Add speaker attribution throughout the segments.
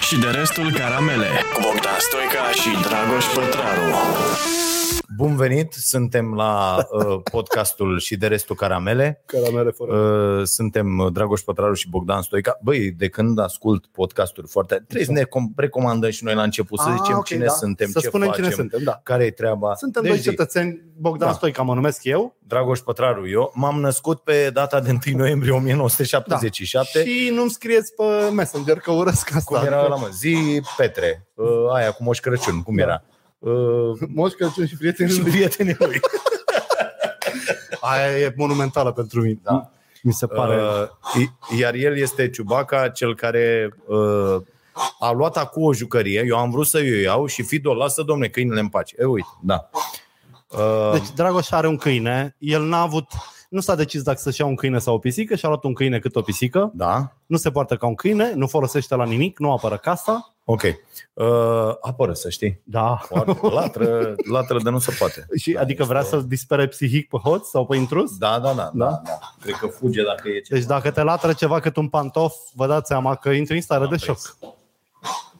Speaker 1: și de restul caramele cu Bogdan Stoica și Dragoș Pătraru.
Speaker 2: Bun venit, suntem la uh, podcastul și de restul caramele.
Speaker 3: Caramele fără.
Speaker 2: Uh, suntem Dragoș Pătraru și Bogdan Stoica. Băi, de când ascult podcasturi foarte... Trebuie să ne com- recomandăm și noi la început, să
Speaker 3: Ah,
Speaker 2: zicem
Speaker 3: ok,
Speaker 2: cine
Speaker 3: da.
Speaker 2: suntem,
Speaker 3: Să
Speaker 2: ce
Speaker 3: spunem
Speaker 2: facem,
Speaker 3: cine suntem, da.
Speaker 2: care e treaba.
Speaker 3: Suntem
Speaker 2: Deci
Speaker 3: doi
Speaker 2: zi,
Speaker 3: cetățeni,
Speaker 2: Da.
Speaker 3: Bogdan da. Stoica mă numesc eu
Speaker 2: Dragoș Pătraru, eu m-am născut pe data de 1 noiembrie 1977.
Speaker 3: Da. și nu-mi scrieți pe Messenger că urăsc asta.
Speaker 2: Cum era la mă? Zi Petre, uh, aia cu Moș Crăciun, cum era? Uh,
Speaker 3: Moș Crăciun și Da. prietenii
Speaker 2: și
Speaker 3: lui.
Speaker 2: prietenii lui.
Speaker 3: Aia e monumentală pentru mine.
Speaker 2: Da.
Speaker 3: Mi se pare. Uh,
Speaker 2: Uh, i- iar el este Ciubaca, cel care uh, a luat acum o jucărie, eu am vrut să eu iau și Fido, lasă domne câinele în pace. E, uite, da. Uh,
Speaker 3: deci Dragoș are un câine, el n-a avut nu s-a decis dacă să-și ia un câine sau o pisică și-a luat un câine cât o pisică,
Speaker 2: da,
Speaker 3: nu se poartă ca un câine, nu folosește la nimic, nu apără casa.
Speaker 2: ok. Uh, apără, să știi.
Speaker 3: Da.
Speaker 2: Foarte latră, latră de nu se poate.
Speaker 3: Și,
Speaker 2: Da,
Speaker 3: adică vrea
Speaker 2: este o-
Speaker 3: să-l dispere psihic pe hoț sau pe intrus?
Speaker 2: Da, da, da, da,
Speaker 3: Da?
Speaker 2: da. Cred că fuge dacă e ceva.
Speaker 3: Deci dacă te latră ceva cât un pantof, vă dați seama că intri în stare de șoc.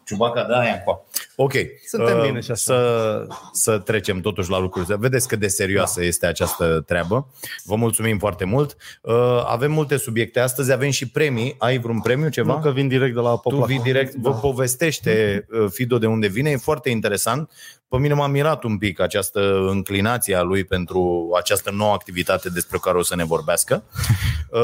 Speaker 2: Ciubaca, da, aia încoa. Ok. uh,
Speaker 3: Suntem bine și așa.
Speaker 2: Să, să trecem totuși la lucruri. Vedeți cât de serioasă da. este această treabă. Vă mulțumim foarte mult. Uh, Avem multe subiecte. Astăzi avem și premii. Ai vreun premiu, ceva?
Speaker 3: Nu că vin direct de la
Speaker 2: tu
Speaker 3: Poplac. Da.
Speaker 2: vii direct, vă povestește uh, Fido de unde vine, e foarte interesant. Pe mine m-a mirat un pic această înclinație a lui pentru această nouă activitate despre care o să ne vorbească. Uh,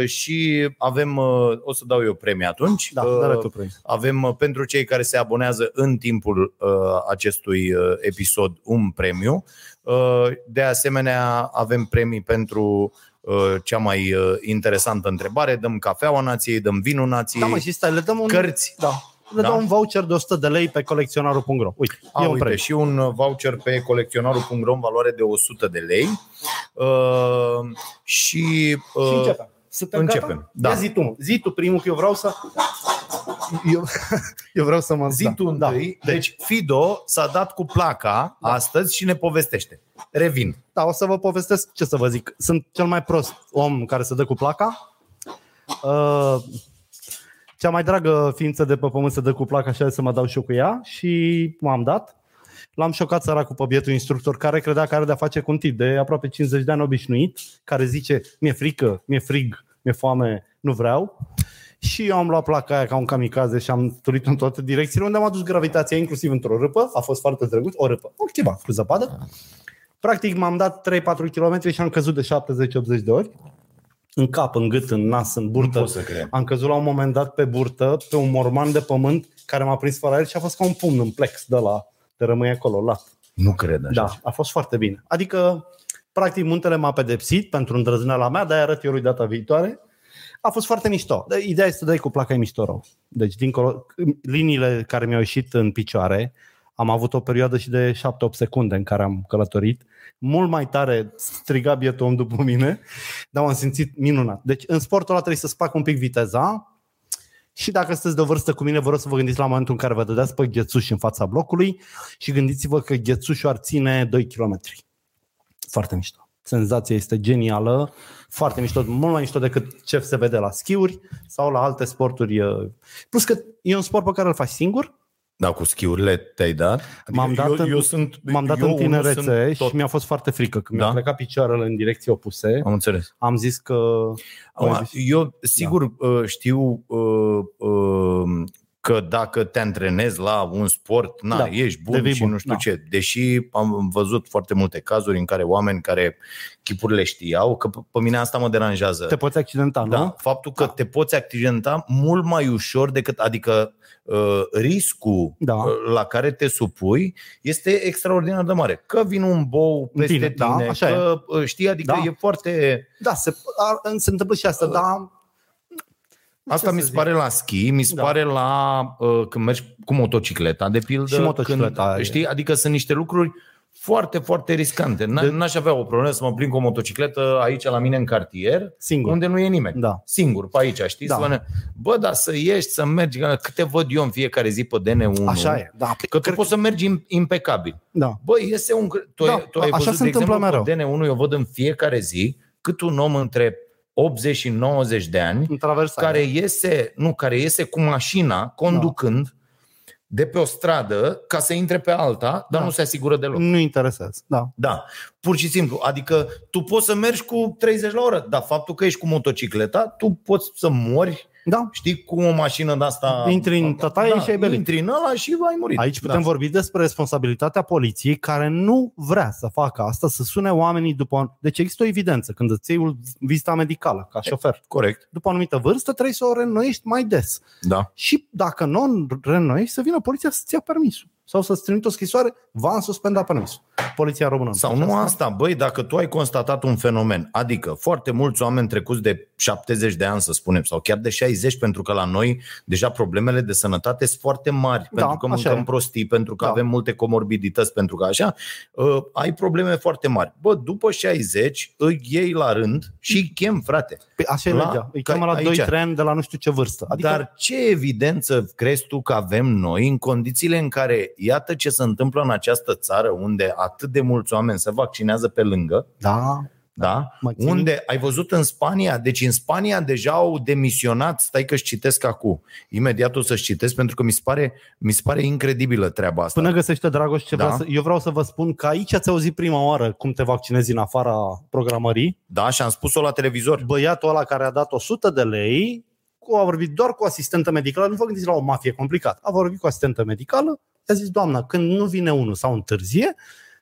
Speaker 2: uh, și avem, uh, o să dau eu premii atunci.
Speaker 3: Da,
Speaker 2: Uh,
Speaker 3: dă-le tu premii.
Speaker 2: Avem uh, pentru cei care se abonează în timpul uh, acestui uh, episod un premiu. Uh, de asemenea, avem premii pentru uh, cea mai uh, interesantă întrebare. Dăm cafeaua nației, dăm vinul nației.
Speaker 3: Da, mă, și stai, le dăm un,
Speaker 2: Cărți.
Speaker 3: da, le
Speaker 2: Da.
Speaker 3: dăm un voucher de 100 de lei pe colecționarul.ro. Uite,
Speaker 2: A,
Speaker 3: e un
Speaker 2: uite,
Speaker 3: premiu.
Speaker 2: și un uh, voucher pe colecționarul.ro în valoare de 100 de lei. Uh, și, uh,
Speaker 3: Și începem. Suntem
Speaker 2: începem,
Speaker 3: Gata?
Speaker 2: da.
Speaker 3: Ia zi tu, mă. zi tu primul, că eu vreau să... Eu, eu vreau să mă...
Speaker 2: Zi
Speaker 3: da,
Speaker 2: tu întâi.
Speaker 3: Da, deci,
Speaker 2: Deci Fido s-a dat cu placa astăzi și ne povestește. Revin.
Speaker 3: da, o să vă povestesc ce să vă zic. Sunt cel mai prost om care se dă cu placa. Uh, cea mai dragă ființă de pe pământ se dă cu placa și a zis să mă dau și eu cu ea și m-am dat. L-am șocat săracul pe bietul instructor care credea că are de-a face cu un tip de aproape 50 de ani obișnuit, care zice, mi-e frică, mi-e frig, mi-e foame, nu vreau. Și eu am luat placa aia ca un kamikaze și am turit în toate direcțiile, unde am adus gravitația inclusiv într-o râpă, a fost foarte drăguț, o râpă, o ceva cu zăpadă. Practic m-am dat 3-4 km și am căzut de 70-80 de ori. În cap, în gât, în nas, în burtă.
Speaker 2: pot să cred.
Speaker 3: Am căzut la un moment dat pe burtă, pe un morman de pământ care m-a prins fără el și a fost ca un pumn în plex de la te rămâi acolo, lat.
Speaker 2: Nu cred așa.
Speaker 3: Da, a fost foarte bine. Adică, practic, muntele m-a pedepsit pentru îndrăzneala mea, de-aia arăt eu lui data viitoare. A fost foarte mișto. De- Ideea este să dai cu placa e mișto rău. Deci, dincolo, liniile care mi-au ieșit în picioare, am avut o perioadă și de 7-8 secunde în care am călătorit. Mult mai tare striga bietul om după mine, dar m-am simțit minunat. Deci, în sportul ăla trebuie să-ți fac un pic viteza, și dacă sunteți de o vârstă cu mine, vă rog să vă gândiți la momentul în care vă dădeați pe ghețuș în fața blocului și gândiți-vă că ghețușul ar ține 2 km. Foarte mișto. Senzația este genială, foarte mișto, mult mai mișto decât ce se vede la schiuri sau la alte sporturi. eh. Plus că e un sport pe care îl faci singur,
Speaker 2: Da, cu schiurile te-ai dat? Adică
Speaker 3: M-am dat
Speaker 2: eu,
Speaker 3: în-
Speaker 2: eu sunt,
Speaker 3: m-am dat
Speaker 2: Deci eu
Speaker 3: în
Speaker 2: unul
Speaker 3: tinerețe
Speaker 2: sunt
Speaker 3: și mi-a fost foarte frică când
Speaker 2: Da?
Speaker 3: mi-au plecat picioarele în direcții opuse.
Speaker 2: Am înțeles.
Speaker 3: Am zis că...
Speaker 2: Acum, eu sigur da. știu uh, uh, că dacă te antrenezi la un sport, na, da.
Speaker 3: Da,
Speaker 2: ești bun
Speaker 3: devii
Speaker 2: și
Speaker 3: bun,
Speaker 2: nu știu
Speaker 3: da.
Speaker 2: ce. Deși am văzut foarte multe cazuri în care oameni care chipurile știau, că pe- pe mine asta mă deranjează.
Speaker 3: Te poți accidenta,
Speaker 2: da?
Speaker 3: nu?
Speaker 2: Faptul că
Speaker 3: Da.
Speaker 2: te poți accidenta mult mai ușor decât, adică uh, riscul
Speaker 3: Da.
Speaker 2: uh, la care te supui este extraordinar de mare. Că vin un bou
Speaker 3: În
Speaker 2: peste tine,
Speaker 3: tine, da, așa e.
Speaker 2: că uh, știi, adică
Speaker 3: Da.
Speaker 2: e foarte...
Speaker 3: Da, se, a, se întâmplă și asta, dar...
Speaker 2: Asta
Speaker 3: Ce
Speaker 2: mi
Speaker 3: să
Speaker 2: se
Speaker 3: zic?
Speaker 2: pare la schi, mi se
Speaker 3: Da.
Speaker 2: pare la uh, când mergi cu motocicleta, de pildă.
Speaker 3: Și motocicleta
Speaker 2: Când,
Speaker 3: e.
Speaker 2: știi, adică sunt niște lucruri foarte, foarte riscante. N-
Speaker 3: De-
Speaker 2: N-aș avea o problemă să mă plin cu o motocicletă aici la mine în cartier,
Speaker 3: Singur.
Speaker 2: unde nu e nimeni.
Speaker 3: Da.
Speaker 2: Singur, pe aici, știi?
Speaker 3: Da.
Speaker 2: Să mă- Bă, dar să ieși, să mergi, câte văd eu în fiecare zi pe DN1.
Speaker 3: Așa e, da.
Speaker 2: Că tu poți să mergi im- impecabil.
Speaker 3: da.
Speaker 2: Bă, iese un... Tu, da,
Speaker 3: Da,
Speaker 2: ai, tu ai
Speaker 3: așa
Speaker 2: văzut,
Speaker 3: se
Speaker 2: de
Speaker 3: întâmplă
Speaker 2: exemplu,
Speaker 3: mereu.
Speaker 2: pe DN1, eu văd în fiecare zi cât un om între 80 și 90 de ani,
Speaker 3: În traversare.
Speaker 2: care iese, nu, care iese cu
Speaker 3: Da.
Speaker 2: mașina, conducând, de pe o stradă, ca să intre pe alta, dar
Speaker 3: Da.
Speaker 2: nu se asigură deloc.
Speaker 3: Nu interesează, da.
Speaker 2: Da, pur și simplu. Adică tu poți să mergi cu 30 la oră, dar faptul că ești cu motocicleta, tu poți să mori,
Speaker 3: Da.
Speaker 2: știi, cu o mașină de asta. Da.
Speaker 3: Intri în tătaie și ai belit.
Speaker 2: Intri în ăla și ai murit.
Speaker 3: Aici putem da. vorbi despre responsabilitatea poliției care nu vrea să facă asta, să sune oamenii după... Deci există o evidență. Când îți iei vizita medicală ca șofer,
Speaker 2: Corect.
Speaker 3: după o anumită vârstă trebuie să o reînnoiești mai des.
Speaker 2: Da.
Speaker 3: Și dacă nu o reînnoiești, să vină poliția să-ți ia permisul. Sau să-ți trimită o scrisoare, va suspenda permisul. Poliția română.
Speaker 2: Sau nu asta, băi, dacă tu ai constatat un fenomen, adică foarte mulți oameni trecuți de 70 de ani, să spunem, sau chiar de 60, pentru că la noi deja problemele de sănătate sunt foarte mari,
Speaker 3: Da,
Speaker 2: pentru că
Speaker 3: așa
Speaker 2: mâncăm
Speaker 3: e.
Speaker 2: prostii, pentru că
Speaker 3: Da.
Speaker 2: avem multe comorbidități, pentru că așa, uh, ai probleme foarte mari. Bă, după 60 îi iei la rând și chem, frate.
Speaker 3: Păi Așa e
Speaker 2: La-
Speaker 3: legea. Îi
Speaker 2: ca-
Speaker 3: cheamă la
Speaker 2: aici.
Speaker 3: 2-3 ani de la nu știu ce vârstă. Adică
Speaker 2: Adică... Dar ce evidență crezi tu că avem noi în condițiile în care iată ce se întâmplă în această țară unde atât de mulți oameni se vaccinează pe lângă,
Speaker 3: da,
Speaker 2: da?
Speaker 3: Mai țin-
Speaker 2: Unde ai văzut în Spania, deci în Spania deja au demisionat, stai că-și citesc acum, imediat o să-și citesc pentru că mi se pare, mi se pare incredibilă treaba asta.
Speaker 3: Până găsește, Dragoș, ce
Speaker 2: Da.
Speaker 3: da. vrea să... Eu vreau să vă spun că aici ați auzit prima oară cum te vaccinezi în afara programării.
Speaker 2: Da, și am spus-o la televizor.
Speaker 3: Băiatul ăla care a dat 100 de lei cu, a vorbit doar cu asistentă medicală, nu vă gândiți la o mafie complicat. A vorbit cu asistentă medicală, i-a zis, doamna, când nu vine unul sau întârzie,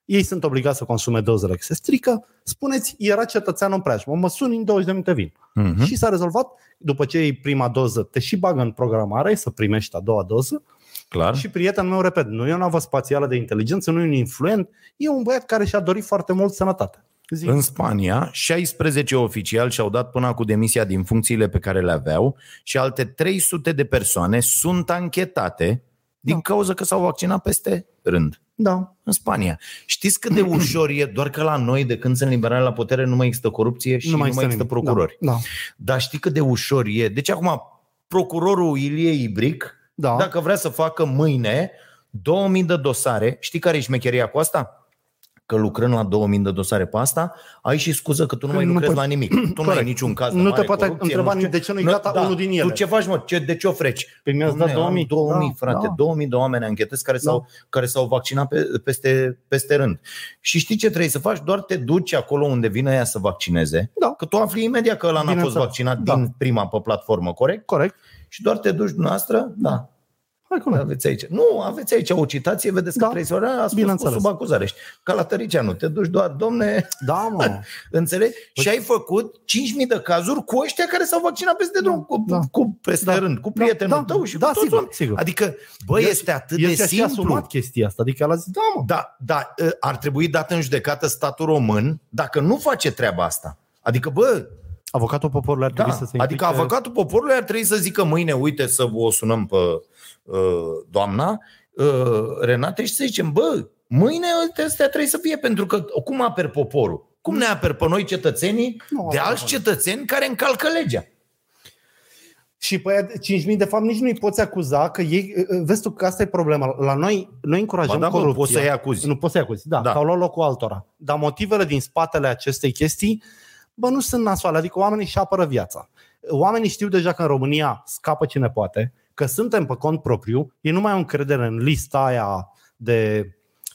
Speaker 3: ei sunt obligați să consume dozele că se strică, spuneți, era cetățean în preajmă, mă sun în 20 de minute vin.
Speaker 2: Mhm.
Speaker 3: Mm-hmm. Și s-a rezolvat, după ce iei prima doză, te și bagă în programare să primești a doua doză,
Speaker 2: Clar.
Speaker 3: și prietenul meu, repet, nu e o navă spațială de inteligență, nu e un influent, e un băiat care și-a dorit foarte mult sănătate. Zic,
Speaker 2: În Spania, 16 oficiali și-au dat până cu demisia din funcțiile pe care le aveau și alte 300 de persoane sunt anchetate din
Speaker 3: Da.
Speaker 2: cauza că s-au vaccinat peste rând.
Speaker 3: da.
Speaker 2: În Spania. Știți cât de ușor e, doar că la noi, de când sunt liberali la putere, nu mai există corupție și nu mai, nu mai
Speaker 3: există
Speaker 2: există
Speaker 3: nimic.
Speaker 2: procurori.
Speaker 3: Da,
Speaker 2: Dar știi cât de ușor e? Deci acum, procurorul Ilie Ibric,
Speaker 3: da. da.
Speaker 2: dacă vrea să facă mâine 2000 de dosare, știi care e șmecheria cu asta? Că lucrând la 2000 de dosare pe asta, ai și scuză că tu nu
Speaker 3: Că
Speaker 2: mai
Speaker 3: nu
Speaker 2: lucrezi
Speaker 3: poți-
Speaker 2: la nimic. Tu nu ai
Speaker 3: Corect.
Speaker 2: niciun caz de
Speaker 3: Nu te
Speaker 2: mare
Speaker 3: poate
Speaker 2: corupție,
Speaker 3: întreba
Speaker 2: nu știu
Speaker 3: de ce nu-i
Speaker 2: Nu- da.
Speaker 3: gata unul din ele.
Speaker 2: Tu ce faci, mă? Ce, de ce ofreci?
Speaker 3: Păi mi-ați dat
Speaker 2: Dom'le, am
Speaker 3: 2000.
Speaker 2: 2000,
Speaker 3: Da,
Speaker 2: frate.
Speaker 3: da.
Speaker 2: 2000 de oameni anchetezi care,
Speaker 3: Da.
Speaker 2: s-au, care s-au vaccinat pe, peste, peste rând. Și știi ce trebuie să faci? Doar te duci acolo unde vine ea să vaccineze.
Speaker 3: Da.
Speaker 2: Că tu afli imediat că ăla n-a fost
Speaker 3: Bineînțeles.
Speaker 2: vaccinat
Speaker 3: Da.
Speaker 2: din prima pe platformă, corect?
Speaker 3: Corect.
Speaker 2: Și doar te duci dumneavoastră, da,
Speaker 3: Hai cu
Speaker 2: Păi
Speaker 3: noi.
Speaker 2: aveți aici. Nu, aveți aici o citație, vedeți că
Speaker 3: Da.
Speaker 2: trei ori a spus
Speaker 3: Bineînțeles.
Speaker 2: sub acuzare. Știi, Ca la Tăricianu, te duci doar, domne,
Speaker 3: Da, mă.
Speaker 2: înțelegi?
Speaker 3: Păi-
Speaker 2: Și ai făcut 5.000 de cazuri cu ăștia care s-au vaccinat peste drum, cu,
Speaker 3: Da.
Speaker 2: cu peste
Speaker 3: Da.
Speaker 2: rând, cu prietenul
Speaker 3: da,
Speaker 2: tău și
Speaker 3: da,
Speaker 2: cu toți
Speaker 3: sigur,
Speaker 2: oamenii.
Speaker 3: sigur.
Speaker 2: Adică, bă,
Speaker 3: El-
Speaker 2: este atât
Speaker 3: El
Speaker 2: de
Speaker 3: și-a și asumat
Speaker 2: simplu.
Speaker 3: chestia asta, adică el a zis, da, mă.
Speaker 2: Da, da, ă, ar trebui dat în judecată statul român dacă nu face treaba asta. Adică, bă,
Speaker 3: Avocatul poporului ar trebui
Speaker 2: da,
Speaker 3: să se
Speaker 2: adică
Speaker 3: implice.
Speaker 2: avocatul poporului ar trebui să zică mâine, uite, să o sunăm pe uh, doamna uh, Renate și să zicem, bă, mâine uite, astea trebuie să fie, pentru că cum aper poporul? Cum ne aper pe noi cetățenii
Speaker 3: Nu,
Speaker 2: de
Speaker 3: nu,
Speaker 2: alți
Speaker 3: nu.
Speaker 2: cetățeni care încalcă legea?
Speaker 3: Și pe aia de 5.000, de fapt, nici nu-i poți acuza că ei, ă, vezi tu că asta e problema. La noi, noi
Speaker 2: Ba
Speaker 3: încurajăm
Speaker 2: da, bă,
Speaker 3: corupția.
Speaker 2: poți să-i acuzi.
Speaker 3: Nu poți să-i acuzi, da,
Speaker 2: Da.
Speaker 3: da. că au luat locul altora. Dar motivele din spatele acestei chestii, bă, nu sunt nasoale, adică oamenii și apără viața. Oamenii știu deja că în România scapă cine poate, că suntem pe cont propriu, ei nu mai au încredere în lista aia de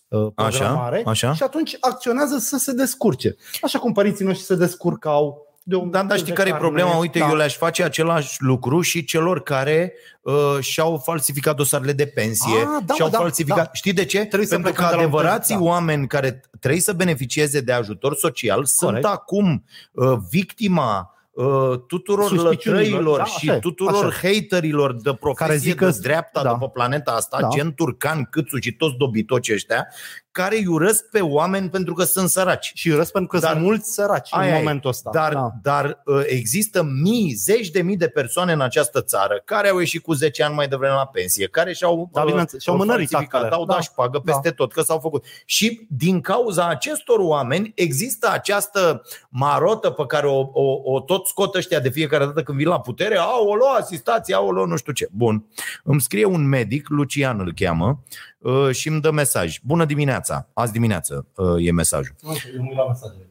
Speaker 3: uh,
Speaker 2: Așa,
Speaker 3: programare
Speaker 2: așa.
Speaker 3: și atunci acționează să se descurce. Așa cum părinții noștri se descurcau de un
Speaker 2: Da, dar știi
Speaker 3: de
Speaker 2: care e
Speaker 3: carne,
Speaker 2: problema? Uite,
Speaker 3: da.
Speaker 2: eu le-aș face același lucru și celor care uh, și-au falsificat dosarele de pensie,
Speaker 3: Ah, da,
Speaker 2: și-au
Speaker 3: mă, da,
Speaker 2: falsificat.
Speaker 3: da.
Speaker 2: Știi de ce?
Speaker 3: Trebuie să
Speaker 2: Pentru că
Speaker 3: plecăm de la un
Speaker 2: adevărații
Speaker 3: punct, da.
Speaker 2: oameni care trebuie să beneficieze de ajutor social sunt
Speaker 3: Corect.
Speaker 2: acum uh, victima uh, tuturor
Speaker 3: Suspiciunilor,
Speaker 2: lătrăilor
Speaker 3: da,
Speaker 2: și
Speaker 3: așa e,
Speaker 2: tuturor
Speaker 3: așa
Speaker 2: haterilor de profesie
Speaker 3: Care zic că-
Speaker 2: de dreapta
Speaker 3: da.
Speaker 2: de pe planeta asta,
Speaker 3: Da.
Speaker 2: gen Turcan, Câțu și toți dobitoci ăștia, care îi urăsc pe oameni pentru că sunt săraci.
Speaker 3: Și eu răspund că
Speaker 2: Dar-
Speaker 3: sunt mulți săraci
Speaker 2: Aia e.
Speaker 3: în momentul ăsta.
Speaker 2: Dar,
Speaker 3: da.
Speaker 2: dar uh, există mii, zeci de mii de persoane în această țară care au ieșit cu 10 ani mai devreme la pensie, care și-au,
Speaker 3: Da, bineînțeles,
Speaker 2: uh,
Speaker 3: și-au mânărit
Speaker 2: falsificat,
Speaker 3: actele.
Speaker 2: au dat
Speaker 3: Da.
Speaker 2: șpagă
Speaker 3: Da.
Speaker 2: peste tot, că s-au făcut. Și din cauza acestor oameni există această marotă pe care o, o, o tot scot ăștia de fiecare dată când vin la putere, aolo, asistație, aolo, nu știu ce. Bun. Îmi scrie un medic, Lucian îl cheamă, uh, și îmi dă mesaj. Bună dimineața! Azi dimineață uh, e mesajul.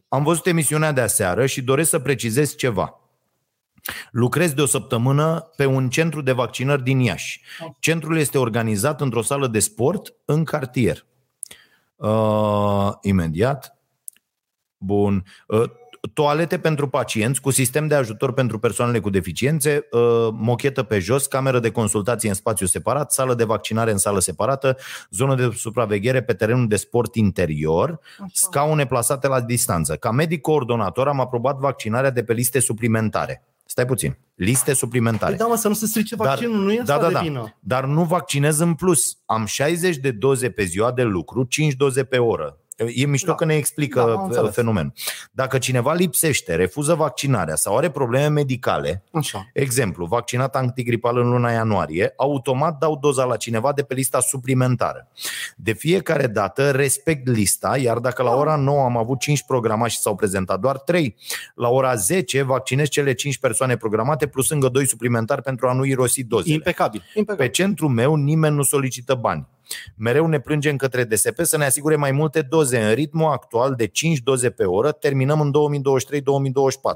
Speaker 2: Am văzut emisiunea de aseară și doresc să precizez ceva. Lucrez de o săptămână pe un centru de vaccinări din Iași. Centrul este organizat într-o sală de sport în cartier. Uh, imediat. Bun. Uh, toalete pentru pacienți cu sistem de ajutor pentru persoanele cu deficiențe, uh, mochetă pe jos, cameră de consultație în spațiu separat, sală de vaccinare în sală separată, zonă de supraveghere pe terenul de sport interior, scaune plasate la distanță. Ca medic coordonator am aprobat vaccinarea de pe liste suplimentare. Stai puțin. Liste suplimentare.
Speaker 3: Păi da, mă, să nu se strice vaccinul, nu e asta de vină.
Speaker 2: da, Dar nu vaccinez în plus. Am 60 de doze pe ziua de lucru, 5 doze pe oră. E mișto
Speaker 3: Da.
Speaker 2: că ne
Speaker 3: Da,
Speaker 2: explică
Speaker 3: am
Speaker 2: da,
Speaker 3: înțeles.
Speaker 2: fenomenul. Dacă cineva lipsește, refuză vaccinarea sau are probleme medicale,
Speaker 3: Așa.
Speaker 2: exemplu, vaccinat antigripal în luna ianuarie, automat dau doza la cineva de pe lista suplimentară. De fiecare dată respect lista, iar dacă la ora 9 am avut 5 programați și s-au prezentat doar 3, la ora 10 vaccinez cele 5 persoane programate plus încă 2 suplimentari pentru a nu irosi dozele.
Speaker 3: Impecabil. Păi,
Speaker 2: Pe
Speaker 3: Impecabil.
Speaker 2: centru meu nimeni nu solicită bani. Mereu ne plângem către DSP să ne asigure mai multe doze. În ritmul actual de 5 doze pe oră terminăm în 2023-2024.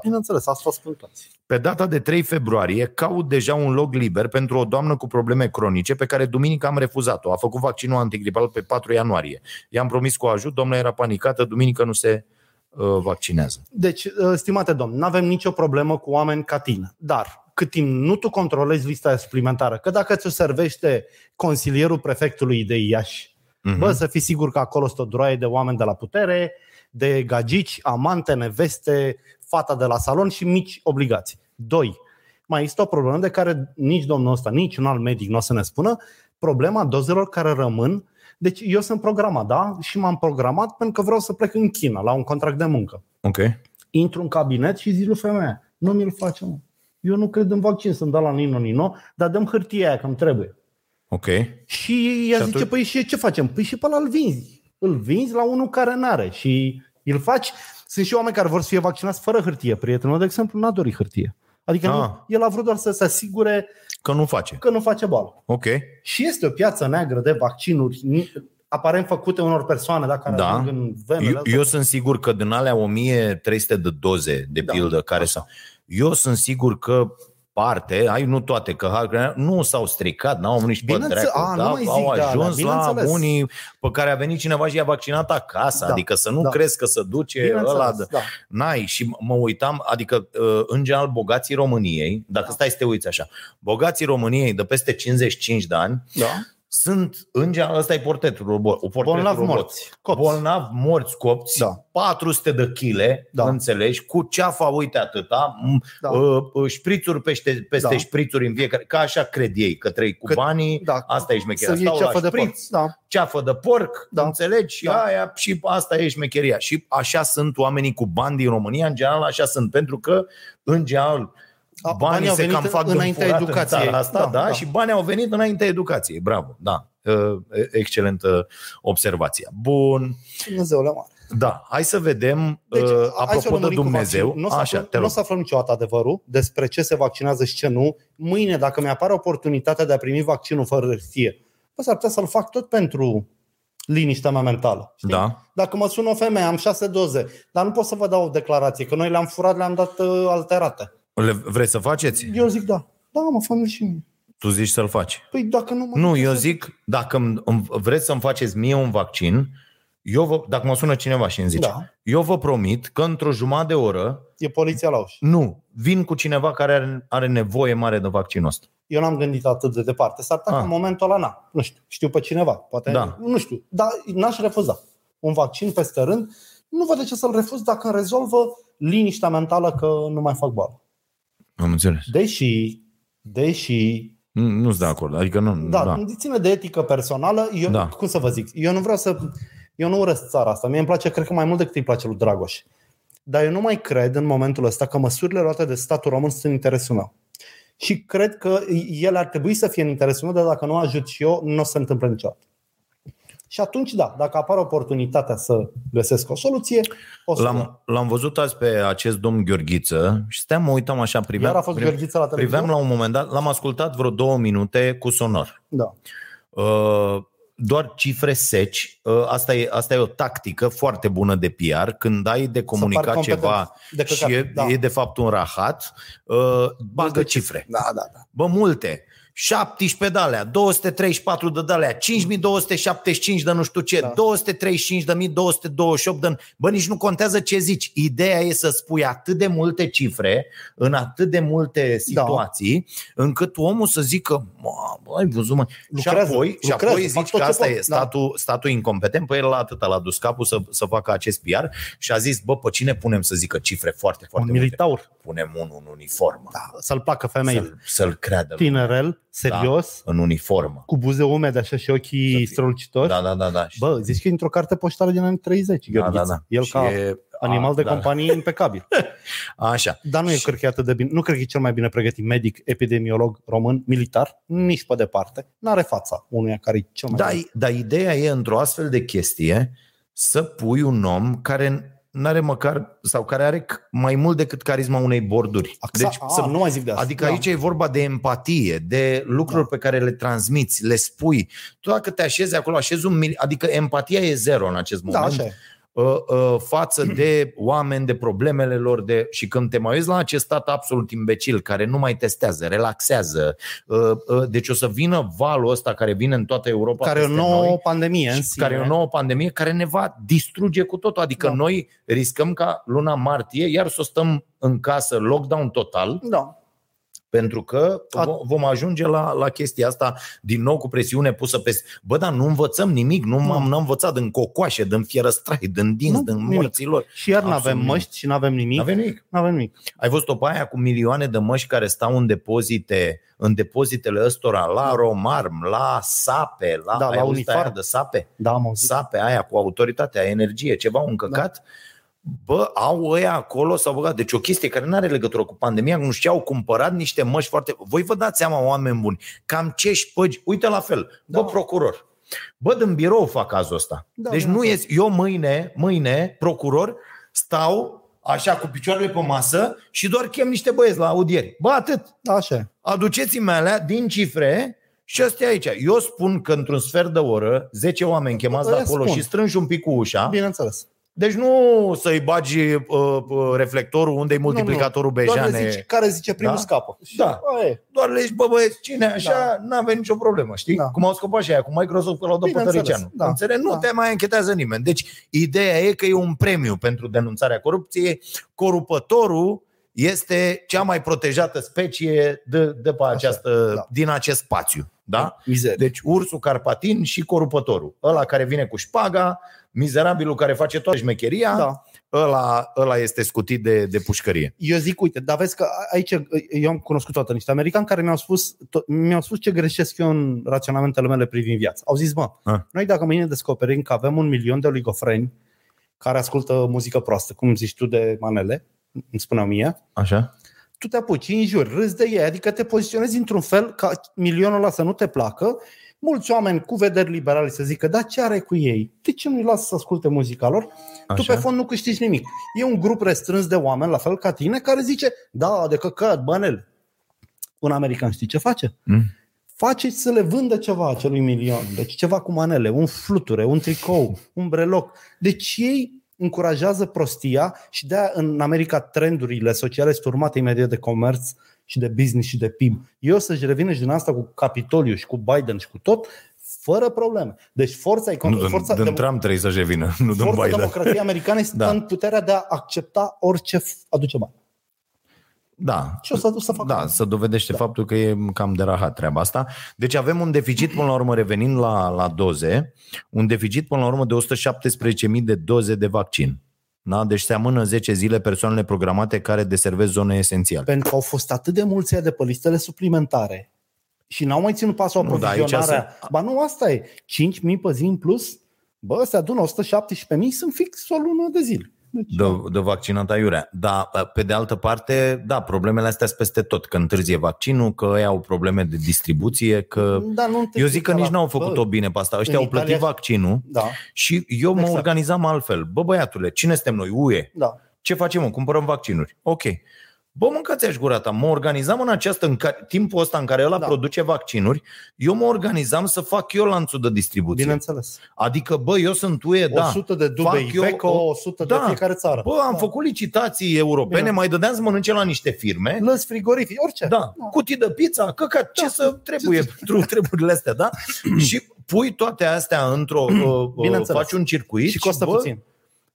Speaker 3: Bineînțeles, asta spun toți.
Speaker 2: Pe data de 3 februarie caut deja un loc liber pentru o doamnă cu probleme cronice pe care duminică am refuzat-o. A făcut vaccinul antigripal pe 4 ianuarie. I-am promis că o ajut, doamna era panicată, duminică nu se uh, vaccinează.
Speaker 3: Deci, uh, stimate domn, nu avem nicio problemă cu oameni ca tine. Dar cât timp nu tu controlezi lista aia suplimentară, că dacă ți-o servește consilierul prefectului de Iași,
Speaker 2: Mhm.
Speaker 3: Bă, să fii sigur că acolo sunt o droaie de oameni de la putere, de gagici, amante, neveste, fata de la salon și mici obligații. Doi, mai există o problemă de care nici domnul ăsta, nici un alt medic nu o să ne spună, problema dozelor care rămân. Deci eu sunt programat, da? Și m-am programat pentru că vreau să plec în China la un contract de muncă.
Speaker 2: Ok.
Speaker 3: Intru în cabinet și zic lui femeia, nu mi-l face, mă. Eu nu cred în vaccin, să-mi dau la Nino Nino, dar dăm hârtia aia că îmi trebuie.
Speaker 2: Ok.
Speaker 3: Și ea
Speaker 2: Și
Speaker 3: zice,
Speaker 2: atunci-
Speaker 3: păi și ce facem? Păi și pe ăla îl vinzi. Îl vinzi la unul care n-are și îl faci. Sunt și oameni care vor să fie vaccinați fără hârtie. Prietenul meu, de exemplu, n-a dorit hârtie. Adică
Speaker 2: Ah.
Speaker 3: nu, el a vrut doar să se asigure
Speaker 2: Că nu face.
Speaker 3: că nu face boală.
Speaker 2: Ok.
Speaker 3: Și este o piață neagră de vaccinuri ni- aparent făcute unor persoane, dacă
Speaker 2: Da.
Speaker 3: ajung în venele
Speaker 2: Eu,
Speaker 3: astea.
Speaker 2: eu sunt sigur că din alea 1300 de doze, de
Speaker 3: Da.
Speaker 2: pildă, care s-au. Eu sunt sigur că parte, ai nu toate, că har- că nu s-au stricat, n-au nici pe
Speaker 3: Bineînțe-
Speaker 2: dracu, da,
Speaker 3: a, nu mai zic
Speaker 2: au
Speaker 3: de alea,
Speaker 2: ajuns la
Speaker 3: bineînțeles.
Speaker 2: unii pe care a venit cineva și i-a vaccinat acasă,
Speaker 3: Da,
Speaker 2: adică să nu
Speaker 3: da.
Speaker 2: crezi că se duce
Speaker 3: Bineînțeles,
Speaker 2: ăla de...
Speaker 3: da.
Speaker 2: N-ai și m- mă uitam, adică uh, în general bogații României,
Speaker 3: Da.
Speaker 2: dacă stai să te uiți așa, bogații României de peste 55 de ani
Speaker 3: da.
Speaker 2: sunt, în general, ăsta e portretul robot. portretul
Speaker 3: Bolnavi
Speaker 2: robot.
Speaker 3: morți. Copți.
Speaker 2: Bolnav morți copți,
Speaker 3: Da.
Speaker 2: 400 de chile,
Speaker 3: Da.
Speaker 2: da. înțelegi, cu ceafa, uite atâta,
Speaker 3: Da.
Speaker 2: da. uh, șprițuri peste, peste
Speaker 3: Da.
Speaker 2: da. șprițuri în fiecare, ca așa cred ei, că trăi cu
Speaker 3: Că-
Speaker 2: că, banii,
Speaker 3: da.
Speaker 2: da. asta e șmecheria,
Speaker 3: Să iei
Speaker 2: stau
Speaker 3: ceafă
Speaker 2: la
Speaker 3: de
Speaker 2: șpriț,
Speaker 3: porc. Da.
Speaker 2: ceafă de porc,
Speaker 3: Da.
Speaker 2: da. înțelegi, și
Speaker 3: Da.
Speaker 2: da. aia, și asta e șmecheria. Și așa sunt oamenii cu bani din România, în general așa sunt, pentru că, în general,
Speaker 3: A,
Speaker 2: banii,
Speaker 3: banii au
Speaker 2: se
Speaker 3: venit
Speaker 2: cam fac
Speaker 3: înaintea
Speaker 2: din furat
Speaker 3: educației.
Speaker 2: În țara asta,
Speaker 3: Da,
Speaker 2: da, da,
Speaker 3: da.
Speaker 2: da, și banii au venit înaintea educației. Bravo, da. Uh, Excelentă observație. Bun.
Speaker 3: Dumnezeule, mă.
Speaker 2: Da, hai să vedem,
Speaker 3: Deci,
Speaker 2: deci,
Speaker 3: hai să
Speaker 2: apropo de
Speaker 3: urmărim cu
Speaker 2: Dumnezeu,
Speaker 3: vaccinul. Nu o să
Speaker 2: așa,
Speaker 3: aflăm-
Speaker 2: te
Speaker 3: Nu o
Speaker 2: rog.
Speaker 3: să aflăm niciodată adevărul despre ce se vaccinează și ce nu. Mâine, dacă mi apare oportunitatea de a primi vaccinul fără hârtie, bă, s-ar putea să-l fac tot pentru liniștea mea mentală. știi?
Speaker 2: Da,
Speaker 3: Dacă mă sună o femeie, am șase doze, dar nu pot să vă dau o declarație, că noi le-am furat, le-am dat uh, alterate.
Speaker 2: le, vreți să faceți?
Speaker 3: Eu zic da. Da, mă, fă și mie.
Speaker 2: Tu zici să-l faci.
Speaker 3: Păi dacă nu mă...
Speaker 2: Nu, eu zic, dacă îmi- îmi- vreți să-mi faceți mie un vaccin, eu vă, dacă mă sună cineva și îmi zice,
Speaker 3: Da.
Speaker 2: eu vă promit că într-o jumătate de oră,
Speaker 3: E poliția la ușă.
Speaker 2: nu, vin cu cineva care are, are nevoie mare de vaccinul ăsta.
Speaker 3: Eu n-am gândit atât de departe. S-ar putea
Speaker 2: Ah.
Speaker 3: că în momentul ăla, na, nu știu, știu pe cineva, poate,
Speaker 2: Da.
Speaker 3: nu știu, dar n-aș refuza. Un vaccin peste rând, nu văd de ce să-l refuz dacă îmi rezolvă liniștea mentală că nu mai fac boală.
Speaker 2: Am înțeles.
Speaker 3: Deși, deși,
Speaker 2: Nu, nu sunt de acord, adică nu, da.
Speaker 3: da, da. ține de etică personală, eu, da.
Speaker 2: Da.
Speaker 3: cum să vă zic, eu nu vreau să, eu nu urăsc țara asta, mie îmi place, cred că mai mult decât îi place lui Dragoș. Dar eu nu mai cred în momentul ăsta că măsurile luate de statul român sunt în interesul meu. Și cred că ele ar trebui să fie în interesul meu, dar dacă nu ajut și eu, nu o să se întâmple niciodată. Și atunci, da, dacă apare oportunitatea să găsesc o soluție, o să...
Speaker 2: L-am, l-am văzut azi pe acest domn Gheorghiță și steam, mă uitam așa, priveam,
Speaker 3: Iar a fost
Speaker 2: priveam,
Speaker 3: Gheorghiță la televizor?
Speaker 2: priveam la un moment dat, l-am ascultat vreo două minute cu sonor.
Speaker 3: Da.
Speaker 2: Uh, doar cifre seci. Uh, Asta e, asta e o tactică foarte bună de PR. Când ai de comunicat
Speaker 3: pari
Speaker 2: ceva
Speaker 3: competent, de
Speaker 2: și
Speaker 3: căcat,
Speaker 2: e,
Speaker 3: da.
Speaker 2: e de fapt un rahat, uh, bagă cifre.
Speaker 3: Da, da, da.
Speaker 2: Bă, multe. 17 de alea, 234 de alea, 5275 de nu știu ce, da. 235.228 de... Bă, nici nu contează ce zici. Ideea e să spui atât de multe cifre în atât de multe situații, da. încât omul să zică, mă, bă, ai văzut, mă. și
Speaker 3: Lucrează,
Speaker 2: apoi, și
Speaker 3: lucrează,
Speaker 2: apoi
Speaker 3: fac
Speaker 2: zici
Speaker 3: tot
Speaker 2: că
Speaker 3: ce
Speaker 2: asta
Speaker 3: pot.
Speaker 2: e
Speaker 3: Da.
Speaker 2: statul, statul incompetent, păi el la atâta l-a dus capul să, să facă acest PR și a zis, bă, pe cine punem să zică cifre foarte, foarte
Speaker 3: Un
Speaker 2: multe?
Speaker 3: militaur.
Speaker 2: Punem unul în uniformă. Da.
Speaker 3: Să-l placă femeile.
Speaker 2: Să-l, să-l creadă
Speaker 3: Tinerel, serios,
Speaker 2: în uniformă.
Speaker 3: cu buze umede așa și ochii strălucitori.
Speaker 2: Da, da, da, da. Și-
Speaker 3: Bă, zici că e într-o carte poștală din anii 30,
Speaker 2: da,
Speaker 3: Gheorghiță.
Speaker 2: da, da.
Speaker 3: El
Speaker 2: Și
Speaker 3: ca
Speaker 2: e-
Speaker 3: animal
Speaker 2: a,
Speaker 3: de
Speaker 2: da.
Speaker 3: companie impecabil.
Speaker 2: Așa.
Speaker 3: Dar nu e, cred că e atât de bine, nu cred că e cel mai bine pregătit medic, epidemiolog român, militar, nici pe departe. N-are fața unuia care e cel mai
Speaker 2: Da,
Speaker 3: bine.
Speaker 2: dar ideea e într-o astfel de chestie să pui un om care nu are măcar sau care are c- mai mult decât carisma unei borduri.
Speaker 3: Axa- a,
Speaker 2: deci, să,
Speaker 3: nu mai zic de asta.
Speaker 2: adică
Speaker 3: Da.
Speaker 2: aici e vorba de empatie, de lucruri
Speaker 3: Da.
Speaker 2: pe care le transmiți, le spui. Tu dacă te așezi acolo, așezi un mil... adică empatia e zero în acest
Speaker 3: Da,
Speaker 2: moment.
Speaker 3: așa e.
Speaker 2: uh, uh, față de oameni, de problemele lor de... și când te mai uiți la acest stat absolut imbecil care nu mai testează, relaxează, uh, uh, deci o să vină valul ăsta care vine în toată Europa
Speaker 3: Care e o
Speaker 2: peste
Speaker 3: nouă
Speaker 2: noi,
Speaker 3: pandemie în
Speaker 2: și
Speaker 3: sine.
Speaker 2: care e o nouă pandemie care ne va distruge cu totul. Adică
Speaker 3: Da.
Speaker 2: da. noi riscăm ca luna martie iar să stăm în casă, lockdown total,
Speaker 3: Da.
Speaker 2: pentru că
Speaker 3: A-
Speaker 2: vo- vom ajunge la, la chestia asta din nou cu presiune pusă pe... Bă, dar nu învățăm nimic, nu m-am n-am învățat din cocoașe, din fierăstrai, din dinți,
Speaker 3: Nu,
Speaker 2: din
Speaker 3: nimic.
Speaker 2: morții lor.
Speaker 3: Și iar nu
Speaker 2: Absolut
Speaker 3: avem
Speaker 2: nimic.
Speaker 3: măști și nu avem nimic.
Speaker 2: N-avem nimic.
Speaker 3: Nu avem nimic.
Speaker 2: Ai văzut-o pe aia cu milioane de măști care stau în depozite, în depozitele ăstora, la Romarm, la SAPE, la,
Speaker 3: Da, la
Speaker 2: ai auzit
Speaker 3: Unifar.
Speaker 2: aia de SAPE?
Speaker 3: Da, am auzit.
Speaker 2: SAPE, aia cu autoritatea, energie, ceva un căcat. Da. Bă, au ăia acolo, s-au băgat. Deci o chestie care nu are legătură cu pandemia, nu știu, au cumpărat niște măști foarte... Voi vă dați seama, oameni buni, cam ce șpăgi... Uite la fel, bă,
Speaker 3: Da.
Speaker 2: procuror, Bă, din birou fac cazul ăsta.
Speaker 3: Da,
Speaker 2: Da, deci
Speaker 3: da,
Speaker 2: nu
Speaker 3: da.
Speaker 2: ies. Eu mâine, mâine, procuror, stau așa cu picioarele pe masă și doar chem niște băieți la audieri. Bă, atât.
Speaker 3: Da, așa e.
Speaker 2: Aduceți-mi alea din cifre și astea aici. Eu spun că într-un sfert de oră, 10 oameni chemați de
Speaker 3: Aia
Speaker 2: acolo
Speaker 3: spun.
Speaker 2: și strângi un pic cu ușa.
Speaker 3: Bineînțeles.
Speaker 2: Deci nu să-i bagi uh, uh, reflectorul unde e multiplicatorul
Speaker 3: nu, nu. Doar
Speaker 2: bejane.
Speaker 3: le zici care zice primul
Speaker 2: Da?
Speaker 3: scapă.
Speaker 2: Da.
Speaker 3: Aia e.
Speaker 2: Doar le zici, bă băieți, cine e așa, da. n-avea nicio problemă, știi?
Speaker 3: Da.
Speaker 2: Da. Cum au scăpat și aia cu Microsoft, că l-au dat pe
Speaker 3: Bineînțeles,
Speaker 2: Tăricianu.
Speaker 3: da.
Speaker 2: Da. Înțeleg? Nu
Speaker 3: Da.
Speaker 2: da. te mai închetează nimeni. Deci, ideea e că e un premiu pentru denunțarea corupției. Corupătorul este cea mai protejată specie de, de pe această,
Speaker 3: da.
Speaker 2: da. din acest spațiu. Da?
Speaker 3: Mizerie.
Speaker 2: Deci ursul carpatin și corupătorul. Ăla care vine cu șpaga, mizerabilul care face toată șmecheria, da.
Speaker 3: Da.
Speaker 2: ăla, ăla este scutit de, de pușcărie.
Speaker 3: Eu zic, uite, dar vezi că a- aici eu am cunoscut toată niște americani care mi-au spus, to- mi-au spus ce greșesc eu în raționamentele mele privind viața. Au zis, mă,
Speaker 2: A.
Speaker 3: noi dacă mâine descoperim că avem un milion de oligofreni care ascultă muzică proastă, cum zici tu de manele, îmi spuneau mie,
Speaker 2: Așa?
Speaker 3: tu te apuci, îi înjuri, râzi de ei, adică te poziționezi într-un fel ca milionul ăla să nu te placă, mulți oameni cu vederi liberale să zică, da, ce are cu ei? De ce nu-i lasă să asculte muzica lor? Așa. Tu
Speaker 2: Așa.
Speaker 3: pe fond nu câștigi nimic. E un grup restrâns de oameni, la fel ca tine, care zice, da, de căcat, bănel. Un american știi ce face?
Speaker 2: Mm.
Speaker 3: Face să le vândă ceva acelui milion. Deci ceva cu manele, un fluture, un tricou, un breloc. Deci ei încurajează prostia și de în America trendurile sociale sunt urmate imediat de comerț și de business și de PIB. Eu o să-și revină și din asta cu Capitoliu și cu Biden și cu tot, fără probleme. Deci forța, e
Speaker 2: Nu,
Speaker 3: forța
Speaker 2: din, din
Speaker 3: demo-
Speaker 2: Trump trebuie să-și revină, nu din
Speaker 3: Forța
Speaker 2: Biden.
Speaker 3: democrației americane stă da.
Speaker 2: Da.
Speaker 3: în puterea de a accepta orice f- aduce bani.
Speaker 2: Da.
Speaker 3: Și o să, o să facă.
Speaker 2: Da, să dovedește da. faptul că e cam de rahat treaba asta. Deci avem un deficit, până la urmă, revenind la, la doze, un deficit, până la urmă, de 117.000 de doze de vaccin. Da? Deci se amână 10 zile persoanele programate care deservesc zone esențiale.
Speaker 3: Pentru că au fost atât de mulți ăia de pe listele suplimentare și n-au mai ținut pasul
Speaker 2: Nu, da, aici
Speaker 3: aprovizionarea. Ba nu, asta e. 5.000 pe zi în plus, bă, se adună 117.000, sunt fix o lună de zile. Deci,
Speaker 2: De, de vaccinat aiurea. Dar, pe de altă parte, da, problemele astea sunt peste tot. Că întârzie vaccinul, că ei au probleme de distribuție, că...
Speaker 3: da, nu te
Speaker 2: Eu zic că
Speaker 3: la-
Speaker 2: nici n-au
Speaker 3: bă,
Speaker 2: făcut-o bine pe asta. Ăștia
Speaker 3: în
Speaker 2: au plătit
Speaker 3: Italia-
Speaker 2: vaccinul
Speaker 3: Da,
Speaker 2: și eu mă
Speaker 3: Exact.
Speaker 2: organizam altfel. Bă, băiatule, cine suntem noi? UE.
Speaker 3: da.
Speaker 2: Ce facem? Mă? Cumpărăm vaccinuri. Ok. Bă, mâncați-aș gura ta. Mă organizam în această, în ca, timpul ăsta în care ăla da.
Speaker 3: Da.
Speaker 2: produce vaccinuri, eu mă organizam să fac eu lanțul de distribuție.
Speaker 3: Bineînțeles.
Speaker 2: Adică, bă, eu sunt UE, da.
Speaker 3: 100 de dube
Speaker 2: Fac eu
Speaker 3: Iveco,
Speaker 2: o-
Speaker 3: 100
Speaker 2: da.
Speaker 3: de fiecare țară.
Speaker 2: Bă, am
Speaker 3: Da.
Speaker 2: făcut licitații europene,
Speaker 3: Bine.
Speaker 2: mai dădeam să mănânce la niște firme.
Speaker 3: Lăs frigorific, orice.
Speaker 2: Da, cutii de pizza, căca, ce da. să trebuie pentru treburile astea, da? și pui toate astea într-o, uh, uh,
Speaker 3: Bineînțeles.
Speaker 2: faci un circuit
Speaker 3: Și costă
Speaker 2: bă,
Speaker 3: puțin.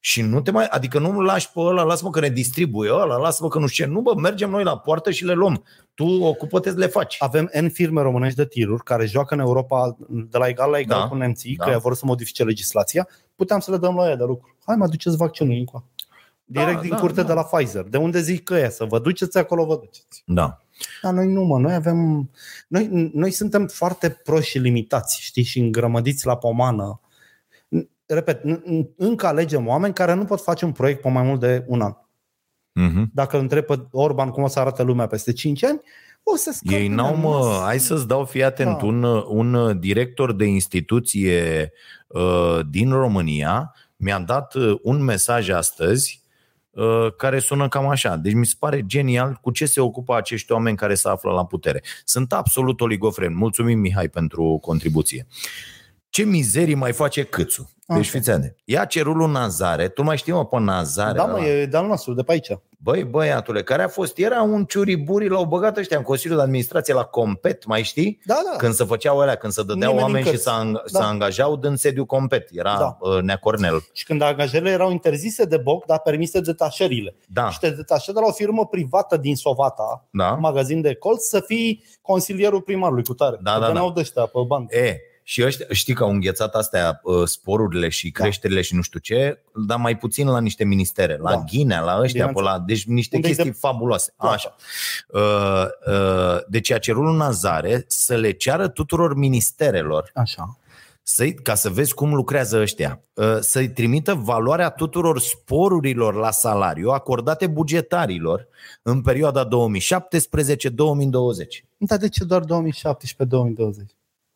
Speaker 2: Și nu te mai, adică nu lași pe ăla, lasă-mă că ne distribuie ăla, lasă-mă că nu știu ce. Nu, bă, mergem noi la poartă și le luăm. Tu ocupă-te să le faci.
Speaker 3: Avem N firme românești de tiruri care joacă în Europa de la egal la egal
Speaker 2: Da.
Speaker 3: da. cu nemții,
Speaker 2: Da.
Speaker 3: da. că vor să modifice legislația, puteam să le dăm la ea de lucru. Hai, mă aduceți vaccinul încoa. Direct
Speaker 2: Da,
Speaker 3: da, din
Speaker 2: da,
Speaker 3: da, curte
Speaker 2: da.
Speaker 3: da. de la Pfizer. De unde zic că e să vă duceți acolo, vă duceți.
Speaker 2: Da.
Speaker 3: Dar noi nu, mă, noi avem... Noi, noi suntem foarte proști și limitați, știi, și îngrămădiți la pomană. N- Repet, n- n- încă alegem oameni care nu pot face un proiect pe mai mult de un an.
Speaker 2: Mm-hmm.
Speaker 3: Dacă îl întreb pe Orban cum o să arate lumea peste 5 ani, o să scape.
Speaker 2: Ei
Speaker 3: din
Speaker 2: n-au, mă,
Speaker 3: nas.
Speaker 2: hai să-ți dau, fii atent,
Speaker 3: Da.
Speaker 2: un, un director de instituție uh, din România mi-a dat uh, un mesaj astăzi uh, care sună cam așa. Deci mi se pare genial cu ce se ocupă acești oameni care se află la putere. Sunt absolut oligofren. Mulțumim, Mihai, pentru contribuție. Ce mizerii mai face câțu? Deci
Speaker 3: Așa.
Speaker 2: fiți atent. Ia cerul lui Nazare. Tu mai știi, mă, pe Nazare?
Speaker 3: Da, mă,
Speaker 2: ăla?
Speaker 3: e de-al nostru, de pe aici.
Speaker 2: Băi, băiatule, care a fost, era un ciuriburi, l-au băgat ăștia în Consiliul de Administrație la Compet, mai știi?
Speaker 3: Da, da.
Speaker 2: Când se făceau alea, când se dădeau
Speaker 3: Nimeni din
Speaker 2: oameni și
Speaker 3: cărți.
Speaker 2: se ang-
Speaker 3: Da.
Speaker 2: da. angajau din sediu Compet. Era
Speaker 3: Da.
Speaker 2: da. Nea Cornel.
Speaker 3: Și când angajările erau interzise de boc, dar permise detașările.
Speaker 2: Da,
Speaker 3: Și te detașe de la o firmă privată din Sovata,
Speaker 2: da.
Speaker 3: un magazin de colț, să fii consilierul primarului cu tare.
Speaker 2: Da,
Speaker 3: Că
Speaker 2: da,
Speaker 3: veneau de ăștia pe bani.
Speaker 2: E, și ăștia, știi că au înghețat astea uh, sporurile și
Speaker 3: Da.
Speaker 2: creșterile și nu știu ce, dar mai puțin la niște ministere, la da.
Speaker 3: Da.
Speaker 2: Ghinea, la ăștia, pe
Speaker 3: Bineînțeles.
Speaker 2: la, deci niște
Speaker 3: Unde-i
Speaker 2: chestii
Speaker 3: de-
Speaker 2: fabuloase.
Speaker 3: Da.
Speaker 2: Așa. Uh, uh, deci a cerut lui Nazare să le ceară tuturor ministerelor
Speaker 3: Așa.
Speaker 2: să-i, ca să vezi cum lucrează ăștia, uh, să-i trimită valoarea tuturor sporurilor la salariu acordate bugetarilor în perioada 2017-2020.
Speaker 3: Dar de ce doar 2017-2020?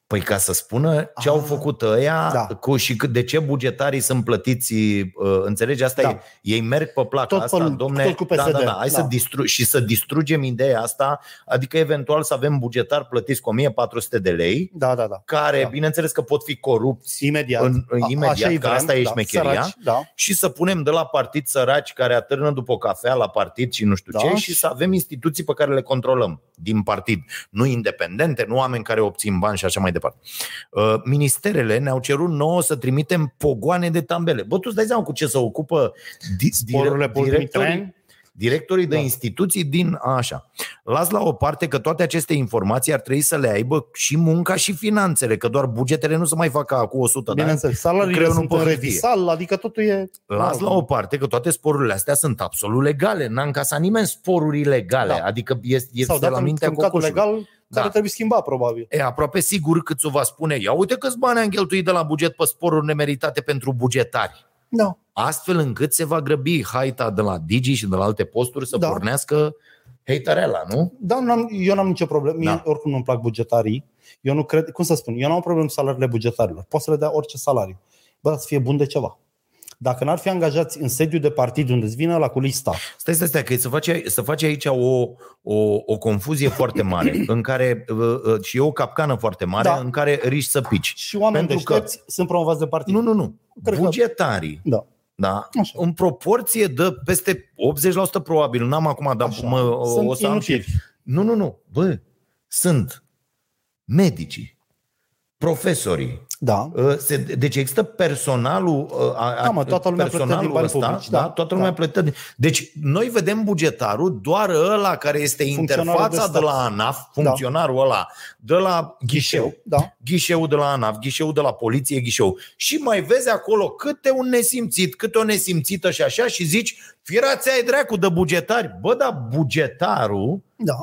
Speaker 2: Păi ca să spună ce au
Speaker 3: Ah,
Speaker 2: făcut ăia
Speaker 3: da.
Speaker 2: cu și cât, de ce bugetarii sunt plătiți, uh, înțelegi? Asta
Speaker 3: Da.
Speaker 2: e, ei merg pe placa
Speaker 3: Tot pe-
Speaker 2: asta, domne,
Speaker 3: tot cu
Speaker 2: da, da,
Speaker 3: PSD,
Speaker 2: da, hai
Speaker 3: da.
Speaker 2: să distru- și să distrugem ideea asta, adică eventual să avem bugetari plătiți cu 1400 de lei,
Speaker 3: Da, da, da.
Speaker 2: care,
Speaker 3: Da.
Speaker 2: bineînțeles că pot fi corupți
Speaker 3: Imediat.
Speaker 2: În- în-
Speaker 3: A-
Speaker 2: imediat,
Speaker 3: așa-i
Speaker 2: că asta e
Speaker 3: da,
Speaker 2: șmecheria.
Speaker 3: Săraci, da.
Speaker 2: și să punem de la partid săraci care atârnă după o cafea la partid și nu știu da.
Speaker 3: Da.
Speaker 2: ce și să avem instituții pe care le controlăm din partid, nu independente, nu oameni care obțin bani și așa mai departe. Uh, Ministerele ne-au cerut nouă să trimitem pogoane de tambele. Bă, tu îți dai seama cu ce se ocupă di-
Speaker 3: Sporurile
Speaker 2: dire-
Speaker 3: pe ultimii
Speaker 2: directorii,
Speaker 3: treni.
Speaker 2: directorii de
Speaker 3: Da.
Speaker 2: instituții din așa. Las la o parte că toate aceste informații ar trebui să le aibă și munca și finanțele, că doar bugetele nu se mai fac ca cu 100 de ani.
Speaker 3: Bineînțeles, salariile
Speaker 2: Creionul
Speaker 3: sunt
Speaker 2: pe
Speaker 3: în
Speaker 2: hârtie.
Speaker 3: revisal, adică totul e...
Speaker 2: Las la o parte că toate sporurile astea sunt absolut legale. N-a încasat nimeni sporuri ilegale. Da.
Speaker 3: Da.
Speaker 2: Adică este,
Speaker 3: Sau
Speaker 2: este
Speaker 3: dat
Speaker 2: la mintea
Speaker 3: în cadru
Speaker 2: cocoșului.
Speaker 3: legal care
Speaker 2: Da.
Speaker 3: trebuie schimbat, probabil.
Speaker 2: E aproape sigur cât o va spune. Ia uite câți bani am cheltuit de la buget pe sporuri nemeritate pentru bugetari.
Speaker 3: Da.
Speaker 2: Astfel încât se va grăbi haita de la Digi și de la alte posturi să da.
Speaker 3: Da.
Speaker 2: pornească haterela, nu?
Speaker 3: Da, n-am, eu n-am nicio problemă. Mie
Speaker 2: Da.
Speaker 3: oricum nu-mi plac bugetarii. Eu nu cred, cum să spun, eu n-am o problemă cu salariile bugetarilor. Poți să le dea orice salariu. Bă, dar să fie bun de ceva. Dacă n-ar fi angajați în sediu de partid unde îți vină la culista,
Speaker 2: Stai, stai, stai, că să face, să face aici o, o, o confuzie foarte mare în care, uh, uh, și e o capcană foarte mare da.
Speaker 3: Da.
Speaker 2: în care riști să pici.
Speaker 3: și oameni
Speaker 2: Pentru că-
Speaker 3: Pentru deștepți că... sunt promovați de partid.
Speaker 2: Nu, nu, nu.
Speaker 3: Cred că-
Speaker 2: Bugetarii
Speaker 3: Da.
Speaker 2: Da?
Speaker 3: Așa.
Speaker 2: În proporție de peste 80% probabil, n-am acum, dar
Speaker 3: Așa.
Speaker 2: mă,
Speaker 3: Sunt
Speaker 2: o să am și...
Speaker 3: inutili.
Speaker 2: Nu, nu, nu, bă, sunt medicii, profesorii,
Speaker 3: Da.
Speaker 2: Uh, se, deci există personalul uh, a,
Speaker 3: Da, mă, toată lumea
Speaker 2: personalul
Speaker 3: plătește din bani
Speaker 2: ăsta,
Speaker 3: publici,
Speaker 2: da,
Speaker 3: da,
Speaker 2: toată
Speaker 3: da.
Speaker 2: lumea plătește. din- Deci noi vedem bugetarul doar ăla care este
Speaker 3: Funcționarul de
Speaker 2: interfața de,
Speaker 3: stat.
Speaker 2: la ANAF, funcționarul ăla, de la ghișeu
Speaker 3: Da.
Speaker 2: ghișeul de la ANAF, ghișeul de la poliție, ghișeu. Și mai vezi acolo câte un nesimțit, câte o nesimțită și așa și zici, firați ai dracu de bugetari. Bă, dar bugetarul
Speaker 3: Da.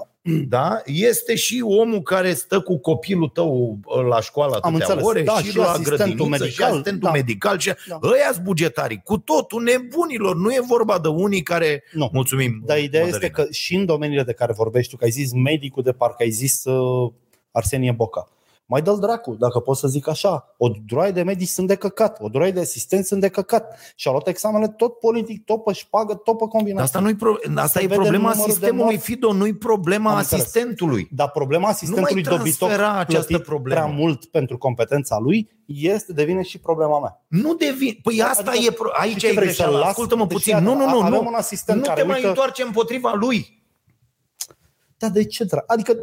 Speaker 2: da, este și omul care stă cu copilul tău uh, la școală atâtea
Speaker 3: înțeles.
Speaker 2: ore
Speaker 3: Da,
Speaker 2: și,
Speaker 3: și
Speaker 2: la
Speaker 3: asistentul
Speaker 2: grădiniță și
Speaker 3: medical.
Speaker 2: asistentul
Speaker 3: Da.
Speaker 2: medical. Și... Da.
Speaker 3: Da.
Speaker 2: Ăia bugetarii, cu totul nebunilor. Nu e vorba de unii care...
Speaker 3: Nu.
Speaker 2: Mulțumim,
Speaker 3: Dar ideea
Speaker 2: Mădălina.
Speaker 3: este că și în domeniile de care vorbești tu, că ai zis medicul de parcă ai zis uh, Arsenie Boca, mai dă-l dracu, dacă pot să zic așa. O droaie de medici sunt de căcat, o droaie de asistenți sunt de căcat. Și-a luat examenele tot politic, tot pe șpagă, tot pe
Speaker 2: Dar
Speaker 3: combinație.
Speaker 2: asta, nu-i pro- asta
Speaker 3: Se
Speaker 2: e
Speaker 3: vede
Speaker 2: problema
Speaker 3: numărul de
Speaker 2: sistemului,
Speaker 3: morți.
Speaker 2: Fido, nu-i problema
Speaker 3: Am înțeles.
Speaker 2: asistentului.
Speaker 3: Dar problema asistentului
Speaker 2: mai transfera
Speaker 3: dobitoc
Speaker 2: această
Speaker 3: plătit
Speaker 2: problemă.
Speaker 3: prea mult pentru competența lui este devine și problema mea.
Speaker 2: Nu devin. Păi asta
Speaker 3: Adică,
Speaker 2: e. Pro- aici
Speaker 3: ce
Speaker 2: e
Speaker 3: vrei, să-l
Speaker 2: greșeala.
Speaker 3: las?
Speaker 2: Ascultă-mă
Speaker 3: Deci,
Speaker 2: puțin.
Speaker 3: iată,
Speaker 2: nu, nu, nu.
Speaker 3: avem
Speaker 2: nu.
Speaker 3: un asistent
Speaker 2: nu
Speaker 3: care
Speaker 2: te mai
Speaker 3: uită-
Speaker 2: întoarce împotriva lui.
Speaker 3: Dar de ce? Tra- adică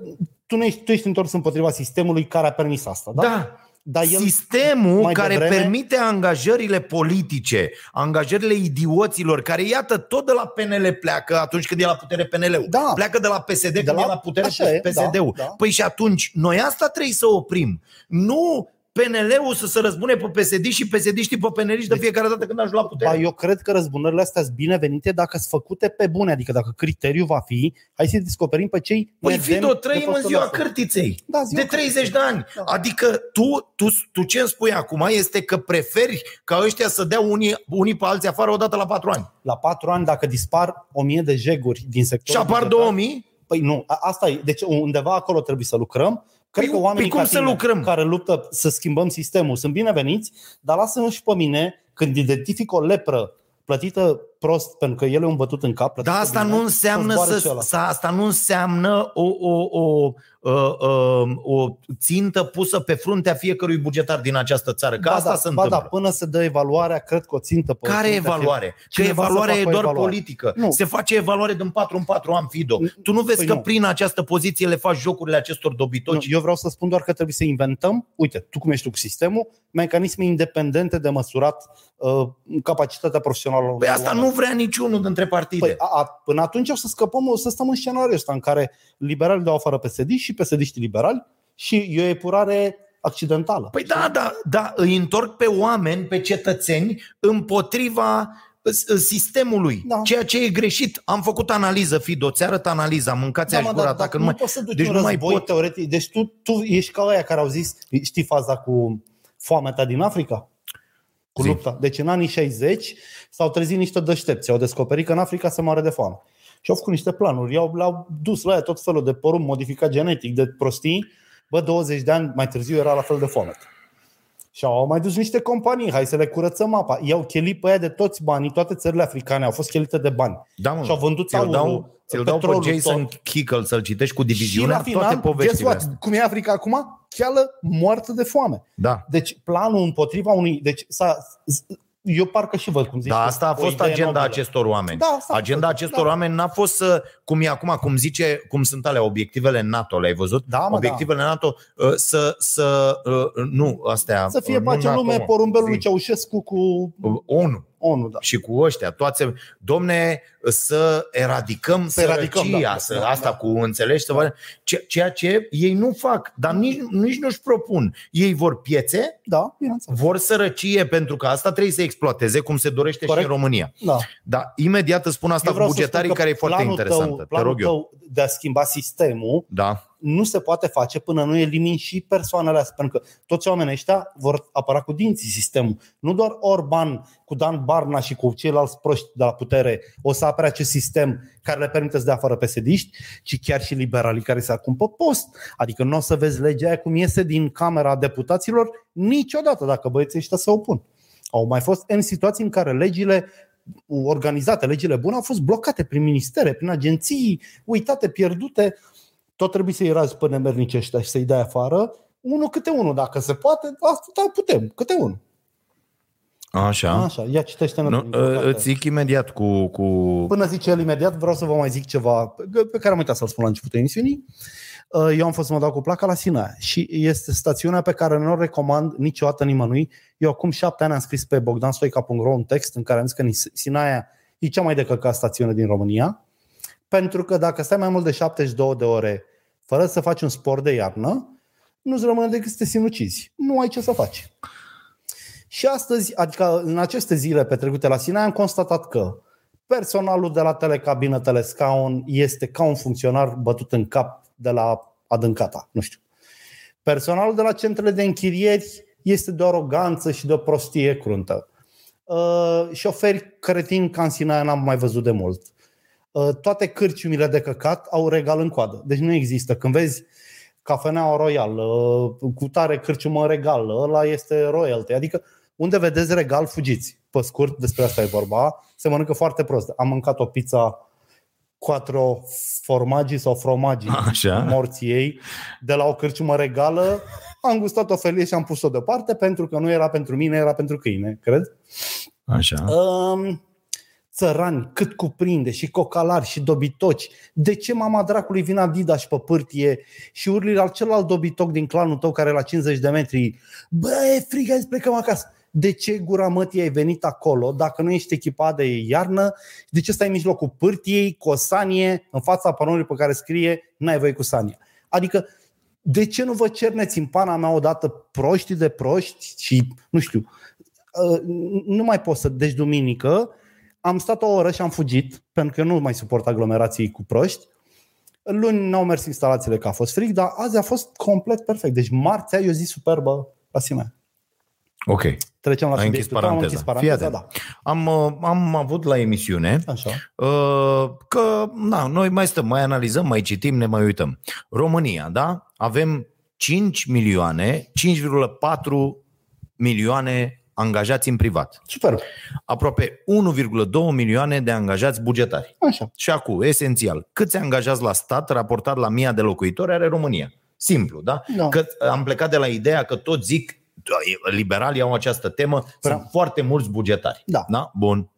Speaker 3: tu, nu ești, tu ești întors împotriva sistemului care a permis asta, da?
Speaker 2: Da. da.
Speaker 3: Dar el
Speaker 2: Sistemul
Speaker 3: mai
Speaker 2: care
Speaker 3: devreme-
Speaker 2: permite angajările politice, angajările idioților, care iată tot de la PNL pleacă atunci când e la putere PNL-ul.
Speaker 3: Da.
Speaker 2: Pleacă de la PSD de când
Speaker 3: la-
Speaker 2: e la putere
Speaker 3: așa e,
Speaker 2: PSD-ul.
Speaker 3: da, da.
Speaker 2: Păi și atunci noi asta trebuie să oprim. Nu PNL-ul să se răzbune pe PSD și psd pe PNL
Speaker 3: Deci
Speaker 2: de fiecare dată când ajung la putere.
Speaker 3: Ba, eu cred că răzbunările astea sunt binevenite dacă sunt făcute pe bune, adică dacă criteriul va fi, hai să descoperim pe cei
Speaker 2: Păi
Speaker 3: nedemni
Speaker 2: Fido,
Speaker 3: de
Speaker 2: trăim în
Speaker 3: postul
Speaker 2: ziua
Speaker 3: ăsta.
Speaker 2: cârtiței.
Speaker 3: Da, ziua
Speaker 2: de 30 de ani.
Speaker 3: Da.
Speaker 2: Adică tu, tu, tu ce îmi spui acum este că preferi ca ăștia să dea unii, unii pe alții afară odată la 4 ani.
Speaker 3: La patru ani, dacă dispar o mie de jeguri din
Speaker 2: Și
Speaker 3: sectorul
Speaker 2: apar
Speaker 3: bugetar-
Speaker 2: 2000,
Speaker 3: Păi nu, a- asta e. Deci undeva acolo trebuie să lucrăm. Cred
Speaker 2: Păi,
Speaker 3: că oamenii
Speaker 2: păi cum
Speaker 3: ca
Speaker 2: să
Speaker 3: tine
Speaker 2: lucrăm?
Speaker 3: care luptă să schimbăm sistemul sunt bineveniți, dar lasă-mă și pe mine când identific o lepră plătită prost pentru că el e un bătut în cap. plătită
Speaker 2: dar asta
Speaker 3: bine,
Speaker 2: nu înseamnă
Speaker 3: să-ți zboare și
Speaker 2: să,
Speaker 3: ăla.
Speaker 2: să asta nu înseamnă o, o, o, o, o, o țintă pusă pe fruntea fiecărui bugetar din această țară. Că
Speaker 3: Ba
Speaker 2: asta
Speaker 3: da,
Speaker 2: se
Speaker 3: ba
Speaker 2: întâmplă.
Speaker 3: da, până se dă evaluarea, cred că o țintă pe
Speaker 2: Care
Speaker 3: țintă
Speaker 2: evaluare? Că
Speaker 3: Cineva să
Speaker 2: evaluarea e
Speaker 3: facă
Speaker 2: doar
Speaker 3: o evaluare.
Speaker 2: politică. Nu.
Speaker 3: Nu.
Speaker 2: Se face evaluare din 4 în 4 ani, Fido.
Speaker 3: N-
Speaker 2: Tu nu vezi
Speaker 3: păi
Speaker 2: că
Speaker 3: nu.
Speaker 2: prin această poziție le faci jocurile acestor dobitoci?
Speaker 3: Nu, eu vreau să spun doar că trebuie să inventăm, uite, tu cum ești tu cu sistemul, mecanisme independente de măsurat uh, capacitatea profesională. a unor
Speaker 2: Păi asta
Speaker 3: oameni.
Speaker 2: nu vrea niciunul dintre partide.
Speaker 3: Păi, a, a, până atunci o să scăpăm, o să stăm în scenariul ăsta în care liberalii dau afară psd și psd liberali și e o epurare accidentală.
Speaker 2: Păi da, da, da, îi întorc pe oameni, pe cetățeni, împotriva uh, s- sistemului,
Speaker 3: Da.
Speaker 2: ceea ce e greșit. Am făcut analiză, Fido, ți arăt analiza, mâncați aș
Speaker 3: Da, mă,
Speaker 2: gura ta,
Speaker 3: dacă
Speaker 2: că
Speaker 3: nu
Speaker 2: nu mai...
Speaker 3: poți să duci
Speaker 2: deci
Speaker 3: deci un
Speaker 2: nu mai
Speaker 3: război
Speaker 2: pot.
Speaker 3: teoretic. Deci tu, tu ești ca aia care au zis, știi faza cu foamea din Africa? Cu
Speaker 2: Zi.
Speaker 3: lupta. Deci în anii 60 s-au trezit niște deștepți, au descoperit că în Africa se moare de foame. Și au făcut niște planuri, i-au le-au dus la aia tot felul de porumb modificat genetic, de prostii. Bă, 20 de ani mai târziu era la fel de foame. Și au mai dus niște companii, hai să le curățăm apa. I-au chelit pe aia de toți banii, toate țările africane au fost chelite de bani.
Speaker 2: Da, mă,
Speaker 3: și-au vândut
Speaker 2: ți-l dau,
Speaker 3: aurul,
Speaker 2: ți-l dau pe
Speaker 3: petrolul
Speaker 2: Jason
Speaker 3: tot.
Speaker 2: Kickel să-l citești cu
Speaker 3: Și la
Speaker 2: diviziunea, toate
Speaker 3: final, guess
Speaker 2: poveștile
Speaker 3: what?
Speaker 2: astea.
Speaker 3: Cum e Africa acum? Cheală moartă de foame.
Speaker 2: Da.
Speaker 3: Deci planul împotriva unui... Deci s-a, z- eu parcă și văd cum zici.
Speaker 2: Da,
Speaker 3: tu,
Speaker 2: asta a
Speaker 3: Deci o
Speaker 2: fost
Speaker 3: idee
Speaker 2: agenda
Speaker 3: nobilă.
Speaker 2: acestor oameni.
Speaker 3: Da, asta a
Speaker 2: agenda
Speaker 3: fost,
Speaker 2: acestor
Speaker 3: da.
Speaker 2: oameni n-a fost să, cum e acum, cum zice, cum sunt alea, obiectivele NATO, le-ai văzut?
Speaker 3: Da, mă, da.
Speaker 2: obiectivele NATO, uh, să, să uh, nu, astea.
Speaker 3: da. Să
Speaker 2: uh,
Speaker 3: fie
Speaker 2: nu
Speaker 3: pace în
Speaker 2: NATO,
Speaker 3: lume
Speaker 2: mă,
Speaker 3: porumbelul lui
Speaker 2: zi,
Speaker 3: Ceaușescu cu
Speaker 2: uh, ONU
Speaker 3: ONU, da.
Speaker 2: și cu ăștia, toate, domne, să eradicăm să
Speaker 3: Să eradicăm,
Speaker 2: sărăcia,
Speaker 3: da.
Speaker 2: să,
Speaker 3: Da,
Speaker 2: asta
Speaker 3: da.
Speaker 2: cu înțelegi, să da. ceea ce ei nu fac, dar nici, nici nu-și propun. Ei vor piețe,
Speaker 3: Da, bineînțeles.
Speaker 2: vor sărăcie, pentru că asta trebuie să exploateze, cum se dorește
Speaker 3: Corect.
Speaker 2: și în România.
Speaker 3: Da.
Speaker 2: Da, imediat îți spun asta
Speaker 3: Eu
Speaker 2: cu
Speaker 3: vreau să
Speaker 2: bugetarii
Speaker 3: spun că
Speaker 2: care e foarte
Speaker 3: planul
Speaker 2: interesantă.
Speaker 3: Tău,
Speaker 2: Te
Speaker 3: planul
Speaker 2: rog eu.
Speaker 3: tău de a schimba sistemul
Speaker 2: Da.
Speaker 3: nu se poate face până nu elimini și persoanele astea, pentru că toți oamenii ăștia vor apăra cu dinții sistemul. Nu doar Orban cu Dan Barna și cu ceilalți proști de la putere o să apere acest sistem care le permite să dea afară psd ci chiar și liberalii care se acum pe post. Adică nu o să vezi legea aia cum iese din Camera Deputaților niciodată dacă băieții ăștia se opun. Au mai fost în situații în care legile organizate, legile bune au fost blocate prin ministere, prin agenții, uitate, pierdute tot trebuie să-i razi pe nemernici ăștia și să-i dai afară. Unul câte unul, dacă se poate, asta da, putem, câte unul.
Speaker 2: Așa.
Speaker 3: Așa, ia citește
Speaker 2: Da. Nu, ă, îți zic imediat cu... cu...
Speaker 3: Până zice el imediat, vreau să vă mai zic ceva pe- pe care am uitat să-l spun la începutul emisiunii. Uh, Eu am fost să mă dau cu placa la Sinaia și este stațiunea pe care nu o recomand niciodată nimănui. Eu acum șapte ani am scris pe bogdanstoica.ro un text în care am zis că Nis- Sinaia e cea mai de căcat stațiune din România, pentru că dacă stai mai mult de 72 de ore fără să faci un sport de iarnă, nu-ți rămâne decât să te sinucizi. Nu ai ce să faci. Și astăzi, adică în aceste zile petrecute la Sinaia, am constatat că personalul de la telecabină, telescaun, este ca un funcționar bătut în cap de la adâncata, nu știu. Personalul de la centrele de închirieri este de o aroganță și de o prostie cruntă. Uh, Șoferi cretini ca în Sinaia n-am mai văzut de mult. Ă, Uh, Toate cârciumile de căcat au regal în coadă. Deci nu există. Când vezi cafeneaua royal, uh, cu tare cârciumă regal, ăla este royalty. Adică unde vedeți regal, fugiți. Pe scurt, despre asta e vorba. Se mănâncă foarte prost. Am mâncat o pizza quattro formaggi sau fromaggi
Speaker 2: Așa.
Speaker 3: morții ei de la o cârciumă regală. Am gustat o felie și am pus-o deoparte pentru că nu era pentru mine, era pentru câine, cred.
Speaker 2: Așa.
Speaker 3: Um, țărani, cât cuprinde, și cocalari, și dobitoci. De ce mama dracului vine Dida și pe pârtie și urli la celălalt dobitoc din clanul tău care e la 50 de metri? Bă, e frică, îți plecăm acasă. De ce gura mătii ai venit acolo dacă nu ești echipat de iarnă? De ce stai în mijlocul pârtiei, cu o sanie, în fața panoului pe care scrie n-ai voie cu sania? Adică de ce nu vă cerneți în pana mea odată proști de proști și, nu știu, uh, nu mai pot să, deci duminică, am stat o oră și am fugit, pentru că nu mai suport aglomerații cu proști. Luni n-au mers instalațiile că a fost fric, dar azi a fost complet perfect. Deci marțea e o zi superbă la sine.
Speaker 2: Ok.
Speaker 3: Trecem la
Speaker 2: Ai închis
Speaker 3: subiectul tău, am
Speaker 2: paranteza.
Speaker 3: închis paranteza,
Speaker 2: Fii
Speaker 3: da.
Speaker 2: atent. Am, uh, am avut la emisiune
Speaker 3: Așa.
Speaker 2: uh, că na, noi mai stăm, mai analizăm, mai citim, ne mai uităm. România, da? Avem 5 milioane, 5,4 milioane angajați în privat.
Speaker 3: Super.
Speaker 2: Aproape 1,2 milioane de angajați bugetari.
Speaker 3: Așa.
Speaker 2: Și acum, esențial, câți angajați la stat raportat la mia de locuitori are România? Simplu, da?
Speaker 3: Da.
Speaker 2: Că am plecat de la ideea că tot zic, "Da, liberalii au această temă,
Speaker 3: Prea.
Speaker 2: sunt foarte mulți bugetari.
Speaker 3: Da.
Speaker 2: da? Bun.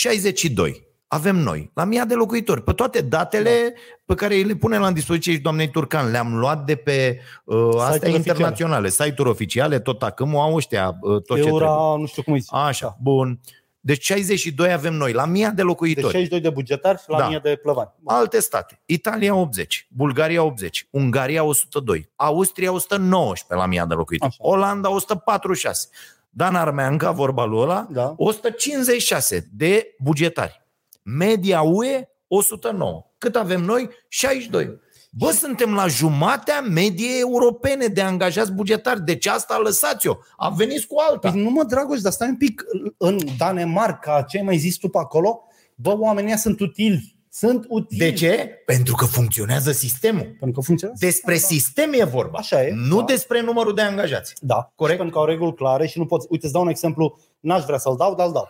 Speaker 2: 62. Avem noi, la mia de locuitori, pe toate datele da. pe care le pune la dispoziție și doamnei Turcan. Le-am luat de pe uh, astea
Speaker 3: oficiale.
Speaker 2: internaționale, site-uri oficiale, tot acum au ăștia uh, tot ce trebuie.
Speaker 3: Eura, nu știu cum îi zice.
Speaker 2: Așa, bun. Deci 62 avem noi, la mia de
Speaker 3: De
Speaker 2: locuitori.
Speaker 3: 62 de bugetari Deci și la
Speaker 2: Da.
Speaker 3: 1000 de plăvani. Bun.
Speaker 2: Alte state. Italia 80, Bulgaria 80, Ungaria 102, Austria 119 la mii de locuitori,
Speaker 3: Așa.
Speaker 2: Olanda 146. Dan Armeanca, vorba lui ăla,
Speaker 3: Da.
Speaker 2: 156 de bugetari. Media UE 109. Cât avem noi? 62. Bă, suntem la jumatea mediei europene de angajați bugetari. Deci asta lăsați-o. Am venit cu alta.
Speaker 3: Păi nu mă, Dragoș, dar stai un pic. În Danemarca, ce ai mai zis tu pe acolo, bă, oamenii ăia sunt utili. Sunt utili.
Speaker 2: De ce? Pentru că funcționează sistemul.
Speaker 3: Pentru că funcționează.
Speaker 2: Despre sistem e vorba.
Speaker 3: Așa e,
Speaker 2: Nu
Speaker 3: da.
Speaker 2: despre numărul de angajați.
Speaker 3: Da,
Speaker 2: Corect.
Speaker 3: Și pentru că au reguli clare și nu poți. Uite, îți dau un exemplu, n-aș vrea să-l dau, dar îl dau.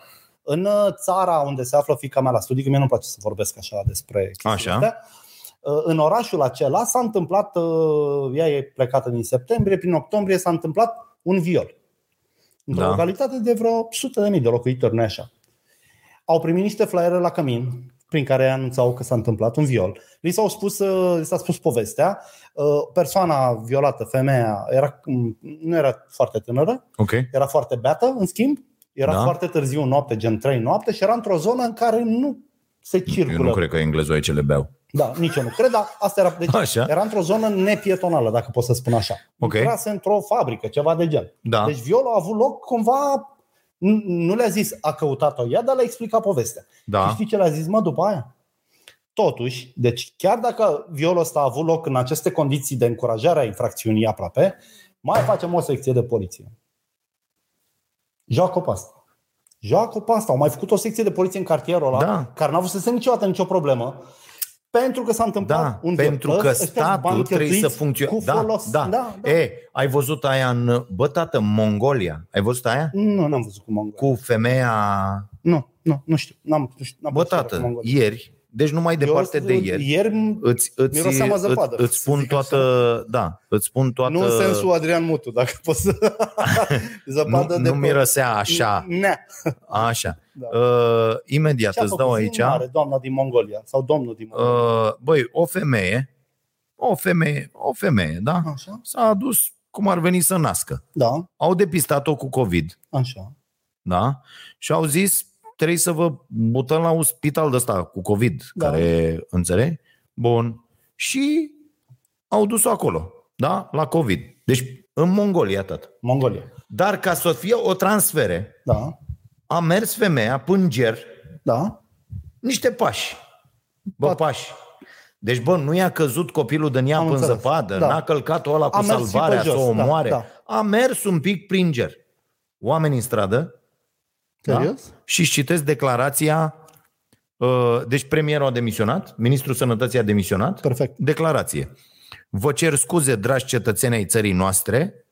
Speaker 3: În uh, țara unde se află fica mea la studii, că mie nu-mi place să vorbesc așa despre chestiile
Speaker 2: Așa.
Speaker 3: astea, uh, în orașul acela s-a întâmplat, uh, ea e plecată din septembrie, prin octombrie s-a întâmplat un viol. Într-o
Speaker 2: Da.
Speaker 3: localitate de vreo sute de mii de locuitori, nu așa. Au primit niște flyere la cămin prin care anunțau că s-a întâmplat un viol. Li, s-au spus, uh, li s-a spus povestea. Uh, Persoana violată, femeia, era, mm, nu era foarte tânără,
Speaker 2: Ok.
Speaker 3: era foarte beată, în schimb, era
Speaker 2: Da.
Speaker 3: da. foarte târziu noapte, gen 3 noapte și era într-o zonă în care nu se circulă.
Speaker 2: că englezul aici le beau.
Speaker 3: Da, nici eu nu cred, dar asta era, deci
Speaker 2: Așa.
Speaker 3: era într-o zonă nepietonală, dacă pot să spun așa.
Speaker 2: Ok.
Speaker 3: Intrase într-o fabrică, ceva de gen.
Speaker 2: Da.
Speaker 3: Deci violul a avut loc cumva, nu- nu le-a zis a căutat-o ea, dar le-a explicat povestea.
Speaker 2: Da.
Speaker 3: Și știi ce le-a zis, mă, după aia? Totuși, deci chiar dacă violul ăsta a avut loc în aceste condiții de încurajare a infracțiunii aproape, mai facem o secție de poliție. Joacă pe asta. Joacă pe asta. Au mai făcut o secție de poliție în cartierul ăla,
Speaker 2: Da.
Speaker 3: care n-a avut să se niciodată nicio problemă, pentru că s-a întâmplat
Speaker 2: Da,
Speaker 3: un viol.
Speaker 2: pentru că
Speaker 3: Ăsta-s
Speaker 2: statul
Speaker 3: bani
Speaker 2: trebuie să
Speaker 3: cheltuiți
Speaker 2: funcționeze.
Speaker 3: Cu
Speaker 2: Da,
Speaker 3: folos.
Speaker 2: da.
Speaker 3: da, da.
Speaker 2: E, ai văzut aia în, bă, tată, Mongolia. Ai văzut aia?
Speaker 3: Nu, n-am văzut cu Mongolia.
Speaker 2: Cu femeia,
Speaker 3: Nu, nu, nu știu. N-am, nu știu, n-am
Speaker 2: bă,
Speaker 3: văzut cu
Speaker 2: tată,
Speaker 3: Mongolia.
Speaker 2: ieri, deci nu mai departe
Speaker 3: Eu,
Speaker 2: de ieri,
Speaker 3: Ieri
Speaker 2: îți, îți,
Speaker 3: miroase a
Speaker 2: îți,
Speaker 3: zăpadă,
Speaker 2: îți spun
Speaker 3: să zic așa.
Speaker 2: toată, da, îți spun toată,
Speaker 3: Nu în sensul Adrian Mutu, dacă poți să... Zăpadă
Speaker 2: nu,
Speaker 3: de
Speaker 2: nu
Speaker 3: pe-
Speaker 2: mirosea așa,
Speaker 3: Nea.
Speaker 2: așa.
Speaker 3: Da.
Speaker 2: Uh, imediat
Speaker 3: Ce-a
Speaker 2: îți
Speaker 3: făcut
Speaker 2: dau
Speaker 3: zi
Speaker 2: aici.
Speaker 3: Mare, doamna din Mongolia sau domnul din Mongolia.
Speaker 2: Uh, băi, o femeie, o femeie, o femeie, da?
Speaker 3: Așa?
Speaker 2: S-a adus cum ar veni să nască.
Speaker 3: Da,
Speaker 2: Au depistat-o cu COVID,
Speaker 3: așa.
Speaker 2: da? Și au zis, trebuie să vă butăm la un spital de ăsta cu COVID,
Speaker 3: Da.
Speaker 2: care, înțelegi? Bun. Și au dus-o acolo, da? La COVID. Deci, în Mongolia, tot.
Speaker 3: Mongolia.
Speaker 2: Dar ca să fie o transfere,
Speaker 3: Da,
Speaker 2: a mers femeia până în ger,
Speaker 3: da.
Speaker 2: niște pași. Bă, pași. Deci, bă, nu i-a căzut copilul din
Speaker 3: Am
Speaker 2: ea în
Speaker 3: înțeles.
Speaker 2: zăpadă,
Speaker 3: Da.
Speaker 2: n-a călcat-o ăla cu
Speaker 3: A mers și pe
Speaker 2: salvarea, să
Speaker 3: jos,
Speaker 2: o
Speaker 3: da,
Speaker 2: omoare.
Speaker 3: da.
Speaker 2: A mers un pic prin ger. Oameni în stradă Da.
Speaker 3: Serios?
Speaker 2: și își citesc declarația uh, deci premierul a demisionat, ministrul sănătății a demisionat.
Speaker 3: Perfect.
Speaker 2: Declarație. Vă cer scuze, dragi cetățeni ai țării noastre,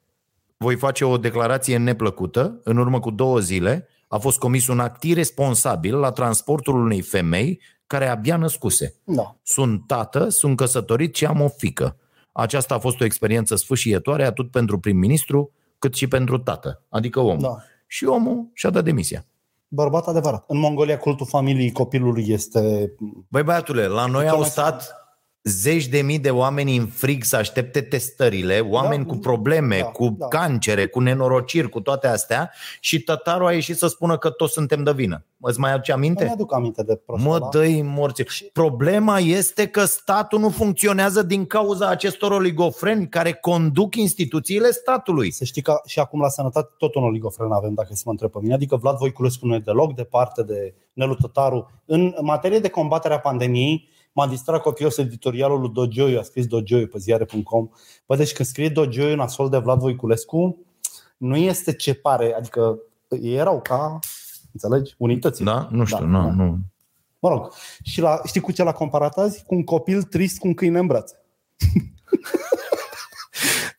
Speaker 2: voi face o declarație neplăcută. În urmă cu două zile a fost comis un act irresponsabil la transportul unei femei care abia născuse.
Speaker 3: Da.
Speaker 2: Sunt tată, sunt căsătorit și am o fică. Aceasta a fost o experiență sfâșietoare atât pentru prim-ministru cât și pentru tată, adică omul.
Speaker 3: Da.
Speaker 2: Și omul și-a dat demisia.
Speaker 3: Bărbat adevărat. În Mongolia cultul familiei copilului este...
Speaker 2: Băi băiatule, la noi au
Speaker 3: Nicola-
Speaker 2: stat zeci de mii de oameni în frig să aștepte testările, oameni
Speaker 3: Da.
Speaker 2: cu probleme,
Speaker 3: Da,
Speaker 2: cu
Speaker 3: da.
Speaker 2: cancere, cu nenorociri, cu toate astea și tătarul a ieșit să spună că toți suntem de vină. Îți mai aduce
Speaker 3: Nu
Speaker 2: aminte?
Speaker 3: mi-aduc aminte de prostul
Speaker 2: Mă
Speaker 3: ăla.
Speaker 2: dă morții. Problema este că statul nu funcționează din cauza acestor oligofreni care conduc instituțiile statului.
Speaker 3: Să știi că și acum la sănătate tot un oligofren avem, dacă se mă întreb pe mine. Adică Vlad Voiculescu nu e deloc departe de Nelu Tătaru. În materie de combaterea pandemiei, m-a distrat copios editorialul lui Dogioiu, a scris Dogioiu pe ziare.com. Bă, deci când scrie Dogioiu nasol de Vlad Voiculescu, nu este ce pare, adică ei erau ca, înțelegi, unități.
Speaker 2: Da? Nu știu, nu, nu.
Speaker 3: Mă rog, și la, știi cu ce l-a comparat azi? Cu un copil trist cu un câine în brațe.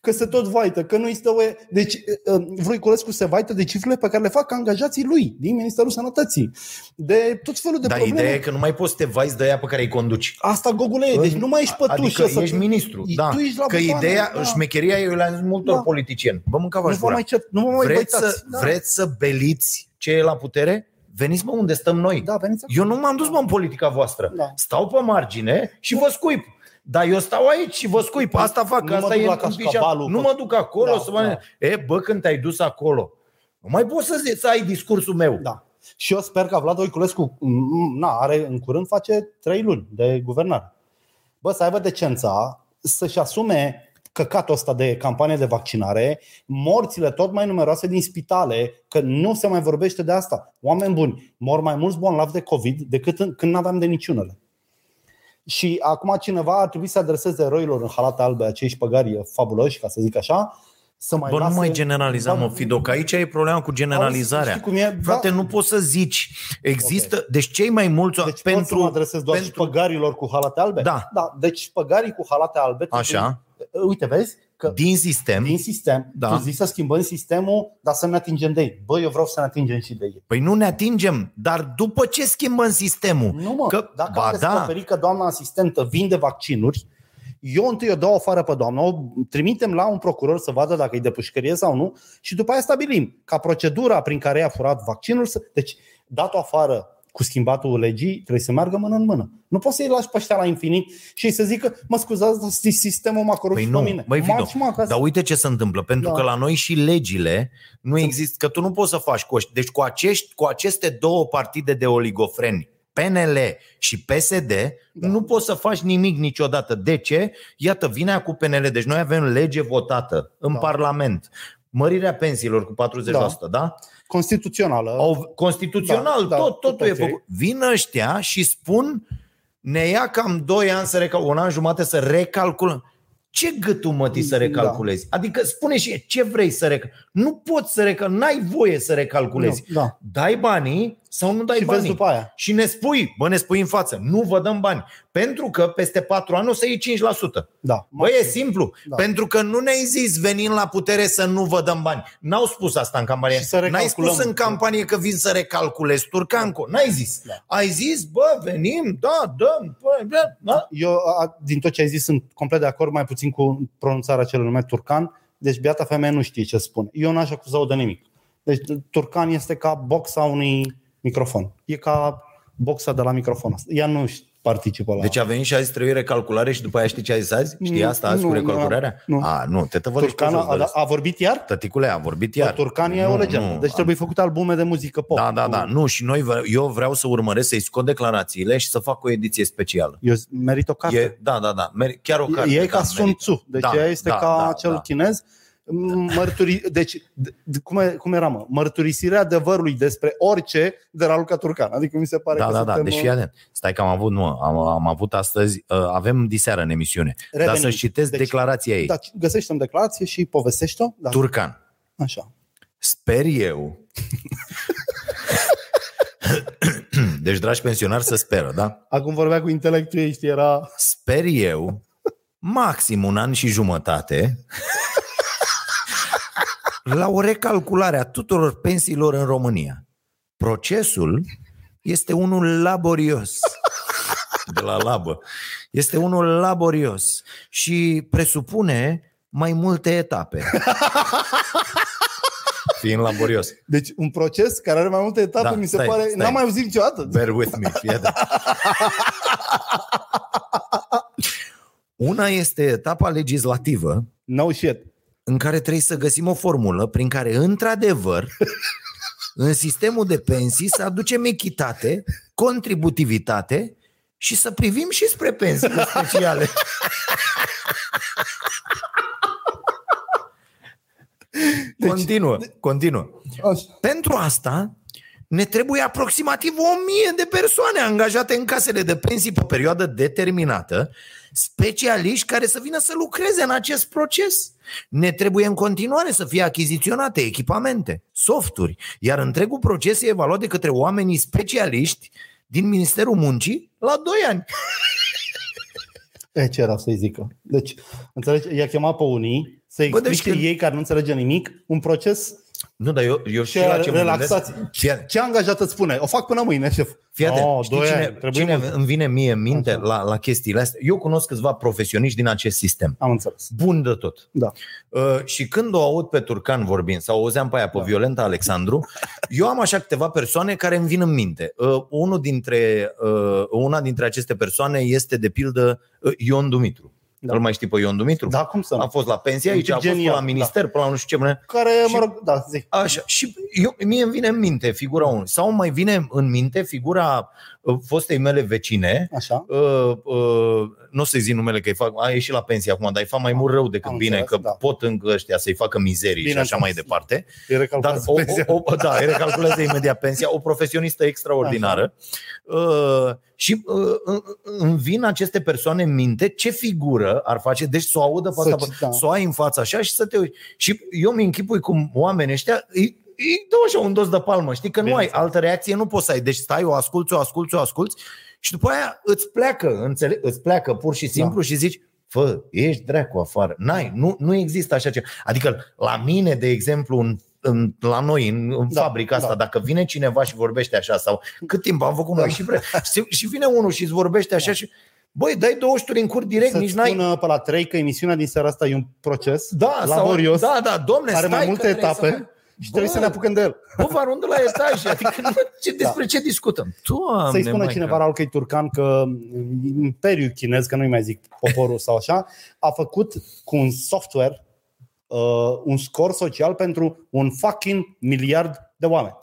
Speaker 3: că se tot vaită, că nu este voie. Deci, uh, uh, Vroiculescu se vaită de cifrele pe care le fac angajații lui, din Ministerul Sănătății, de tot felul de
Speaker 2: Dar
Speaker 3: probleme.
Speaker 2: ideea e că nu mai poți să te vaiți de aia pe care îi conduci.
Speaker 3: Asta, Gogule, e, deci nu mai ești pătușă.
Speaker 2: Adică
Speaker 3: să...
Speaker 2: ești ministru, da.
Speaker 3: Tu ești la
Speaker 2: că
Speaker 3: butoane,
Speaker 2: ideea,
Speaker 3: da.
Speaker 2: șmecheria, eu le-am zis multor
Speaker 3: Da.
Speaker 2: politicieni. Bă, mâncav
Speaker 3: Nu
Speaker 2: aș
Speaker 3: vă mai, cer, nu vă mai
Speaker 2: vreți,
Speaker 3: văitați.
Speaker 2: să, vreți să beliți ce e la putere? Veniți mă unde stăm noi.
Speaker 3: Da, veniți
Speaker 2: Eu nu m-am dus mă în politica voastră.
Speaker 3: Da.
Speaker 2: Stau pe margine și vă scuip. Dar eu stau aici și vă scuip. Asta fac,
Speaker 3: Păi, Nu mă
Speaker 2: asta
Speaker 3: duc
Speaker 2: e
Speaker 3: la
Speaker 2: în câmpii și-
Speaker 3: Cașcavalul,
Speaker 2: Nu
Speaker 3: pe-
Speaker 2: mă duc acolo
Speaker 3: Da,
Speaker 2: să mă...
Speaker 3: da.
Speaker 2: E, bă, când te-ai dus acolo, nu mai poți să, zi- să ai discursul meu.
Speaker 3: Da. Și eu sper că Vlad Voiculescu, m- m- na, are în curând face trei luni de guvernare. Bă, să aibă decența să-și asume căcatul ăsta de campanie de vaccinare, morțile tot mai numeroase din spitale, că nu se mai vorbește de asta. Oameni buni, mor mai mulți bolnavi de COVID decât în, când n-aveam de niciunele. Și acum cineva ar trebui să adreseze eroilor în halate albe acești păgari fabuloși, ca să zic așa, să mai da.
Speaker 2: Bă,
Speaker 3: lase...
Speaker 2: nu mai generaliza,
Speaker 3: Bă,
Speaker 2: mă, Fido, că aici e problema cu generalizarea.
Speaker 3: Auzi, știi cum e?
Speaker 2: Frate,
Speaker 3: Da.
Speaker 2: nu poți să zici. Există, okay. deci cei mai mulți
Speaker 3: Deci pentru, pot să
Speaker 2: pentru
Speaker 3: mă adresez doar pentru...
Speaker 2: pentru
Speaker 3: păgarilor cu halate albe?
Speaker 2: Da.
Speaker 3: da. Deci păgarii cu halate albe...
Speaker 2: Așa.
Speaker 3: Trebuie, Ă, uite, vezi că din,
Speaker 2: din sistem.
Speaker 3: din sistem,
Speaker 2: Da.
Speaker 3: da. tu zici să schimbăm sistemul, dar să ne atingem de ei. Bă, eu vreau să ne atingem și de ei.
Speaker 2: Păi nu ne atingem, dar după ce schimbăm sistemul?
Speaker 3: Nu mă,
Speaker 2: că,
Speaker 3: că, dacă
Speaker 2: ba
Speaker 3: am
Speaker 2: da,
Speaker 3: descoperit că doamna asistentă vinde vaccinuri, eu întâi o dau afară pe doamnă, o trimitem la un procuror să vadă dacă e de pușcărie sau nu și după aia stabilim ca procedura prin care i-a furat vaccinul. Să... Deci, dat-o afară cu schimbatul legii, trebuie să meargă mână în mână. Nu poți să-i lași pe ăștia la infinit și să zică, mă scuzați, dar sti- sistemul m-a corupt
Speaker 2: Păi
Speaker 3: pe
Speaker 2: nu,
Speaker 3: mine.
Speaker 2: băi, Vido,
Speaker 3: Marci, mă, acasă.
Speaker 2: dar uite ce se întâmplă, pentru
Speaker 3: Da.
Speaker 2: că la noi și legile nu există, că tu nu poți să faci coști. Deci cu, acești, cu aceste două partide de oligofreni, PNL și PSD, da. nu poți să faci nimic niciodată. De ce? Iată, vinea cu PNL, deci noi avem lege votată în da.
Speaker 3: Da.
Speaker 2: Parlament, mărirea pensiilor cu 40%, da? da?
Speaker 3: Constituțională.
Speaker 2: Au, constituțional, da,
Speaker 3: Da, da,
Speaker 2: tot, totul
Speaker 3: tot
Speaker 2: e
Speaker 3: ok.
Speaker 2: făcut. Vin ăștia și spun ne ia cam 2 ani să recal, un an jumate să recalculăm. Ce gâtul mătii să
Speaker 3: Da.
Speaker 2: recalculezi? Adică spune și ce vrei să recalculezi. Nu poți să recalculezi, n-ai voie să recalculezi.
Speaker 3: Nu, da.
Speaker 2: Dai banii sau nu dai
Speaker 3: Și
Speaker 2: banii.
Speaker 3: vezi după aia.
Speaker 2: Și ne spui, bă, ne spui în față, nu vă dăm bani. Pentru că peste 4 ani o să iei 5%.
Speaker 3: Da.
Speaker 2: Bă, e simplu. Da.
Speaker 3: Da.
Speaker 2: Pentru că nu ne-ai zis venind la putere să nu vă dăm bani. N-au spus asta în campanie.
Speaker 3: Și să
Speaker 2: N-ai
Speaker 3: recalculăm.
Speaker 2: spus în campanie că vin să recalculezi Turcanco. N-ai zis. Da.
Speaker 3: Da.
Speaker 2: Ai zis, bă, venim, da, dăm, bă, bă, da.
Speaker 3: Eu, a, din tot ce ai zis, sunt complet de acord, mai puțin cu pronunțarea celui nume Turcan. Deci, beata femeie nu știe ce spune. Eu n-aș acuza-o de nimic. Deci, Turcan este ca boxa unui microfon. E ca boxa de la microfon. ăsta. Ea nu își participă la...
Speaker 2: Deci a venit și a zis trebuie recalculare și după aia știi ce a zis azi? Știi
Speaker 3: Nu,
Speaker 2: asta azi cu
Speaker 3: nu,
Speaker 2: recalcularea?
Speaker 3: nu, nu.
Speaker 2: A, nu, te tăvălești pe
Speaker 3: Turcan
Speaker 2: jos de
Speaker 3: a,
Speaker 2: râs.
Speaker 3: a vorbit iar?
Speaker 2: Tăticule, a vorbit
Speaker 3: iar.
Speaker 2: iar.
Speaker 3: Turcan e
Speaker 2: Nu,
Speaker 3: o legendă.
Speaker 2: nu,
Speaker 3: deci
Speaker 2: a-
Speaker 3: trebuie făcut albume de muzică pop.
Speaker 2: Da, da, da.
Speaker 3: Nu.
Speaker 2: Nu, și noi, vă- eu vreau să urmăresc să-i scot declarațiile și să fac o ediție specială.
Speaker 3: Eu z- merit o carte.
Speaker 2: E, da, da, da. Mer- chiar o carte.
Speaker 3: E, e
Speaker 2: da,
Speaker 3: ca Sun
Speaker 2: merită.
Speaker 3: Tzu, deci
Speaker 2: Da,
Speaker 3: da, ea este
Speaker 2: da,
Speaker 3: da, ca
Speaker 2: da,
Speaker 3: da, cel
Speaker 2: da.
Speaker 3: da. chinez. Mărturi... Deci, d- d- cum, e, cum era, mă? Mărturisirea adevărului despre orice de la Luca Turcan. Adică mi se pare
Speaker 2: Da,
Speaker 3: că
Speaker 2: da, da.
Speaker 3: suntem... uh,
Speaker 2: Deci fii atent. Stai că am avut, nu, am, am avut astăzi, uh, avem diseară în emisiune. Revenim. Dar
Speaker 3: Revenim.
Speaker 2: să-și citesc deci,
Speaker 3: Deci,
Speaker 2: declarația ei. Da.
Speaker 3: Da, găsește în declarație și povestește-o. Da,
Speaker 2: Turcan.
Speaker 3: așa.
Speaker 2: Sper eu. deci, dragi pensionari, să speră, da?
Speaker 3: Acum vorbea cu intelectul ei, știi, era...
Speaker 2: Sper eu, maxim un an și jumătate la o recalculare a tuturor pensiilor în România. Procesul este unul laborios. De la labă. Este unul laborios și presupune mai multe etape. Fiind laborios.
Speaker 3: Deci un proces care are mai multe etape,
Speaker 2: Da,
Speaker 3: mi se
Speaker 2: stai,
Speaker 3: pare...
Speaker 2: stai.
Speaker 3: N-am mai auzit niciodată.
Speaker 2: Bear with me, fii atent. Una este etapa legislativă
Speaker 3: No shit.
Speaker 2: în care trebuie să găsim o formulă prin care, într-adevăr, în sistemul de pensii să aducem echitate, contributivitate și să privim și spre pensiile speciale. Continuă, continuă.
Speaker 3: Așa.
Speaker 2: Pentru asta ne trebuie aproximativ 1000 de persoane angajate în casele de pensii pe o perioadă determinată, specialiști care să vină să lucreze în acest proces. Ne trebuie în continuare să fie achiziționate echipamente, softuri, iar întregul proces e evaluat de către oamenii specialiști din Ministerul Muncii la 2 ani.
Speaker 3: E, ce era să-i zică? Deci, înțelegi, i-a chemat pe unii să
Speaker 2: Bă, deci
Speaker 3: explice
Speaker 2: când-
Speaker 3: ei care nu înțelege nimic un proces
Speaker 2: Nu, dar eu, eu
Speaker 3: ce relaxați.
Speaker 2: Fii,
Speaker 3: Ce angajat îți spune? O fac până mâine, șef.
Speaker 2: Fii atent,
Speaker 4: Oh,
Speaker 2: știi
Speaker 4: doi ani,
Speaker 2: cine,
Speaker 4: trebuie
Speaker 2: cine
Speaker 4: mult.
Speaker 2: îmi vine mie în minte
Speaker 3: Așa.
Speaker 2: la, la chestiile astea? Eu cunosc câțiva profesioniști din acest sistem.
Speaker 3: Am înțeles.
Speaker 2: bun de tot.
Speaker 3: Da.
Speaker 2: Uh, și când o aud pe Turcan vorbind sau o auzeam pe aia pe da. Violenta Alexandru, eu am așa câteva persoane care îmi vin în minte. Uh, unul dintre, uh, una dintre aceste persoane este, de pildă, uh, Ion Dumitru. Da.
Speaker 3: Da.
Speaker 2: Îl mai știi pe Ion Dumitru?
Speaker 3: Da, cum să
Speaker 2: A
Speaker 3: nu?
Speaker 2: fost la pensie
Speaker 3: Un
Speaker 2: aici,
Speaker 3: tip
Speaker 2: a fost
Speaker 3: genial,
Speaker 2: la minister, da. până la nu știu ce. Până...
Speaker 3: Care,
Speaker 2: Și-
Speaker 3: mă rog, da, zic.
Speaker 2: Așa, și eu, mie îmi vine în minte figura unui. Sau mai vine în minte figura uh, fostei mele vecine,
Speaker 3: Așa.
Speaker 2: uh, uh, nu o să-i zic numele că îi fac, a ieșit la pensie acum, dar îi fac mai mult rău decât
Speaker 3: Am
Speaker 2: bine,
Speaker 3: înțeles,
Speaker 2: că
Speaker 3: da.
Speaker 2: pot încă ăștia să-i facă mizerii
Speaker 3: Bine
Speaker 2: și așa mai
Speaker 3: înțeles.
Speaker 2: departe.
Speaker 3: E
Speaker 2: Dar
Speaker 3: recalcat.
Speaker 2: o, o, o, da, îi recalculează imediat pensia, o profesionistă extraordinară. Uh, și uh, în- îmi vin aceste persoane în minte ce figură ar face, deci să o audă pe
Speaker 3: Să
Speaker 2: asta,
Speaker 3: ci- da.
Speaker 2: să o ai în fața așa și să te uiți. Și eu mi închipui cum oamenii ăștia îi, îi dau așa un dos de palmă, știi că nu ai
Speaker 3: Bineînțeles.
Speaker 2: altă reacție, nu poți să ai. Deci stai, o asculți, o asculți, o asculți și după aia îți pleacă, înțele- îți pleacă pur și simplu și zici, fă, ești dracu afară. N-ai, nu, nu există așa ceva. Adică la mine, de exemplu, în, în, la noi, în, în da,
Speaker 3: Da,
Speaker 2: fabrica asta,
Speaker 3: da.
Speaker 2: dacă vine cineva și vorbește așa sau cât timp am făcut da. noi și, pre- și, și vine unul și îți vorbește așa și băi, dai două șturi în cur direct,
Speaker 3: Să-ți
Speaker 2: Deci nici n-ai...
Speaker 3: spună pe la trei că emisiunea din seara asta e un proces
Speaker 2: Da,
Speaker 3: laborios,
Speaker 2: sau, da, da, domne,
Speaker 3: are
Speaker 2: stai
Speaker 3: mai
Speaker 2: că
Speaker 3: multe
Speaker 2: trebuie
Speaker 3: etape
Speaker 2: Să...
Speaker 3: și trebuie
Speaker 2: Bă.
Speaker 3: să ne apucăm de el.
Speaker 2: Bă, vă arunc de la etaj, adică nu, ce, despre ce discutăm? Doamne,
Speaker 3: Să-i spună
Speaker 2: maică.
Speaker 3: cineva rău că e turcan, că Imperiul chinez, că nu-i mai zic poporul sau așa, a făcut cu un software uh, un scor social pentru un fucking miliard de oameni.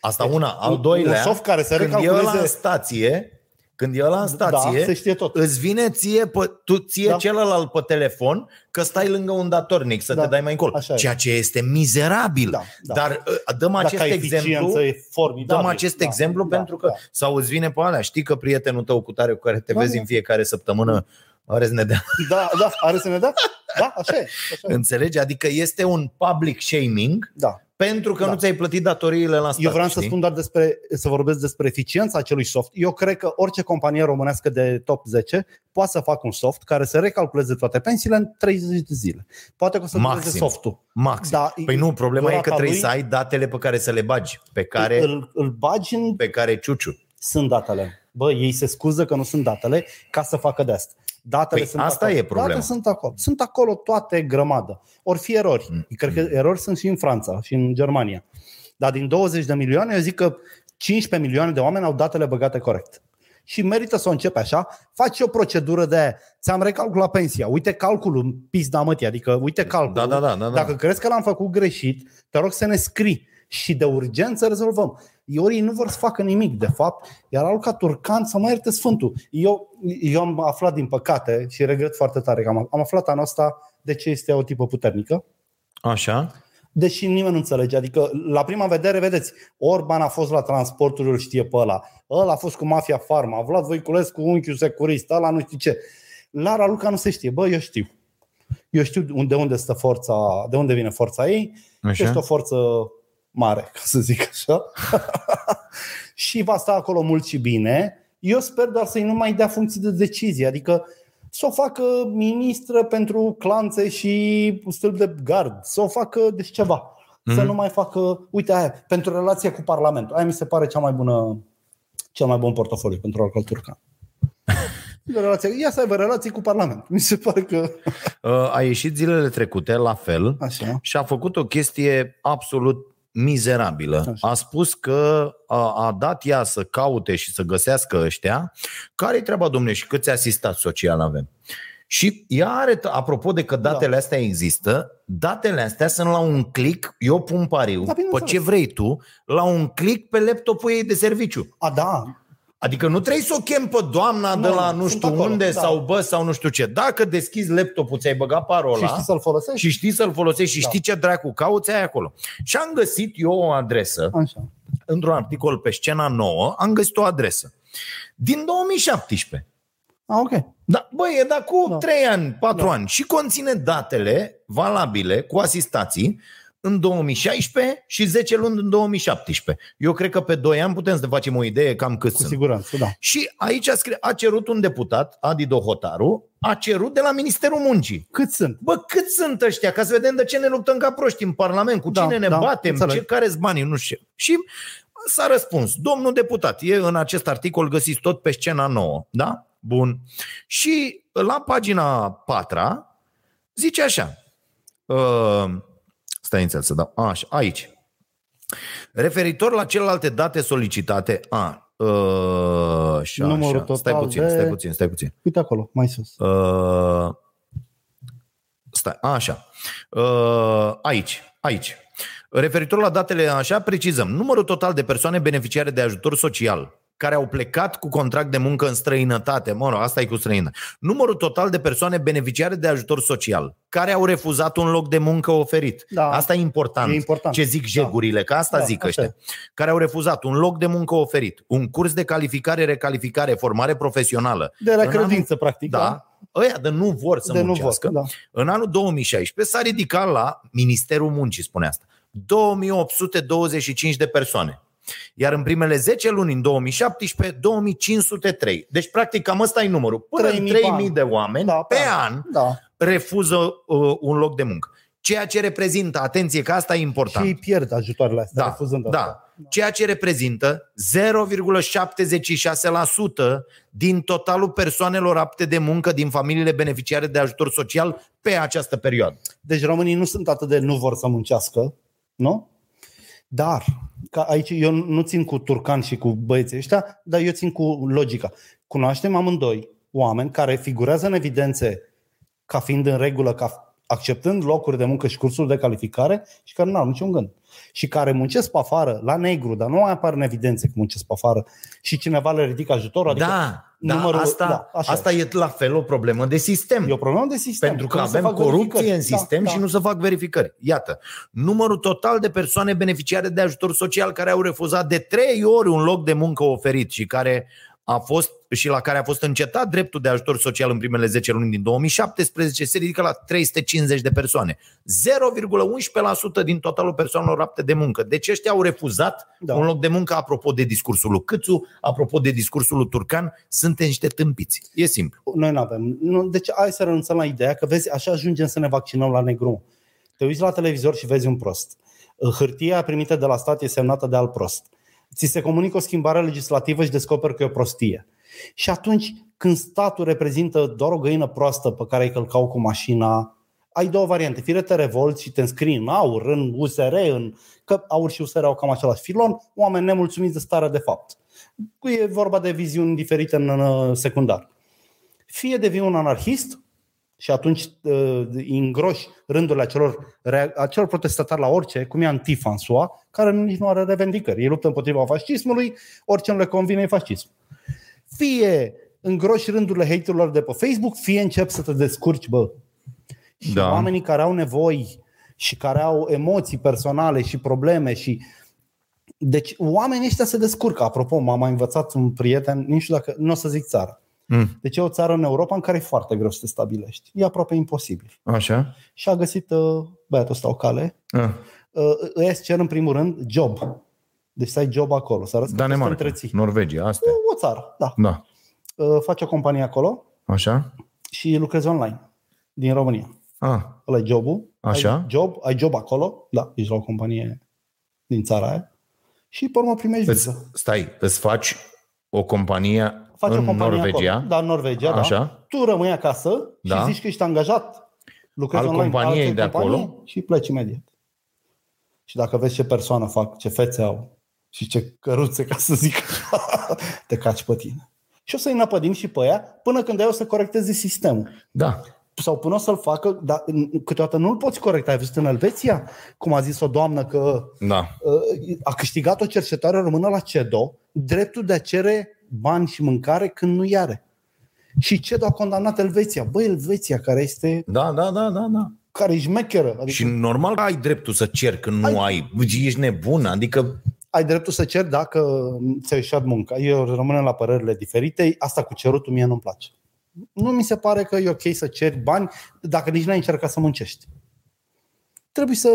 Speaker 2: Asta una, al
Speaker 3: Un-
Speaker 2: doilea,
Speaker 3: Un soft care să
Speaker 2: când e ăla în
Speaker 3: recalculeze...
Speaker 2: stație, când e ăla în stație,
Speaker 3: da, se știe tot.
Speaker 2: îți vine ție, pe, tu, ție da.
Speaker 3: Da.
Speaker 2: celălalt pe telefon că stai lângă un datornic să da.
Speaker 3: Da.
Speaker 2: te dai mai încolo.
Speaker 3: Așa e.
Speaker 2: Ceea ce este mizerabil.
Speaker 3: Da, da.
Speaker 2: Dar uh, dăm acest
Speaker 3: Dacă
Speaker 2: exemplu,
Speaker 3: eficiența e formidabil.
Speaker 2: dăm acest
Speaker 3: Da,
Speaker 2: exemplu
Speaker 3: da,
Speaker 2: pentru că
Speaker 3: da.
Speaker 2: sau îți vine pe alea, știi că prietenul tău cu tare cu care te
Speaker 3: Da,
Speaker 2: vezi
Speaker 3: da.
Speaker 2: în fiecare săptămână are să ne dea.
Speaker 3: Da, da, are să ne dea? Da, așa e. Așa e.
Speaker 2: Înțelegi? Adică este un public shaming
Speaker 3: Da.
Speaker 2: pentru că
Speaker 3: Da.
Speaker 2: nu ți-ai plătit datoriile la stat.
Speaker 3: Eu vreau să
Speaker 2: Da, știi?
Speaker 3: spun doar despre, să vorbesc despre eficiența acelui soft. Eu cred că orice companie românească de top 10 poate să facă un soft care să recalculeze toate pensiile în 30 de zile. Poate că o să dureze
Speaker 2: Maxim.
Speaker 3: softul.
Speaker 2: Maxim.
Speaker 3: Da,
Speaker 2: Păi nu, problema e că
Speaker 3: durata
Speaker 2: trebuie
Speaker 3: lui-
Speaker 2: să ai datele pe care să le bagi, pe care,
Speaker 3: Îl, îl bagi în...
Speaker 2: pe care ciuciu.
Speaker 3: Sunt datele. Bă, ei se scuză că nu sunt datele ca să facă de asta. Datele
Speaker 2: Păi
Speaker 3: sunt
Speaker 2: asta
Speaker 3: acolo.
Speaker 2: e problema.
Speaker 3: Datele sunt acolo. Sunt acolo toate grămadă. Ori fi erori.
Speaker 2: Mm.
Speaker 3: Cred că erori sunt și în Franța și în Germania. Dar din 20 de milioane, eu zic că 15 milioane de oameni au datele băgate corect. Și merită să o începe așa. Faci o procedură de aia. Ți-am recalculat pensia. Uite calculul în pizda mătii. Adică uite calculul.
Speaker 2: Da, da, da, da, da.
Speaker 3: Dacă crezi că l-am făcut greșit, te rog să ne scrii și de urgență rezolvăm. Ori ei nu vor să facă nimic, de fapt, iar Aluca Turcan să mă ierte Sfântul. Eu, eu am aflat, din păcate, și regret foarte tare că am, am aflat anul ăsta de ce este o tipă puternică,
Speaker 2: Așa?
Speaker 3: deși nimeni nu înțelege. Adică, la prima vedere, vedeți, Orban a fost la transporturi, îl știe pe ăla. Ăla a fost cu Mafia Farma, a Vlad Voiculescu, unchiul securist, ăla nu știu ce. Lara Luca nu se știe. Bă, eu știu. Eu știu de unde stă forța, de unde vine forța ei, Așa. Ești o forță mare, ca să zic așa. și va sta acolo mult și bine. Eu sper doar să-i nu mai dea funcții de decizie. Adică să o facă ministră pentru clanțe și stâlp de gard, să o facă deci ceva. Mm-hmm.
Speaker 2: Mhm.
Speaker 3: Să nu mai facă, uite aia, pentru relația cu Parlamentul. Aia mi se pare cea mai bună, cel mai bun portofoliu pentru Alcol Turcan. Relația, ia să aibă relații cu Parlamentul. Mi se pare că
Speaker 2: Uh, A ieșit zilele trecute la fel
Speaker 3: așa.
Speaker 2: și a făcut o chestie absolut mizerabilă.
Speaker 3: Așa.
Speaker 2: A spus că a, a dat ea să caute și să găsească ăștia care-i treaba, domne, și câți asistați social avem. Și ea are, apropo de că datele da. astea există, datele astea sunt la un click, eu pun pariu,
Speaker 3: Da,
Speaker 2: pe
Speaker 3: bineînțeles.
Speaker 2: ce vrei tu, la un click pe laptopul ei de serviciu.
Speaker 3: A, da,
Speaker 2: Adică nu trebuie să o chem pe doamna de
Speaker 3: Nu,
Speaker 2: la nu
Speaker 3: sunt
Speaker 2: știu
Speaker 3: acolo,
Speaker 2: unde
Speaker 3: da.
Speaker 2: sau bă sau nu știu ce. Dacă deschizi laptopul, ți-ai băgat parola
Speaker 3: și știi să-l folosești?
Speaker 2: și știi să-l folosești și
Speaker 3: Da.
Speaker 2: știi ce dracu cauți, ai acolo. Și am găsit eu o adresă,
Speaker 3: Așa.
Speaker 2: într-un articol pe scena nouă, am găsit o adresă. Din 2017.
Speaker 3: A, ok.
Speaker 2: Da, bă, e de acum
Speaker 3: Da.
Speaker 2: da. 3 ani, 4
Speaker 3: Da.
Speaker 2: da. ani și conține datele valabile cu asistații în 2016 și 10 luni în 2017. Eu cred că pe 2 ani putem să ne facem o idee cam cât
Speaker 3: Cu
Speaker 2: sunt.
Speaker 3: siguranță, da.
Speaker 2: Și aici a, scrie, a cerut un deputat, Adi Dohotaru, a cerut de la Ministerul Muncii.
Speaker 3: Cât sunt?
Speaker 2: Bă, cât sunt ăștia? Ca să vedem de ce ne luptăm ca proști în Parlament, cu
Speaker 3: Da,
Speaker 2: cine ne
Speaker 3: da,
Speaker 2: batem,
Speaker 3: înțeleg.
Speaker 2: ce care banii, nu știu. Și s-a răspuns, domnul deputat, e în acest articol găsiți tot pe scena nouă, da? Bun. Și la pagina 4 zice așa, uh, stai înțeles să dau, așa, aici, Referitor la celelalte date solicitate, a, uh, așa,
Speaker 3: Numărul
Speaker 2: așa, stai
Speaker 3: total
Speaker 2: puțin,
Speaker 3: de-
Speaker 2: stai puțin, stai puțin.
Speaker 3: Uite acolo, mai sus.
Speaker 2: Uh, stai, așa. Uh, aici, aici. Referitor la datele așa, precizăm. Numărul total de persoane beneficiare de ajutor social care au plecat cu contract de muncă în străinătate. Mă rog, asta e cu străină. Numărul total de persoane beneficiare de ajutor social care au refuzat un loc de muncă oferit.
Speaker 3: Da.
Speaker 2: Asta e important.
Speaker 3: E important.
Speaker 2: Ce zic jegurile, că asta
Speaker 3: Da,
Speaker 2: zic
Speaker 3: așa
Speaker 2: ăștia
Speaker 3: e.
Speaker 2: care au refuzat un loc de muncă oferit, un curs de calificare, recalificare, formare profesională.
Speaker 3: De la
Speaker 2: În anul-
Speaker 3: credință, practic.
Speaker 2: Da. Ăia de nu vor să
Speaker 3: Adică? De nu vor,
Speaker 2: muncească.
Speaker 3: da.
Speaker 2: În anul 2016 s-a ridicat la Ministerul Muncii, spune asta, 2825 de persoane. Iar în primele 10 luni, în 2017, 2503. Deci, practic, cam ăsta e numărul. Până
Speaker 3: 3.000
Speaker 2: 3000
Speaker 3: pe
Speaker 2: 3000
Speaker 3: an.
Speaker 2: de oameni
Speaker 3: Da,
Speaker 2: da,
Speaker 3: pe
Speaker 2: pe
Speaker 3: an.
Speaker 2: an,
Speaker 3: Da.
Speaker 2: refuză uh, un loc de muncă. Ceea ce reprezintă, atenție că asta e important,
Speaker 3: Și ei pierd ajutoarele astea,
Speaker 2: da,
Speaker 3: refuzând
Speaker 2: da.
Speaker 3: asta.
Speaker 2: Ceea ce reprezintă 0,76% din totalul persoanelor apte de muncă din familiile beneficiare de ajutor social pe această perioadă.
Speaker 3: Deci românii nu sunt atât de nu vor să muncească, nu? Dar, ca aici eu nu țin cu Turcan și cu băieții ăștia, dar eu țin cu logica. Cunoaștem amândoi oameni care figurează în evidențe ca fiind în regulă, ca acceptând locuri de muncă și cursuri de calificare și care nu au niciun gând. Și care muncesc pe afară, la negru, dar nu mai apar în evidențe că muncesc pe afară și cineva le ridică ajutorul. Adică
Speaker 2: da, da,
Speaker 3: numărul-
Speaker 2: asta,
Speaker 3: da,
Speaker 2: da
Speaker 3: așa
Speaker 2: asta e la fel o problemă de sistem.
Speaker 3: E o problemă de sistem.
Speaker 2: Pentru că
Speaker 3: nu se
Speaker 2: avem
Speaker 3: fac
Speaker 2: corupție
Speaker 3: verificări.
Speaker 2: în sistem
Speaker 3: da,
Speaker 2: și
Speaker 3: da.
Speaker 2: nu se fac verificări. Iată, numărul total de persoane beneficiare de ajutor social care au refuzat de trei ori un loc de muncă oferit și care a fost și la care a fost încetat dreptul de ajutor social în primele 10 luni din 2017 se ridică la 350 de persoane. 0,11% din totalul persoanelor apte de muncă. Deci ăștia au refuzat
Speaker 3: Da.
Speaker 2: da. un loc de muncă apropo de discursul lui Câțu, apropo de discursul lui Turcan, suntem niște tâmpiți. E simplu.
Speaker 3: Noi nu avem. Nu, deci hai să renunțăm la ideea că vezi, așa ajungem să ne vaccinăm la negru. Te uiți la televizor și vezi un prost. Hârtia primită de la stat e semnată de alt prost. Ți se comunică o schimbare legislativă și descoperi că e o prostie. Și atunci când statul reprezintă doar o găină proastă pe care îi călcau cu mașina, ai două variante. Fire te revolți și te înscrii în aur, în USR, în... că aur și USR au cam același filon, oameni nemulțumiți de starea de fapt. E vorba de viziuni diferite în uh, secundar fie devii un anarhist și atunci uh, îngroși rândurile acelor, rea- acelor protestatari la orice, cum e Antifa în SUA, care nu- nici nu are revendicări. Ei luptă împotriva fascismului, orice nu le convine e fascism. Fie îngroși rândurile haterilor de pe Facebook, fie încep să te descurci, bă. Și
Speaker 2: Da.
Speaker 3: oamenii care au nevoi și care au emoții personale și probleme și deci oamenii ăștia se descurcă. Apropo, m-a mai învățat un prieten, nici nu știu dacă, nu o să zic țara.
Speaker 2: Mm,
Speaker 3: Deci e o țară în Europa în care e foarte greu să te stabilești. E aproape imposibil.
Speaker 2: așa.
Speaker 3: Și a găsit uh, băiatul ăsta o cale.
Speaker 2: Ah.
Speaker 3: Uh, Îi uh, cer în primul rând job. Deci să ai job acolo, să arăți că poți să te
Speaker 2: Danemarca,
Speaker 3: întreții.
Speaker 2: Norvegia, astea.
Speaker 3: O țară, da.
Speaker 2: Da.
Speaker 3: Uh, Faci o companie acolo,
Speaker 2: Așa?
Speaker 3: și lucrezi online din România.
Speaker 2: Ah,
Speaker 3: Ăla e jobul. Ai
Speaker 2: Așa.
Speaker 3: job, ai job acolo, da, ești la o companie din țara aia și pe urmă primești
Speaker 2: îți,
Speaker 3: viză.
Speaker 2: stai, îți faci o companie
Speaker 3: Faci
Speaker 2: în
Speaker 3: o companie
Speaker 2: Norvegia,
Speaker 3: acolo. Da, în Norvegia, da.
Speaker 2: așa,
Speaker 3: Tu rămâi acasă și
Speaker 2: Da.
Speaker 3: zici că ești angajat. Lucrezi
Speaker 2: Al
Speaker 3: online,
Speaker 2: companiei
Speaker 3: altei
Speaker 2: de
Speaker 3: companii
Speaker 2: acolo.
Speaker 3: Și pleci imediat. Și dacă vezi ce persoană fac, ce fețe au și ce căruțe, ca să zic, te caci pe tine. Și o să-i năpădim și pe ea până când ai o să corecteze sistemul
Speaker 2: da.
Speaker 3: sau până o să-l facă, dar n- câteodată nu-l poți corecta. Ai văzut în Elveția, cum a zis o doamnă că
Speaker 2: Da.
Speaker 3: uh, a câștigat o cercetare română la CEDO dreptul de a cere bani și mâncare când nu i-are. Și CEDO a condamnat Elveția. Băi, Elveția, care este,
Speaker 2: Da, da, da, da, da.
Speaker 3: care e șmecheră. Adică
Speaker 2: Și
Speaker 3: și...
Speaker 2: normal că ai dreptul să cer când nu ai. Deci Ești nebun, adică
Speaker 3: ai dreptul să ceri dacă ți-ai ieșit munca. Eu rămânem la părerile diferite. Asta cu cerutul mie nu-mi place. Nu mi se pare că e ok să ceri bani dacă nici n-ai încercat să muncești. Trebuie să...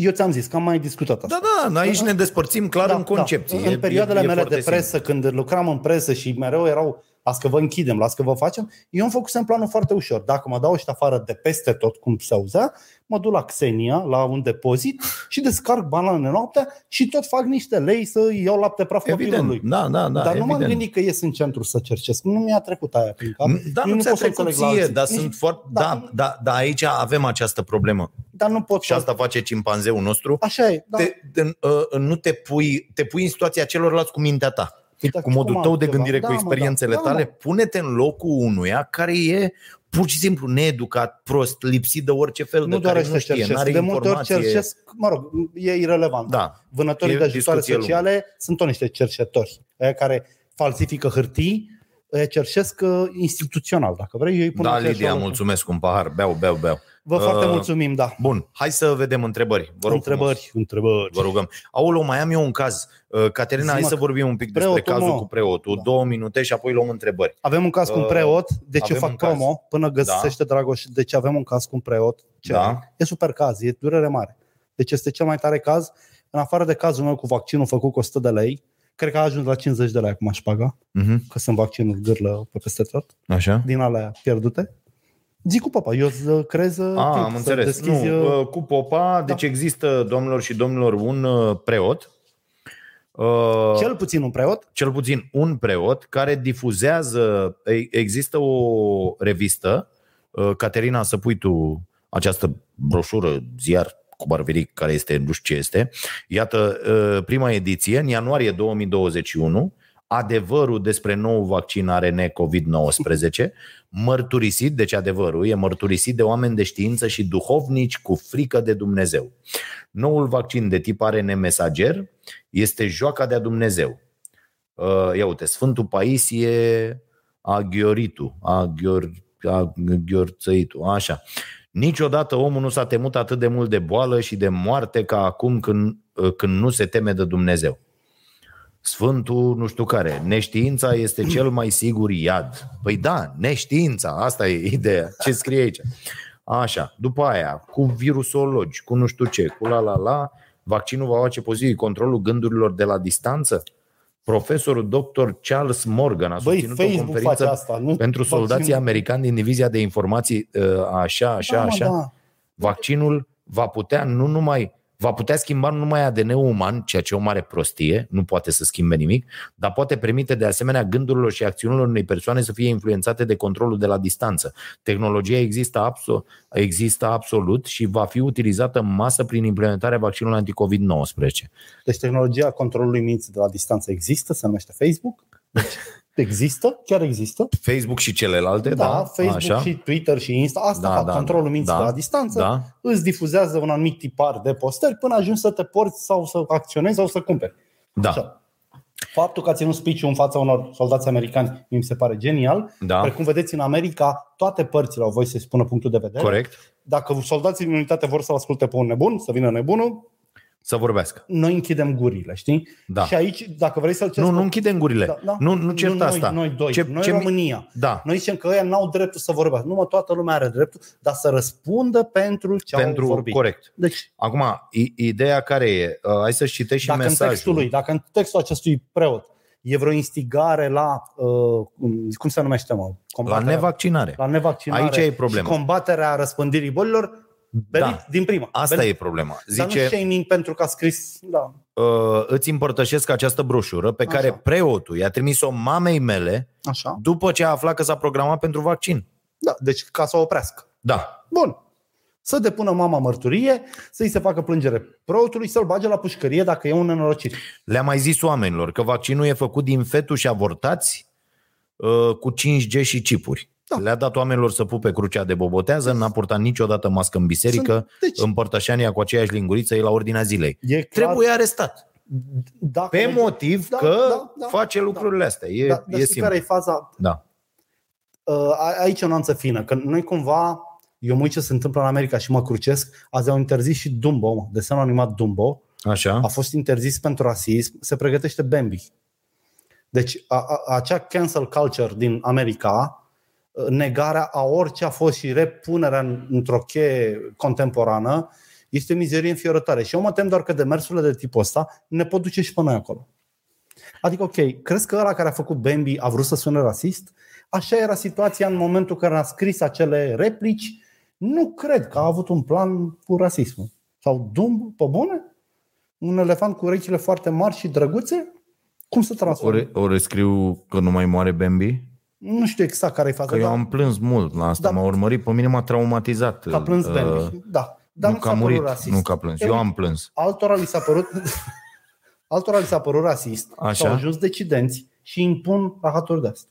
Speaker 3: Eu ți-am zis că am mai discutat asta.
Speaker 2: Da, da, da, aici ne despărțim clar în concepții.
Speaker 3: Da. În perioadele mele de
Speaker 2: foarte
Speaker 3: presă, când lucram în presă și mereu erau las că vă închidem, las că vă facem, eu îmi făcusem planul foarte ușor. Dacă mă dau ăștia afară de peste tot, cum se auzea, mă duc la Xenia, la un depozit și descarc banane noaptea și tot fac niște lei să iau lapte praf
Speaker 2: simplu.
Speaker 3: copilului.
Speaker 2: Evident, da, da, da.
Speaker 3: Dar nu
Speaker 2: evident.
Speaker 3: m-am gândit că ies în centru să cercesc. Nu mi-a trecut aia prin cap.
Speaker 2: Da,
Speaker 3: Eu
Speaker 2: nu ți-a
Speaker 3: pot să
Speaker 2: trecut
Speaker 3: înțeleg la
Speaker 2: ție,
Speaker 3: alții.
Speaker 2: dar
Speaker 3: Nici-
Speaker 2: sunt foarte...
Speaker 3: Dar-
Speaker 2: Da, da, da, aici avem această problemă.
Speaker 3: dar nu pot
Speaker 2: Și asta face cimpanzeul nostru.
Speaker 3: Așa e. Da.
Speaker 2: Te, te, uh, nu te pui, te pui în situația celorlalți cu mintea ta.
Speaker 3: Uite,
Speaker 2: cu modul
Speaker 3: cum
Speaker 2: tău de
Speaker 3: altceva.
Speaker 2: gândire, cu
Speaker 3: mă,
Speaker 2: experiențele
Speaker 3: da,
Speaker 2: tale,
Speaker 3: Da,
Speaker 2: pune-te în locul unuia care e pur și simplu needucat, prost, lipsit de orice fel
Speaker 3: nu
Speaker 2: de care
Speaker 3: doar
Speaker 2: nu
Speaker 3: să
Speaker 2: știe,
Speaker 3: cercesc.
Speaker 2: n-are
Speaker 3: De multe ori
Speaker 2: informație.
Speaker 3: cercesc, mă rog, e irelevant.
Speaker 2: Da,
Speaker 3: Vânătorii
Speaker 2: E
Speaker 3: de ajutoare
Speaker 2: discuție
Speaker 3: sociale sunt tot niște cercetori, aia care falsifică hârtii, aia cercesc uh, instituțional, dacă vrei. Eu îi pun
Speaker 2: da,
Speaker 3: aceeași
Speaker 2: Lidia,
Speaker 3: oră.
Speaker 2: mulțumesc, un pahar, beau, beau, beau.
Speaker 3: Vă foarte
Speaker 2: Uh,
Speaker 3: mulțumim, da.
Speaker 2: Bun, hai să vedem întrebări. Vă rog
Speaker 3: întrebări, întrebări.
Speaker 2: Frumos. Vă rugăm. Aolo, mai am eu un caz. Uh, Caterina, hai
Speaker 3: Zi-mă
Speaker 2: să
Speaker 3: că-
Speaker 2: vorbim un pic despre
Speaker 3: Preotul,
Speaker 2: cazul
Speaker 3: mă.
Speaker 2: cu preotul.
Speaker 3: Da.
Speaker 2: Două minute și apoi luăm întrebări.
Speaker 3: Avem un caz cu un
Speaker 2: Uh,
Speaker 3: preot, deci eu
Speaker 2: avem
Speaker 3: fac
Speaker 2: un caz.
Speaker 3: promo până găsește Dragoș. Deci avem un caz cu un preot. Ce?
Speaker 2: Da.
Speaker 3: E super caz, e durere mare. Deci este cel mai tare caz. În afară de cazul meu cu vaccinul făcut cu 100 de lei, cred că a ajuns la 50 de lei acum șpaga,
Speaker 2: Mm-hmm.
Speaker 3: că sunt vaccinuri gârlă pe peste tot.
Speaker 2: Așa?
Speaker 3: din alea pierdute. Zic cu papa, eu îți creez
Speaker 2: A, Ah, am înțeles.
Speaker 3: deschizi,
Speaker 2: nu, uh, cu popa,
Speaker 3: Da.
Speaker 2: deci există, domnilor și domnilor, un uh, preot. uh,
Speaker 3: cel puțin un preot.
Speaker 2: cel puțin un preot care difuzează, e- există o revistă, uh, Caterina, să pui tu această broșură, ziar cu barberic, care este, nu știu ce este. Iată, uh, prima ediție, în ianuarie 2021, adevărul despre nou vaccin ARN COVID-19, mărturisit, deci adevărul, e mărturisit de oameni de știință și duhovnici cu frică de Dumnezeu. Noul vaccin de tip ARN mesager este joaca de-a Dumnezeu. Uh, ia uite, Sfântul Paisie Aghioritu, Aghior, Aghiorțăitu, așa. Niciodată omul nu s-a temut atât de mult de boală și de moarte ca acum când, uh, când nu se teme de Dumnezeu. Sfântul nu știu care, neștiința este cel mai sigur iad. Păi da, neștiința, asta e ideea, ce scrie aici. Așa, după aia, cu virusologi, cu nu știu ce, cu la la la, vaccinul va face pozitiv controlul gândurilor de la distanță? Profesorul dr. Charles Morgan a
Speaker 3: Băi,
Speaker 2: susținut o
Speaker 3: Facebook face
Speaker 2: conferință
Speaker 3: asta. Nu?
Speaker 2: pentru soldații
Speaker 3: Vaccinul.
Speaker 2: americani din divizia de informații, uh, așa, așa,
Speaker 3: da, mă,
Speaker 2: așa,
Speaker 3: Da.
Speaker 2: vaccinul va putea nu numai va putea schimba nu numai ADN-ul uman, ceea ce e o mare prostie, nu poate să schimbe nimic, dar poate permite de asemenea gândurilor și acțiunilor unei persoane să fie influențate de controlul de la distanță. Tehnologia există, abso- există absolut și va fi utilizată în masă prin implementarea vaccinului anticovid-19.
Speaker 3: Deci tehnologia controlului minții de la distanță există, se numește Facebook. Deci, există, chiar există.
Speaker 2: Facebook și celelalte,
Speaker 3: Da,
Speaker 2: da?
Speaker 3: Facebook
Speaker 2: așa?
Speaker 3: și Twitter și Insta, asta
Speaker 2: Da,
Speaker 3: da, fac
Speaker 2: da,
Speaker 3: da, controlul minții
Speaker 2: da,
Speaker 3: de la distanță. Da.
Speaker 2: Da?
Speaker 3: Îți difuzează un anumit tipar de postări până ajungi să te porți sau să acționezi sau să cumperi.
Speaker 2: Da.
Speaker 3: Așa. Faptul că a ținut speech în fața unor soldați americani mi se pare genial.
Speaker 2: Da,
Speaker 3: Precum vedeți, în America toate părțile au voie să-și spună punctul de vedere.
Speaker 2: corect.
Speaker 3: Dacă soldații din unitate vor să-l asculte pe un nebun, să vină nebunul,
Speaker 2: Să vorbească.
Speaker 3: noi închidem gurile, știi?
Speaker 2: Da.
Speaker 3: Și aici, dacă vrei să-l
Speaker 2: Nu,
Speaker 3: ceri,
Speaker 2: nu închidem gurile.
Speaker 3: Da, da.
Speaker 2: Nu, nu cert
Speaker 3: noi,
Speaker 2: asta.
Speaker 3: Noi doi,
Speaker 2: Ce-
Speaker 3: noi
Speaker 2: ce mi-
Speaker 3: România.
Speaker 2: Da.
Speaker 3: Noi zicem că ăia n-au dreptul să vorbească. Numai toată lumea are dreptul, dar să răspundă pentru ce
Speaker 2: pentru
Speaker 3: au vorbit.
Speaker 2: corect.
Speaker 3: Deci,
Speaker 2: Acum, i- ideea care e? Uh, Hai să-și citești și
Speaker 3: dacă în da,
Speaker 2: mesajul. da.
Speaker 3: textul lui, dacă în textul acestui preot e vreo instigare la, uh, cum se numește, mă?
Speaker 2: La
Speaker 3: Combaterea-
Speaker 2: nevaccinare.
Speaker 3: la nevaccinare
Speaker 2: Aici e problema.
Speaker 3: și combaterea răspândirii bolilor, belit da. din prima.
Speaker 2: Asta
Speaker 3: belit.
Speaker 2: e problema.
Speaker 3: Dar nu
Speaker 2: Zice,
Speaker 3: shaming pentru că a scris, da,
Speaker 2: uh, îți împărtășesc această broșură pe care
Speaker 3: Așa.
Speaker 2: preotul i-a trimis-o mamei mele
Speaker 3: așa.
Speaker 2: după ce a aflat că s-a programat pentru vaccin.
Speaker 3: Da, deci ca să o oprească.
Speaker 2: Da.
Speaker 3: Bun. Să depună mama mărturie, să-i se facă plângere preotului, să-l bage la pușcărie dacă e un nenorocit.
Speaker 2: Le-a mai zis oamenilor că vaccinul e făcut din fetuși avortați uh, cu 5G și chipuri. Da. Le-a dat oamenilor să pupe crucea de bobotează, n-a purtat niciodată mască în biserică, Sunt...
Speaker 3: Deci,
Speaker 2: împărtășania cu aceeași linguriță e la ordinea zilei.
Speaker 3: e clar,
Speaker 2: Trebuie arestat.
Speaker 3: dacă
Speaker 2: Pe motiv
Speaker 3: Da,
Speaker 2: că
Speaker 3: da, da,
Speaker 2: face lucrurile astea. E,
Speaker 3: da, dar
Speaker 2: e
Speaker 3: știi care
Speaker 2: simplu.
Speaker 3: e faza?
Speaker 2: Da.
Speaker 3: Uh, a- Aici e o nuanță fină, că noi cumva, eu mă uit ce se întâmplă în America și mă crucesc, azi au interzis și Dumbo, mă, desenul animat Dumbo,
Speaker 2: Așa.
Speaker 3: a fost interzis pentru rasism, se pregătește Bambi. Deci a, a, acea cancel culture din America, ă, negarea a orice a fost și repunerea în- într-o cheie contemporană, este o mizerie înfiorătoare. Și eu mă tem doar că demersurile de tipul ăsta ne pot duce și pe noi acolo. Adică, ok, crezi că ăla care a făcut Bambi a vrut să sune rasist? Așa era situația în momentul în care a scris acele replici. Nu cred că a avut un plan cu rasismul. Sau dum, pe bune? Un elefant cu urechile foarte mari și drăguțe? Cum se transformă?
Speaker 2: O, o rescriu că nu mai moare Bambi?
Speaker 3: Nu știu exact care e faza.
Speaker 2: Că eu
Speaker 3: dar-
Speaker 2: am plâns mult la asta,
Speaker 3: Da.
Speaker 2: m-a urmărit, pe mine m-a traumatizat.
Speaker 3: Că a plâns
Speaker 2: Uh,
Speaker 3: Bambi. Da. Dar
Speaker 2: nu
Speaker 3: nu,
Speaker 2: că
Speaker 3: s-a
Speaker 2: a
Speaker 3: părut
Speaker 2: murit,
Speaker 3: rasist.
Speaker 2: nu că a plâns. Eu am plâns.
Speaker 3: Altora li s-a părut... Altora li s-a părut rasist.
Speaker 2: Așa.
Speaker 3: S-au ajuns decidenți și impun rahaturi de asta.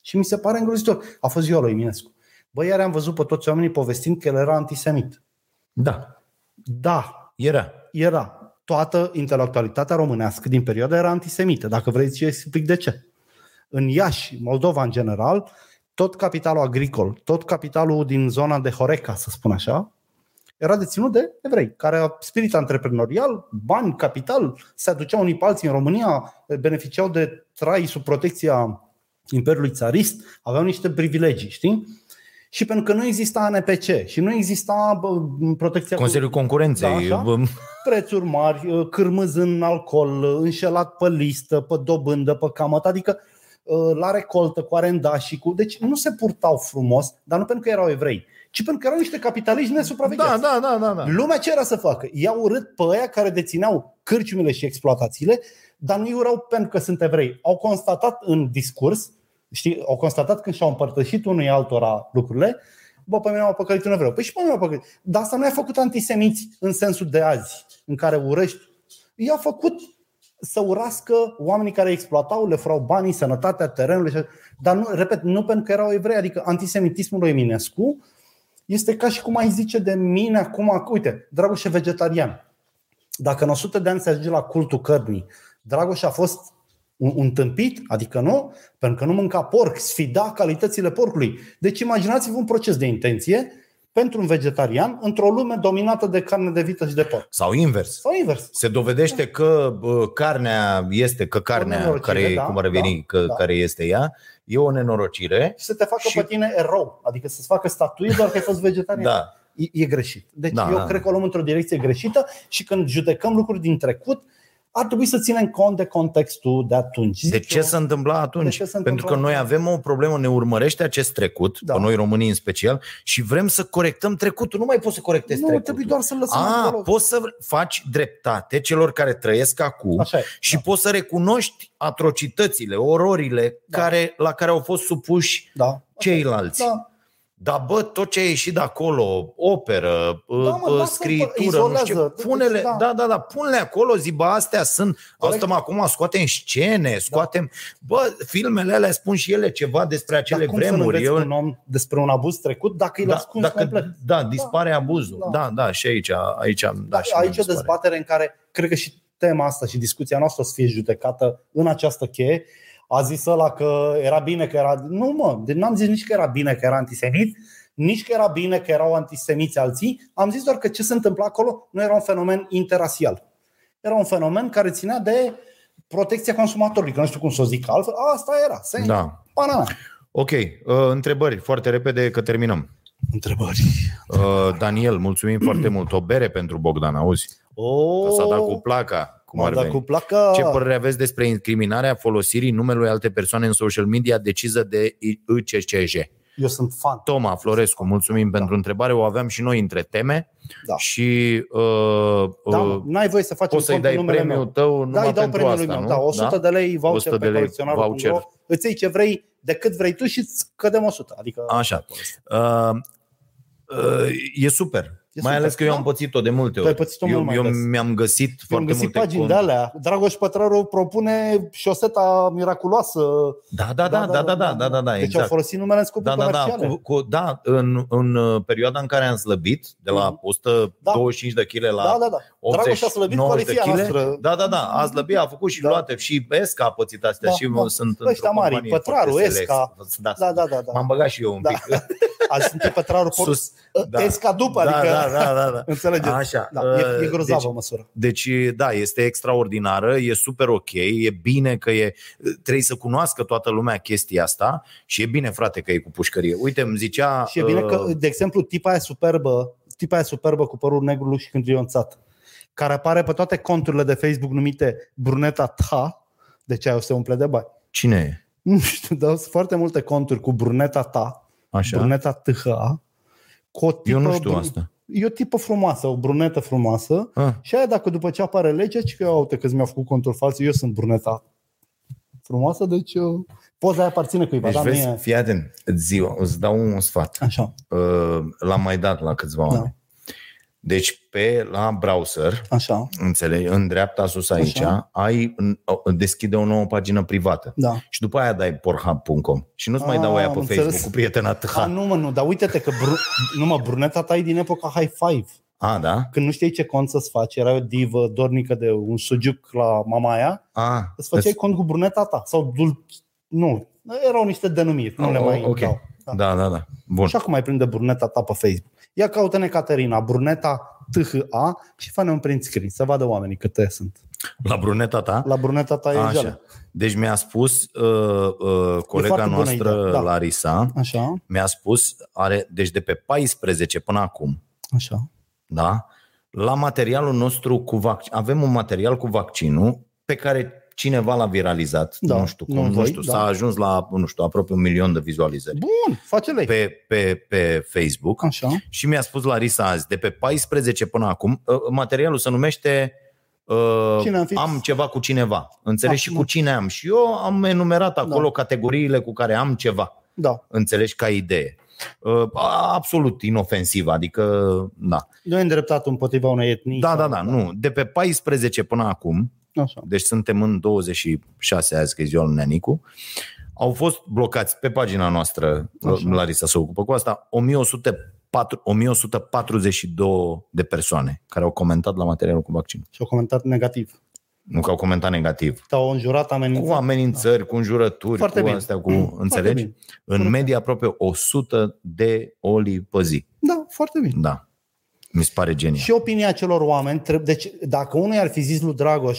Speaker 3: Și mi se pare îngrozitor. A fost Iola Eminescu. Bă, iar am văzut pe toți oamenii povestind că el era antisemit.
Speaker 2: Da,
Speaker 3: Da,
Speaker 2: era.
Speaker 3: era. Toată intelectualitatea românească din perioada era antisemită. Dacă vreți, și explic de ce. În Iași, Moldova în general, tot capitalul agricol, tot capitalul din zona de Horeca, să spun așa, era deținut de evrei, care au spirit antreprenorial, bani, capital, se aduceau unii pe alții în România, beneficiau de trai sub protecția Imperiului Țarist, aveau niște privilegii, știi? Și pentru că nu exista ANPC și nu exista bă, protecția...
Speaker 2: Consiliul Concurenței.
Speaker 3: Da, așa.
Speaker 2: bă,
Speaker 3: prețuri mari, cârmâz în alcool, uh, înșelat pe listă, pe dobândă, pe camăt, adică la recoltă cu arendașii. Cu... Deci nu se purtau frumos, dar nu pentru că erau evrei, ci pentru că erau niște capitaliști nesupravegheați.
Speaker 2: da, da, da, da. da.
Speaker 3: Lumea ce era să facă? I-au urât pe aia care dețineau cârciumile și exploatațiile, dar nu i urau pentru că sunt evrei. Au constatat în discurs, știi, au constatat când și-au împărtășit unui altora lucrurile, bă, pe mine m-au păcălit un evreu. Păi și pe mine m-au păcălit. Dar asta nu i-a făcut antisemiți în sensul de azi, în care urăști. I-a făcut să urască oamenii care îi exploatau, le furau banii, sănătatea, terenul, și așa. dar nu, repet, nu pentru că erau evrei, adică antisemitismul lui Eminescu este ca și cum ai zice de mine acum, că, uite, Dragoș e vegetarian. Dacă în 100 de ani se ajunge la cultul cărnii, Dragoș a fost un, un tâmpit, adică nu, pentru că nu mânca porc, sfida calitățile porcului. Deci imaginați-vă un proces de intenție pentru un vegetarian într-o lume dominată de carne de vită și de porc.
Speaker 2: Sau invers.
Speaker 3: Sau invers.
Speaker 2: Se dovedește că bă, carnea este, că carnea
Speaker 3: nenorocire,
Speaker 2: care,
Speaker 3: da,
Speaker 2: cum ar veni,
Speaker 3: da,
Speaker 2: că,
Speaker 3: da.
Speaker 2: care este ea, e o nenorocire.
Speaker 3: Și să te facă
Speaker 2: Și-
Speaker 3: pe tine erou, adică să-ți facă statuie doar că ai fost vegetarian.
Speaker 2: Da.
Speaker 3: E, e greșit. Deci
Speaker 2: Da,
Speaker 3: da, eu
Speaker 2: da.
Speaker 3: da. cred că o luăm într-o direcție greșită și când judecăm lucruri din trecut, ar trebui să ținem cont de contextul de atunci.
Speaker 2: De
Speaker 3: Zic
Speaker 2: ce
Speaker 3: Deci eu,
Speaker 2: se întâmpla atunci?
Speaker 3: ce se întâmpla
Speaker 2: Pentru că noi avem o problemă, ne urmărește acest trecut,
Speaker 3: Da.
Speaker 2: pe noi românii în special, și vrem să corectăm trecutul. Nu mai poți să corectezi
Speaker 3: Nu,
Speaker 2: trecutul.
Speaker 3: trebuie doar să-l lăsăm
Speaker 2: A,
Speaker 3: acolo.
Speaker 2: poți să faci dreptate celor care trăiesc acum
Speaker 3: Așa e,
Speaker 2: și
Speaker 3: da.
Speaker 2: poți să recunoști atrocitățile, ororile
Speaker 3: Da.
Speaker 2: care, la care au fost supuși
Speaker 3: Da.
Speaker 2: ceilalți.
Speaker 3: Da.
Speaker 2: Dar bă, tot ce a ieșit de acolo, operă,
Speaker 3: mă,
Speaker 2: da,
Speaker 3: lasă-o,
Speaker 2: scriitură, nu
Speaker 3: izolează.
Speaker 2: știu, punele, da.
Speaker 3: Da.
Speaker 2: da, da, da, pune-le acolo, zi, bă, astea sunt,
Speaker 3: Corect. Da.
Speaker 2: stăm acum, scoatem scene, scoatem, bă, filmele alea spun și ele ceva despre acele
Speaker 3: Dar cum să nu
Speaker 2: vremuri.
Speaker 3: înveți un om despre un abuz trecut dacă îl da, ascunzi
Speaker 2: dacă,
Speaker 3: complet?
Speaker 2: da, dispare abuzul. Da.
Speaker 3: Da.
Speaker 2: da, și aici, aici, da,
Speaker 3: Da,
Speaker 2: și
Speaker 3: aici e o
Speaker 2: dispare.
Speaker 3: dezbatere în care cred că și tema asta și discuția noastră o să fie judecată în această cheie. A zis ăla că era bine că era... Nu mă, de- n-am zis nici că era bine că era antisemit, nici că era bine că erau antisemiți alții. Am zis doar că ce se întâmpla acolo nu era un fenomen interasial. Era un fenomen care ținea de protecția consumatorului, că nu știu cum să o zic altfel. A, asta era. Se... Da.
Speaker 2: Da. Ok, uh, întrebări foarte repede că terminăm.
Speaker 3: Întrebări.
Speaker 2: Uh, Daniel, mulțumim foarte mult. O bere pentru Bogdan, auzi?
Speaker 3: Oh,
Speaker 2: Că s-a dat cu placa. Cum
Speaker 3: m-a
Speaker 2: ar
Speaker 3: dat
Speaker 2: veni.
Speaker 3: da, cu placa.
Speaker 2: Ce părere aveți despre incriminarea folosirii numelui alte persoane în social media deciză de ICCJ?
Speaker 3: Eu sunt fan.
Speaker 2: Toma Florescu, mulțumim da. pentru întrebare. O aveam și noi între teme
Speaker 3: Da.
Speaker 2: și uh,
Speaker 3: Da,
Speaker 2: uh,
Speaker 3: mă, n-ai voie să faci
Speaker 2: poți să-i dai
Speaker 3: numele
Speaker 2: premiul
Speaker 3: meu.
Speaker 2: tău numai
Speaker 3: Da, îi dau
Speaker 2: pentru
Speaker 3: premiul
Speaker 2: asta,
Speaker 3: meu.
Speaker 2: nu?
Speaker 3: Da, 100 de lei voucher
Speaker 2: 100 de
Speaker 3: pe
Speaker 2: lei
Speaker 3: colecționarul
Speaker 2: voucher.
Speaker 3: voucher. Îți iei ce vrei, de cât vrei tu și îți cădem 100. Adică
Speaker 2: Așa. Uh, uh, e super. E mai
Speaker 3: super,
Speaker 2: ales că eu
Speaker 3: da?
Speaker 2: am pățit-o de multe
Speaker 3: ai
Speaker 2: ori.
Speaker 3: pățit-o mult
Speaker 2: eu
Speaker 3: mai
Speaker 2: eu
Speaker 3: des.
Speaker 2: mi-am găsit
Speaker 3: Eu am
Speaker 2: foarte
Speaker 3: găsit
Speaker 2: multe
Speaker 3: pagini de alea. Dragoș Pătraru propune șoseta miraculoasă.
Speaker 2: Da, da, da, da, da, da, da, da, da,
Speaker 3: Deci au
Speaker 2: exact.
Speaker 3: folosit numele în scopuri
Speaker 2: Da, da, da,
Speaker 3: comerciale.
Speaker 2: cu, cu, da în, în uh, perioada în care am slăbit de la 125 de kg la
Speaker 3: Mhm. Da, da, da. Dragoș a
Speaker 2: 80,
Speaker 3: slăbit
Speaker 2: 90 de
Speaker 3: poliția
Speaker 2: kg.
Speaker 3: noastră.
Speaker 2: Da, da, da, a slăbit, a făcut și
Speaker 3: Da.
Speaker 2: da. luate și Esca a pățit astea
Speaker 3: Da,
Speaker 2: da, și
Speaker 3: da.
Speaker 2: da. sunt
Speaker 3: Ăștia
Speaker 2: într-o
Speaker 3: mari,
Speaker 2: companie
Speaker 3: Pătraru,
Speaker 2: foarte select.
Speaker 3: Esca.
Speaker 2: Da,
Speaker 3: Da, da, da, da.
Speaker 2: M-am băgat și eu un
Speaker 3: Da.
Speaker 2: pic
Speaker 3: Azi sunt Pătraru Sus,
Speaker 2: sus.
Speaker 3: da. Esca după,
Speaker 2: da,
Speaker 3: adică
Speaker 2: da, da, da, da.
Speaker 3: înțelegeți.
Speaker 2: Așa.
Speaker 3: Da, e, e
Speaker 2: uh,
Speaker 3: grozavă
Speaker 2: Deci,
Speaker 3: măsura.
Speaker 2: deci, da, este extraordinară, e super ok, e bine că e, trebuie să cunoască toată lumea chestia asta și e bine, frate, că e cu pușcărie. Uite, îmi zicea...
Speaker 3: Și e bine că,
Speaker 2: uh,
Speaker 3: de exemplu, tipa aia superbă, tipa aia superbă cu părul negru și cândrionțat, care apare pe toate conturile de Facebook numite Bruneta Ta, de ce o se umple de bani.
Speaker 2: Cine e?
Speaker 3: Nu știu, dar sunt foarte multe conturi cu Bruneta Ta,
Speaker 2: Așa.
Speaker 3: Bruneta THA, cu o tipă,
Speaker 2: Eu nu știu
Speaker 3: bru-
Speaker 2: asta.
Speaker 3: E o tipă frumoasă, o brunetă frumoasă,
Speaker 2: Ah.
Speaker 3: și aia dacă după ce apare legea, ci că eu, uite că mi-a făcut contul fals, eu sunt bruneta frumoasă, deci eu... poza aia aparține cuiva,
Speaker 2: Deci
Speaker 3: dar da, nu
Speaker 2: vezi,
Speaker 3: e...
Speaker 2: fii atent, îți, ziua, îți dau un sfat.
Speaker 3: Așa,
Speaker 2: Uh, L-am mai dat la câțiva
Speaker 3: Da.
Speaker 2: oameni. Deci pe la browser,
Speaker 3: așa,
Speaker 2: înțelegi, în dreapta sus aici,
Speaker 3: Așa.
Speaker 2: ai în- o- deschide o nouă pagină privată.
Speaker 3: da.
Speaker 2: Și după aia dai pornhub.com și nu-ți mai
Speaker 3: Ah,
Speaker 2: dau aia
Speaker 3: am
Speaker 2: pe
Speaker 3: înțeles.
Speaker 2: Facebook cu prietena
Speaker 3: Ha. A,
Speaker 2: ta.
Speaker 3: nu mă, nu, dar uite-te că bru- nu mă, bruneta ta e din epoca High Five.
Speaker 2: A, da?
Speaker 3: Când nu știai ce cont să-ți faci, era o divă dornică de un sugiuc la mama aia,
Speaker 2: A,
Speaker 3: îți făceai cont cu bruneta ta sau dul... Nu, erau niște denumiri, nu le
Speaker 2: Oh,
Speaker 3: mai
Speaker 2: ok.
Speaker 3: dau. Da.
Speaker 2: da, da, da. Bun.
Speaker 3: Și acum mai prinde bruneta ta pe Facebook. Ia caută-ne Caterina, bruneta THA și fă-ne un print screen, să vadă oamenii câte sunt.
Speaker 2: La bruneta ta?
Speaker 3: La bruneta ta e
Speaker 2: Așa.
Speaker 3: Așa.
Speaker 2: Deci mi-a spus uh, uh, colega
Speaker 3: foarte bună
Speaker 2: noastră,
Speaker 3: idee, da.
Speaker 2: Larisa,
Speaker 3: Așa,
Speaker 2: mi-a spus, are, deci de pe 14 până acum,
Speaker 3: așa.
Speaker 2: da? la materialul nostru cu vaccin. Avem un material cu vaccinul pe care cineva l-a viralizat,
Speaker 3: Da,
Speaker 2: nu știu cum,
Speaker 3: nu
Speaker 2: nu,
Speaker 3: voi,
Speaker 2: știu,
Speaker 3: da.
Speaker 2: s-a ajuns la, nu știu, aproape un milion de vizualizări
Speaker 3: Bun, face lei.
Speaker 2: pe, pe, pe Facebook
Speaker 3: Așa,
Speaker 2: și mi-a spus Larisa azi, de pe 14 până acum, uh, materialul se numește uh,
Speaker 3: Cine am fi?
Speaker 2: Am ceva cu cineva. Înțelegi?
Speaker 3: Ah,
Speaker 2: și
Speaker 3: nu.
Speaker 2: cu cine am. Și eu am enumerat acolo categoriile cu care am ceva
Speaker 3: da.
Speaker 2: înțelegi, ca idee. Uh, a- Absolut inofensivă, adică, da.
Speaker 3: Nu e îndreptat împotriva unei etnii.
Speaker 2: Da, da,
Speaker 3: sau-
Speaker 2: da, nu. De pe 14 până acum,
Speaker 3: Așa.
Speaker 2: deci suntem în 26 azi, că e ziua lui Neanicu, au fost blocați pe pagina noastră, uh,
Speaker 3: Așa.
Speaker 2: Larisa se ocupă cu asta, 1104, 1142 de persoane care au comentat la materialul cu vaccin.
Speaker 3: Și au comentat negativ.
Speaker 2: Nu că au comentat negativ.
Speaker 3: Te-au înjurat
Speaker 2: Cu
Speaker 3: amenințat.
Speaker 2: amenințări, cu înjurături,
Speaker 3: Exact. Foarte
Speaker 2: cu
Speaker 3: bine.
Speaker 2: astea,
Speaker 3: Mm,
Speaker 2: cu, înțelegi?
Speaker 3: bine.
Speaker 2: În medie aproape 100 de oli pe zi.
Speaker 3: Da, foarte bine.
Speaker 2: Da. Mi se pare genial.
Speaker 3: Și opinia celor oameni, trebuie- deci dacă unul ar fi zis lui Dragoș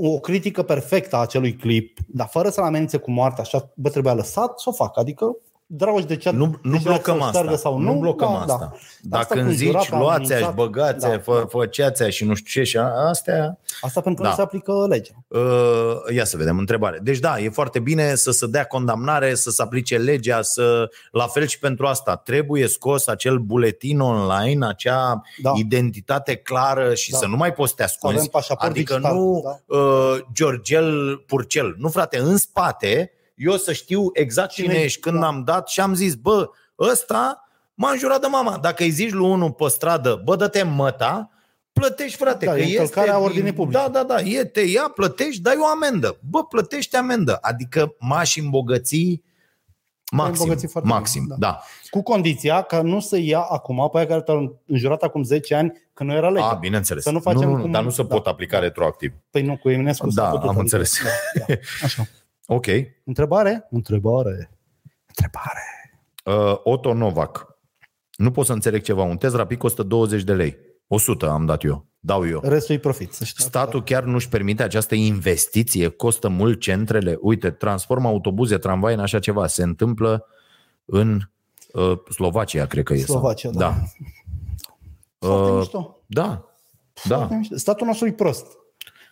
Speaker 3: o critică perfectă a acelui clip, dar fără să-l amenințe cu moartea, așa, bă, trebuia lăsat să o fac. Adică, Dragoș, de ce
Speaker 2: Nu, nu
Speaker 3: de ce ar
Speaker 2: blocăm
Speaker 3: deci să o
Speaker 2: asta.
Speaker 3: șteargă Sau nu,
Speaker 2: nu blocăm
Speaker 3: da,
Speaker 2: asta.
Speaker 3: Da.
Speaker 2: Dacă
Speaker 3: cu
Speaker 2: îmi
Speaker 3: înjurat,
Speaker 2: zici, luați-aș,
Speaker 3: amenințat,
Speaker 2: băgați-aș,
Speaker 3: da,
Speaker 2: fă, făceați-aș și nu știu ce și a- astea...
Speaker 3: Asta pentru că
Speaker 2: Da.
Speaker 3: nu se aplică legea.
Speaker 2: Uh, Ia să vedem, întrebare. Deci da, e foarte bine să se dea condamnare, să se aplice legea, să la fel și pentru asta. Trebuie scos acel buletin online, acea
Speaker 3: Da.
Speaker 2: da. identitate clară și
Speaker 3: Da.
Speaker 2: da. să nu mai poți să te ascunzi.
Speaker 3: Avem pașaport
Speaker 2: adică
Speaker 3: digital,
Speaker 2: nu
Speaker 3: da.
Speaker 2: uh, Georgel Purcel. Nu frate, în spate eu să știu exact cine,
Speaker 3: Cine-
Speaker 2: ești când
Speaker 3: da.
Speaker 2: am dat și am zis, bă, ăsta m-a înjurat de mama. Dacă îi zici lui unul pe stradă, bă, dă-te măta, plătești, frate.
Speaker 3: Da,
Speaker 2: că
Speaker 3: e încălcarea
Speaker 2: este,
Speaker 3: ordinii publice.
Speaker 2: Da, da, da, e, te ia, plătești, dai o amendă. Bă, plătești amendă. Adică m-aș îmbogăți maxim,
Speaker 3: îmbogăți foarte
Speaker 2: maxim,
Speaker 3: bine,
Speaker 2: da.
Speaker 3: Cu condiția ca nu să ia acum pe aia care te-au înjurat acum 10 ani, că nu era
Speaker 2: A,
Speaker 3: legea.
Speaker 2: bineînțeles.
Speaker 3: Să nu facem
Speaker 2: nu, nu,
Speaker 3: cum-
Speaker 2: dar nu se
Speaker 3: da.
Speaker 2: pot aplica retroactiv.
Speaker 3: Păi nu, cu Eminescu s-a
Speaker 2: Da,
Speaker 3: putut,
Speaker 2: am
Speaker 3: adică-
Speaker 2: înțeles.
Speaker 3: Da, da. Așa.
Speaker 2: Ok.
Speaker 3: Întrebare? Întrebare. Întrebare.
Speaker 2: Uh, Otto Novak. Nu pot să înțeleg ceva. Un test rapid costă 20 de lei. 100 am dat eu. Dau eu.
Speaker 3: Restul e profit, să știi.
Speaker 2: Statul chiar nu-și permite această investiție, costă mult centrele. Uite, transformă autobuze, tramvai în așa ceva. Se întâmplă în uh, Slovacia, cred că e. sau-
Speaker 3: Slovacia, da.
Speaker 2: Da.
Speaker 3: Foarte
Speaker 2: Uh,
Speaker 3: mișto.
Speaker 2: da. Da,
Speaker 3: Foarte mișto. Statul nostru e prost.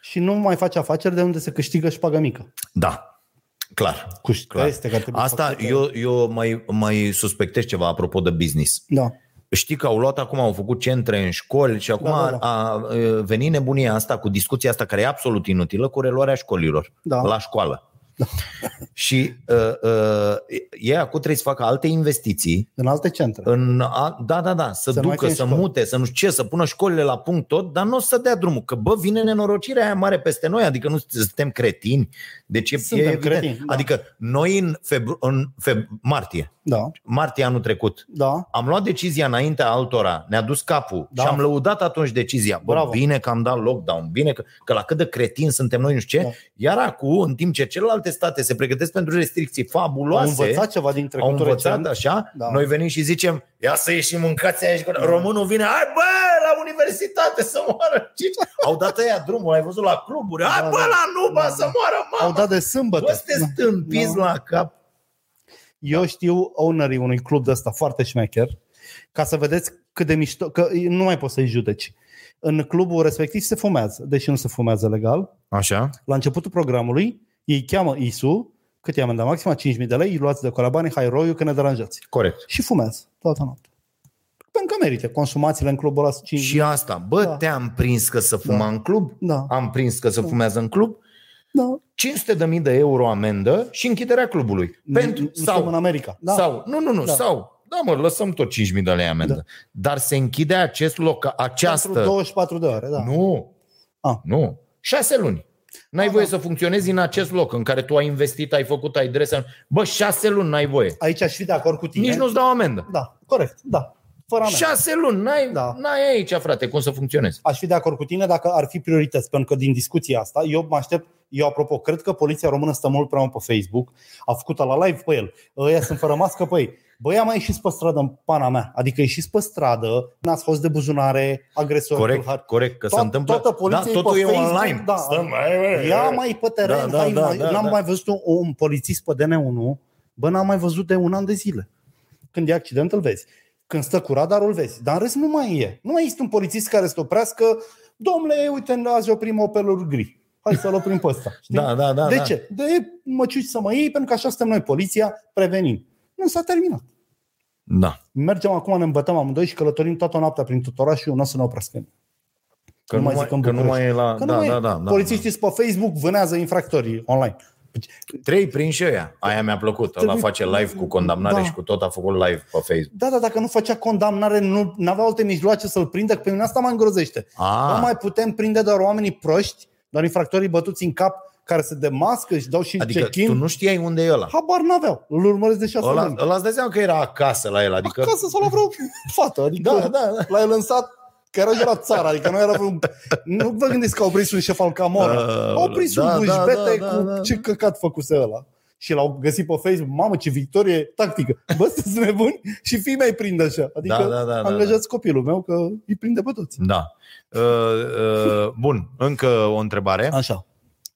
Speaker 3: Și nu mai face afaceri de unde se câștigă șpaga mică.
Speaker 2: da, clar.
Speaker 3: Cu Clar. este că ar trebui
Speaker 2: Asta
Speaker 3: făcută.
Speaker 2: eu, eu mai, mai suspectez ceva apropo de business.
Speaker 3: Da.
Speaker 2: Știi că au luat acum, au făcut centre în școli și acum
Speaker 3: Da,
Speaker 2: da,
Speaker 3: da, da.
Speaker 2: da. a e, venit nebunia asta cu discuția asta care e absolut inutilă cu reluarea școlilor
Speaker 3: Da.
Speaker 2: la școală. Și uh, uh, ei acum trebuie să facă alte investiții
Speaker 3: În alte centre.
Speaker 2: în a, da, da, da, să,
Speaker 3: Să
Speaker 2: să
Speaker 3: mai
Speaker 2: ducă,
Speaker 3: fie
Speaker 2: să
Speaker 3: școli.
Speaker 2: mute, să nu știu ce, să pună școlile la punct tot, dar nu o să dea drumul, că bă, vine nenorocirea aia mare peste noi, adică nu suntem cretini. Deci e,
Speaker 3: Suntem
Speaker 2: e evident.
Speaker 3: cretini, da.
Speaker 2: Adică noi în, febru- în feb- martie,
Speaker 3: Da.
Speaker 2: martie anul trecut,
Speaker 3: Da.
Speaker 2: am luat decizia înaintea altora, ne-a dus capul
Speaker 3: Da.
Speaker 2: da. și am lăudat atunci decizia. Bă,
Speaker 3: Bravo.
Speaker 2: bine că am dat lockdown, bine că, că la cât de cretini suntem noi, nu știu ce.
Speaker 3: Da.
Speaker 2: Da. Iar acum, în timp ce celelalte state se pregătesc pentru restricții fabuloase,
Speaker 3: Au învățat ceva din
Speaker 2: au
Speaker 3: trecutul
Speaker 2: învățat
Speaker 3: recent.
Speaker 2: așa,
Speaker 3: Da.
Speaker 2: da. noi venim și zicem, ia să ieși și mâncați aici. Da. Românul vine, hai bă, la universitate să moară. Ce? Au dat ăia drumul, ai văzut la cluburi, hai
Speaker 3: Da,
Speaker 2: da, bă,
Speaker 3: da.
Speaker 2: la nuba
Speaker 3: Da, da.
Speaker 2: să moară, mamă.
Speaker 3: Au dat de
Speaker 2: Bă,
Speaker 3: sâmbătă.
Speaker 2: sunteți
Speaker 3: Da.
Speaker 2: stâmpiți
Speaker 3: Da.
Speaker 2: la cap. Da.
Speaker 3: Eu știu ownerii unui club de ăsta foarte șmecher, ca să vedeți cât de mișto, că nu mai poți să-i judeci. În clubul respectiv se fumează, deși nu se fumează legal.
Speaker 2: Așa.
Speaker 3: La începutul programului, ei cheamă ISU, cât e amenda maximă, 5.000 de lei, îi luați de acolo banii, hai roiu că ne deranjați.
Speaker 2: Corect.
Speaker 3: Și fumează toată noaptea. Pentru că merită. Consumațiile în clubul ăla sunt 5.000.
Speaker 2: Și asta, bă,
Speaker 3: Da.
Speaker 2: da. te-am prins că să fuma
Speaker 3: Da.
Speaker 2: da. în club,
Speaker 3: Da,
Speaker 2: am prins că să fumează în club,
Speaker 3: da.
Speaker 2: 500.000 de, de euro amendă și închiderea clubului. Pentru,
Speaker 3: Nu- nu suntem în
Speaker 2: sau,
Speaker 3: America. Da.
Speaker 2: da. sau, nu, nu, nu,
Speaker 3: Da.
Speaker 2: da. sau, da mă, lăsăm tot 5.000 de lei amendă.
Speaker 3: Da.
Speaker 2: Da. Dar se închide acest loc, această...
Speaker 3: Pentru 24 de ore, da.
Speaker 2: Nu.
Speaker 3: A.
Speaker 2: Nu. Șase luni. N-ai
Speaker 3: A,
Speaker 2: voie
Speaker 3: da.
Speaker 2: să funcționezi în acest loc în care tu ai investit, ai făcut, ai dresat. Bă, șase luni n-ai voie.
Speaker 3: Aici aș fi de acord cu tine.
Speaker 2: Nici nu-ți dau amendă.
Speaker 3: Da, corect, da. Fără amendă.
Speaker 2: Șase luni, n-ai,
Speaker 3: Da.
Speaker 2: da. n-ai aici, frate, cum să funcționezi.
Speaker 3: aș fi de acord cu tine dacă ar fi priorități, pentru că din discuția asta eu mă aștept eu, apropo, cred că poliția română stă mult prea mult pe Facebook, a făcut la live pe el, ăia sunt fără mască pe ei. Băi, am mai ieșit pe stradă în pana mea, adică ieșiți pe stradă, n-ați scos de buzunare, agresor.
Speaker 2: Corect, corect, că
Speaker 3: Toat-
Speaker 2: se întâmplă.
Speaker 3: toată poliția
Speaker 2: da,
Speaker 3: e
Speaker 2: totul
Speaker 3: pe
Speaker 2: e
Speaker 3: Facebook,
Speaker 2: online.
Speaker 3: da.
Speaker 2: Stăm, hai, hai,
Speaker 3: Ia
Speaker 2: hai.
Speaker 3: mai pe teren, da, da, hai, da, da, n-am da. mai văzut un, un polițist pe DN1, bă, n-am mai văzut de un an de zile. Când e accident, îl vezi. Când stă cu radarul, îl vezi. Dar în rest nu mai e. Nu mai este un polițist care să te oprească, domnule, uite, azi oprim opelul gri. Hai să-l oprim pe ăsta. Știi?
Speaker 2: Da, da, da.
Speaker 3: de
Speaker 2: da.
Speaker 3: ce? De măciuci să mă iei, pentru că așa suntem noi, poliția, prevenim. Nu s-a terminat.
Speaker 2: Da.
Speaker 3: Mergem acum, ne îmbătăm amândoi și călătorim toată noaptea prin tot orașul, nu o să ne oprească.
Speaker 2: Că
Speaker 3: Nu
Speaker 2: nu,
Speaker 3: mai
Speaker 2: mai,
Speaker 3: zic în
Speaker 2: că nu
Speaker 3: București.
Speaker 2: mai e la... da,
Speaker 3: Că nu
Speaker 2: da,
Speaker 3: mai
Speaker 2: da,
Speaker 3: e.
Speaker 2: da.
Speaker 3: Polițiștii sunt pe Facebook vânează infractorii online. Deci,
Speaker 2: Trei prinși ăia. Aia mi-a plăcut. Ăla
Speaker 3: Trebuie-
Speaker 2: face live cu condamnare
Speaker 3: Da.
Speaker 2: și cu tot a făcut live pe Facebook.
Speaker 3: Da, da, dacă nu făcea condamnare, nu avea alte mijloace să-l prindă, că pe mine asta mă îngrozește.
Speaker 2: A,
Speaker 3: Nu mai putem prinde doar oamenii proști, doar infractorii bătuți în cap, care se demască și dau și
Speaker 2: adică
Speaker 3: check-in.
Speaker 2: tu nu știai unde e ăla.
Speaker 3: Habar n-aveau. Îl urmăresc de șase
Speaker 2: Ăla,
Speaker 3: luni.
Speaker 2: ăla îți dai seama că era acasă la el, adică...
Speaker 3: Acasă sau la vreo fată. Adică
Speaker 2: Da, da, da.
Speaker 3: La el în sat, care era de la țară, adică nu era vreun... Nu vă gândiți că au prins un șef al Camorra.
Speaker 2: Aoleu,
Speaker 3: Au prins
Speaker 2: da,
Speaker 3: un
Speaker 2: da,
Speaker 3: bușbete
Speaker 2: da,
Speaker 3: cu
Speaker 2: da, da.
Speaker 3: ce căcat făcuse ăla. Și l-au găsit pe Facebook, mamă ce victorie tactică. Bă, sunteți nebuni? Și fii mai prinde așa. Adică
Speaker 2: Da, da, da, da,
Speaker 3: angajați copilul meu că îi prinde pe toți.
Speaker 2: Da. Uh, uh, bun, încă o întrebare.
Speaker 3: Așa.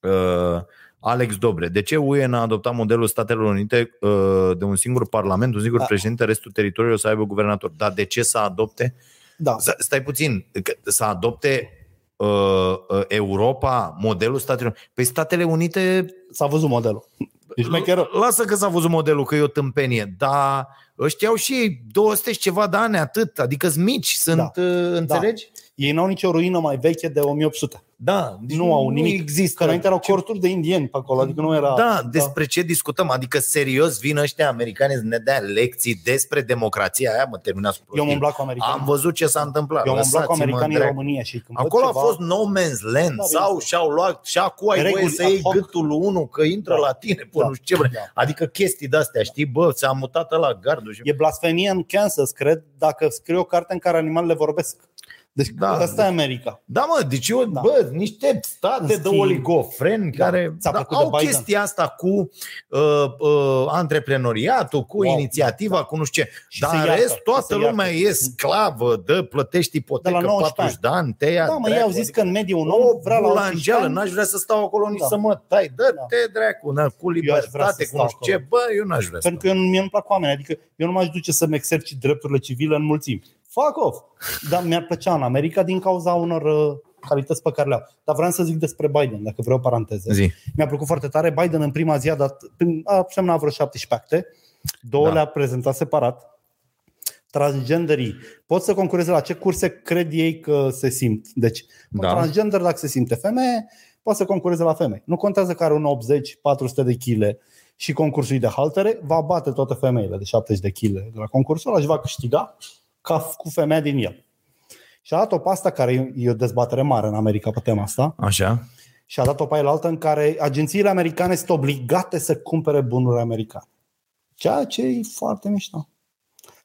Speaker 2: Uh, Alex Dobre, de ce UE n-a adoptat modelul Statelor Unite uh, de un singur parlament, un singur
Speaker 3: Da.
Speaker 2: președinte, restul teritoriului o să aibă guvernator? Dar de ce să adopte?
Speaker 3: Da.
Speaker 2: S- Stai puțin, că să adopte uh, uh, Europa modelul Statelor Unite? Păi Statele Unite
Speaker 3: S-a văzut modelul. Deci mai chiar
Speaker 2: Lasă că s-a văzut modelul, că e o tâmpenie, dar ăștia au și ei 200 și ceva de ani, atât, adică sunt mici, sunt,
Speaker 3: Da.
Speaker 2: da. înțelegi?
Speaker 3: ei n-au nicio ruină mai veche de 1800.
Speaker 2: Da, deci
Speaker 3: Nu au nimic.
Speaker 2: există.
Speaker 3: Că înainte erau corturi de indieni pe acolo, adică nu era...
Speaker 2: da, despre ce discutăm? Adică serios vin ăștia americani să ne dea lecții despre democrația aia, mă terminați cu
Speaker 3: Eu mă
Speaker 2: prostii.
Speaker 3: îmblac cu americani.
Speaker 2: Am văzut ce s-a întâmplat.
Speaker 3: Eu mă îmblac cu
Speaker 2: lăsați-mă
Speaker 3: americanii în
Speaker 2: dracu.
Speaker 3: România și când văd
Speaker 2: Acolo a
Speaker 3: ceva-
Speaker 2: fost no man's land
Speaker 3: Da,
Speaker 2: sau
Speaker 3: bine.
Speaker 2: și-au luat și acum ai voie
Speaker 3: Reguli
Speaker 2: să
Speaker 3: ad
Speaker 2: iei
Speaker 3: hoc.
Speaker 2: gâtul lui unul că intră
Speaker 3: Da.
Speaker 2: la tine, până
Speaker 3: Da.
Speaker 2: nu știu ce vrei.
Speaker 3: Da.
Speaker 2: Adică chestii de-astea, știi? Bă, ți-a mutat la gardul și...
Speaker 3: E blasfemie în Kansas, cred, dacă scriu o carte în care animalele vorbesc. Deci da,
Speaker 2: Da,
Speaker 3: asta e America.
Speaker 2: Da, mă, deci eu,
Speaker 3: Da.
Speaker 2: da. bă, niște
Speaker 3: În
Speaker 2: state de
Speaker 3: schimb-
Speaker 2: oligofreni
Speaker 3: Da.
Speaker 2: da. care
Speaker 3: Ți-a
Speaker 2: da,
Speaker 3: plăcut de
Speaker 2: au
Speaker 3: Biden?
Speaker 2: chestia asta cu uh, uh, antreprenoriatul, cu
Speaker 3: Wow.
Speaker 2: wow. inițiativa, da. cu nu știu ce.
Speaker 3: Și
Speaker 2: Dar
Speaker 3: se
Speaker 2: în
Speaker 3: iartă,
Speaker 2: rest,
Speaker 3: și se
Speaker 2: toată
Speaker 3: iartă.
Speaker 2: lumea e sclavă, dă, plătești ipotecă
Speaker 3: De la 19
Speaker 2: 40 de ani, te ia
Speaker 3: Da, mă, ei
Speaker 2: dracu,
Speaker 3: au zis
Speaker 2: adică
Speaker 3: că în mediu un
Speaker 2: o
Speaker 3: om vrea la
Speaker 2: la
Speaker 3: 18 ani.
Speaker 2: n-aș vrea să stau acolo nici
Speaker 3: Da.
Speaker 2: da. să mă tai,
Speaker 3: Da.
Speaker 2: dă-te dracu, na, cu
Speaker 3: Eu aș vrea să
Speaker 2: libertate, cu
Speaker 3: stau
Speaker 2: nu știu ce, bă, eu n-aș vrea să
Speaker 3: Pentru că eu nu- mie nu-mi plac oamenii, adică eu nu m-aș duce să-mi exercit drepturile civile în mulțimi. Fuck off! Dar mi-ar plăcea în America din cauza unor uh, calități pe care le-au. Dar vreau să zic despre Biden, dacă vreau o paranteză.
Speaker 2: Zi.
Speaker 3: Mi-a plăcut foarte tare. Biden în prima zi a dat, prin- a semnat vreo 17 acte, două
Speaker 2: Da.
Speaker 3: da. le-a prezentat separat. Transgenderii pot să concureze la ce curse cred ei că se simt. Deci,
Speaker 2: Da.
Speaker 3: da. transgender, dacă se simte femeie, poate să concureze la femei. Nu contează că are un 80-400 de chile și concursul de haltere, va bate toate femeile de 70 de chile de la concursul ăla și va câștiga ca f- cu femeia din el. Și a dat-o pe asta, care e- e o dezbatere mare în America pe tema asta,
Speaker 2: Așa.
Speaker 3: și a dat-o pe aia la altă în care agențiile americane sunt obligate să cumpere bunuri americane. Ceea ce e foarte mișto.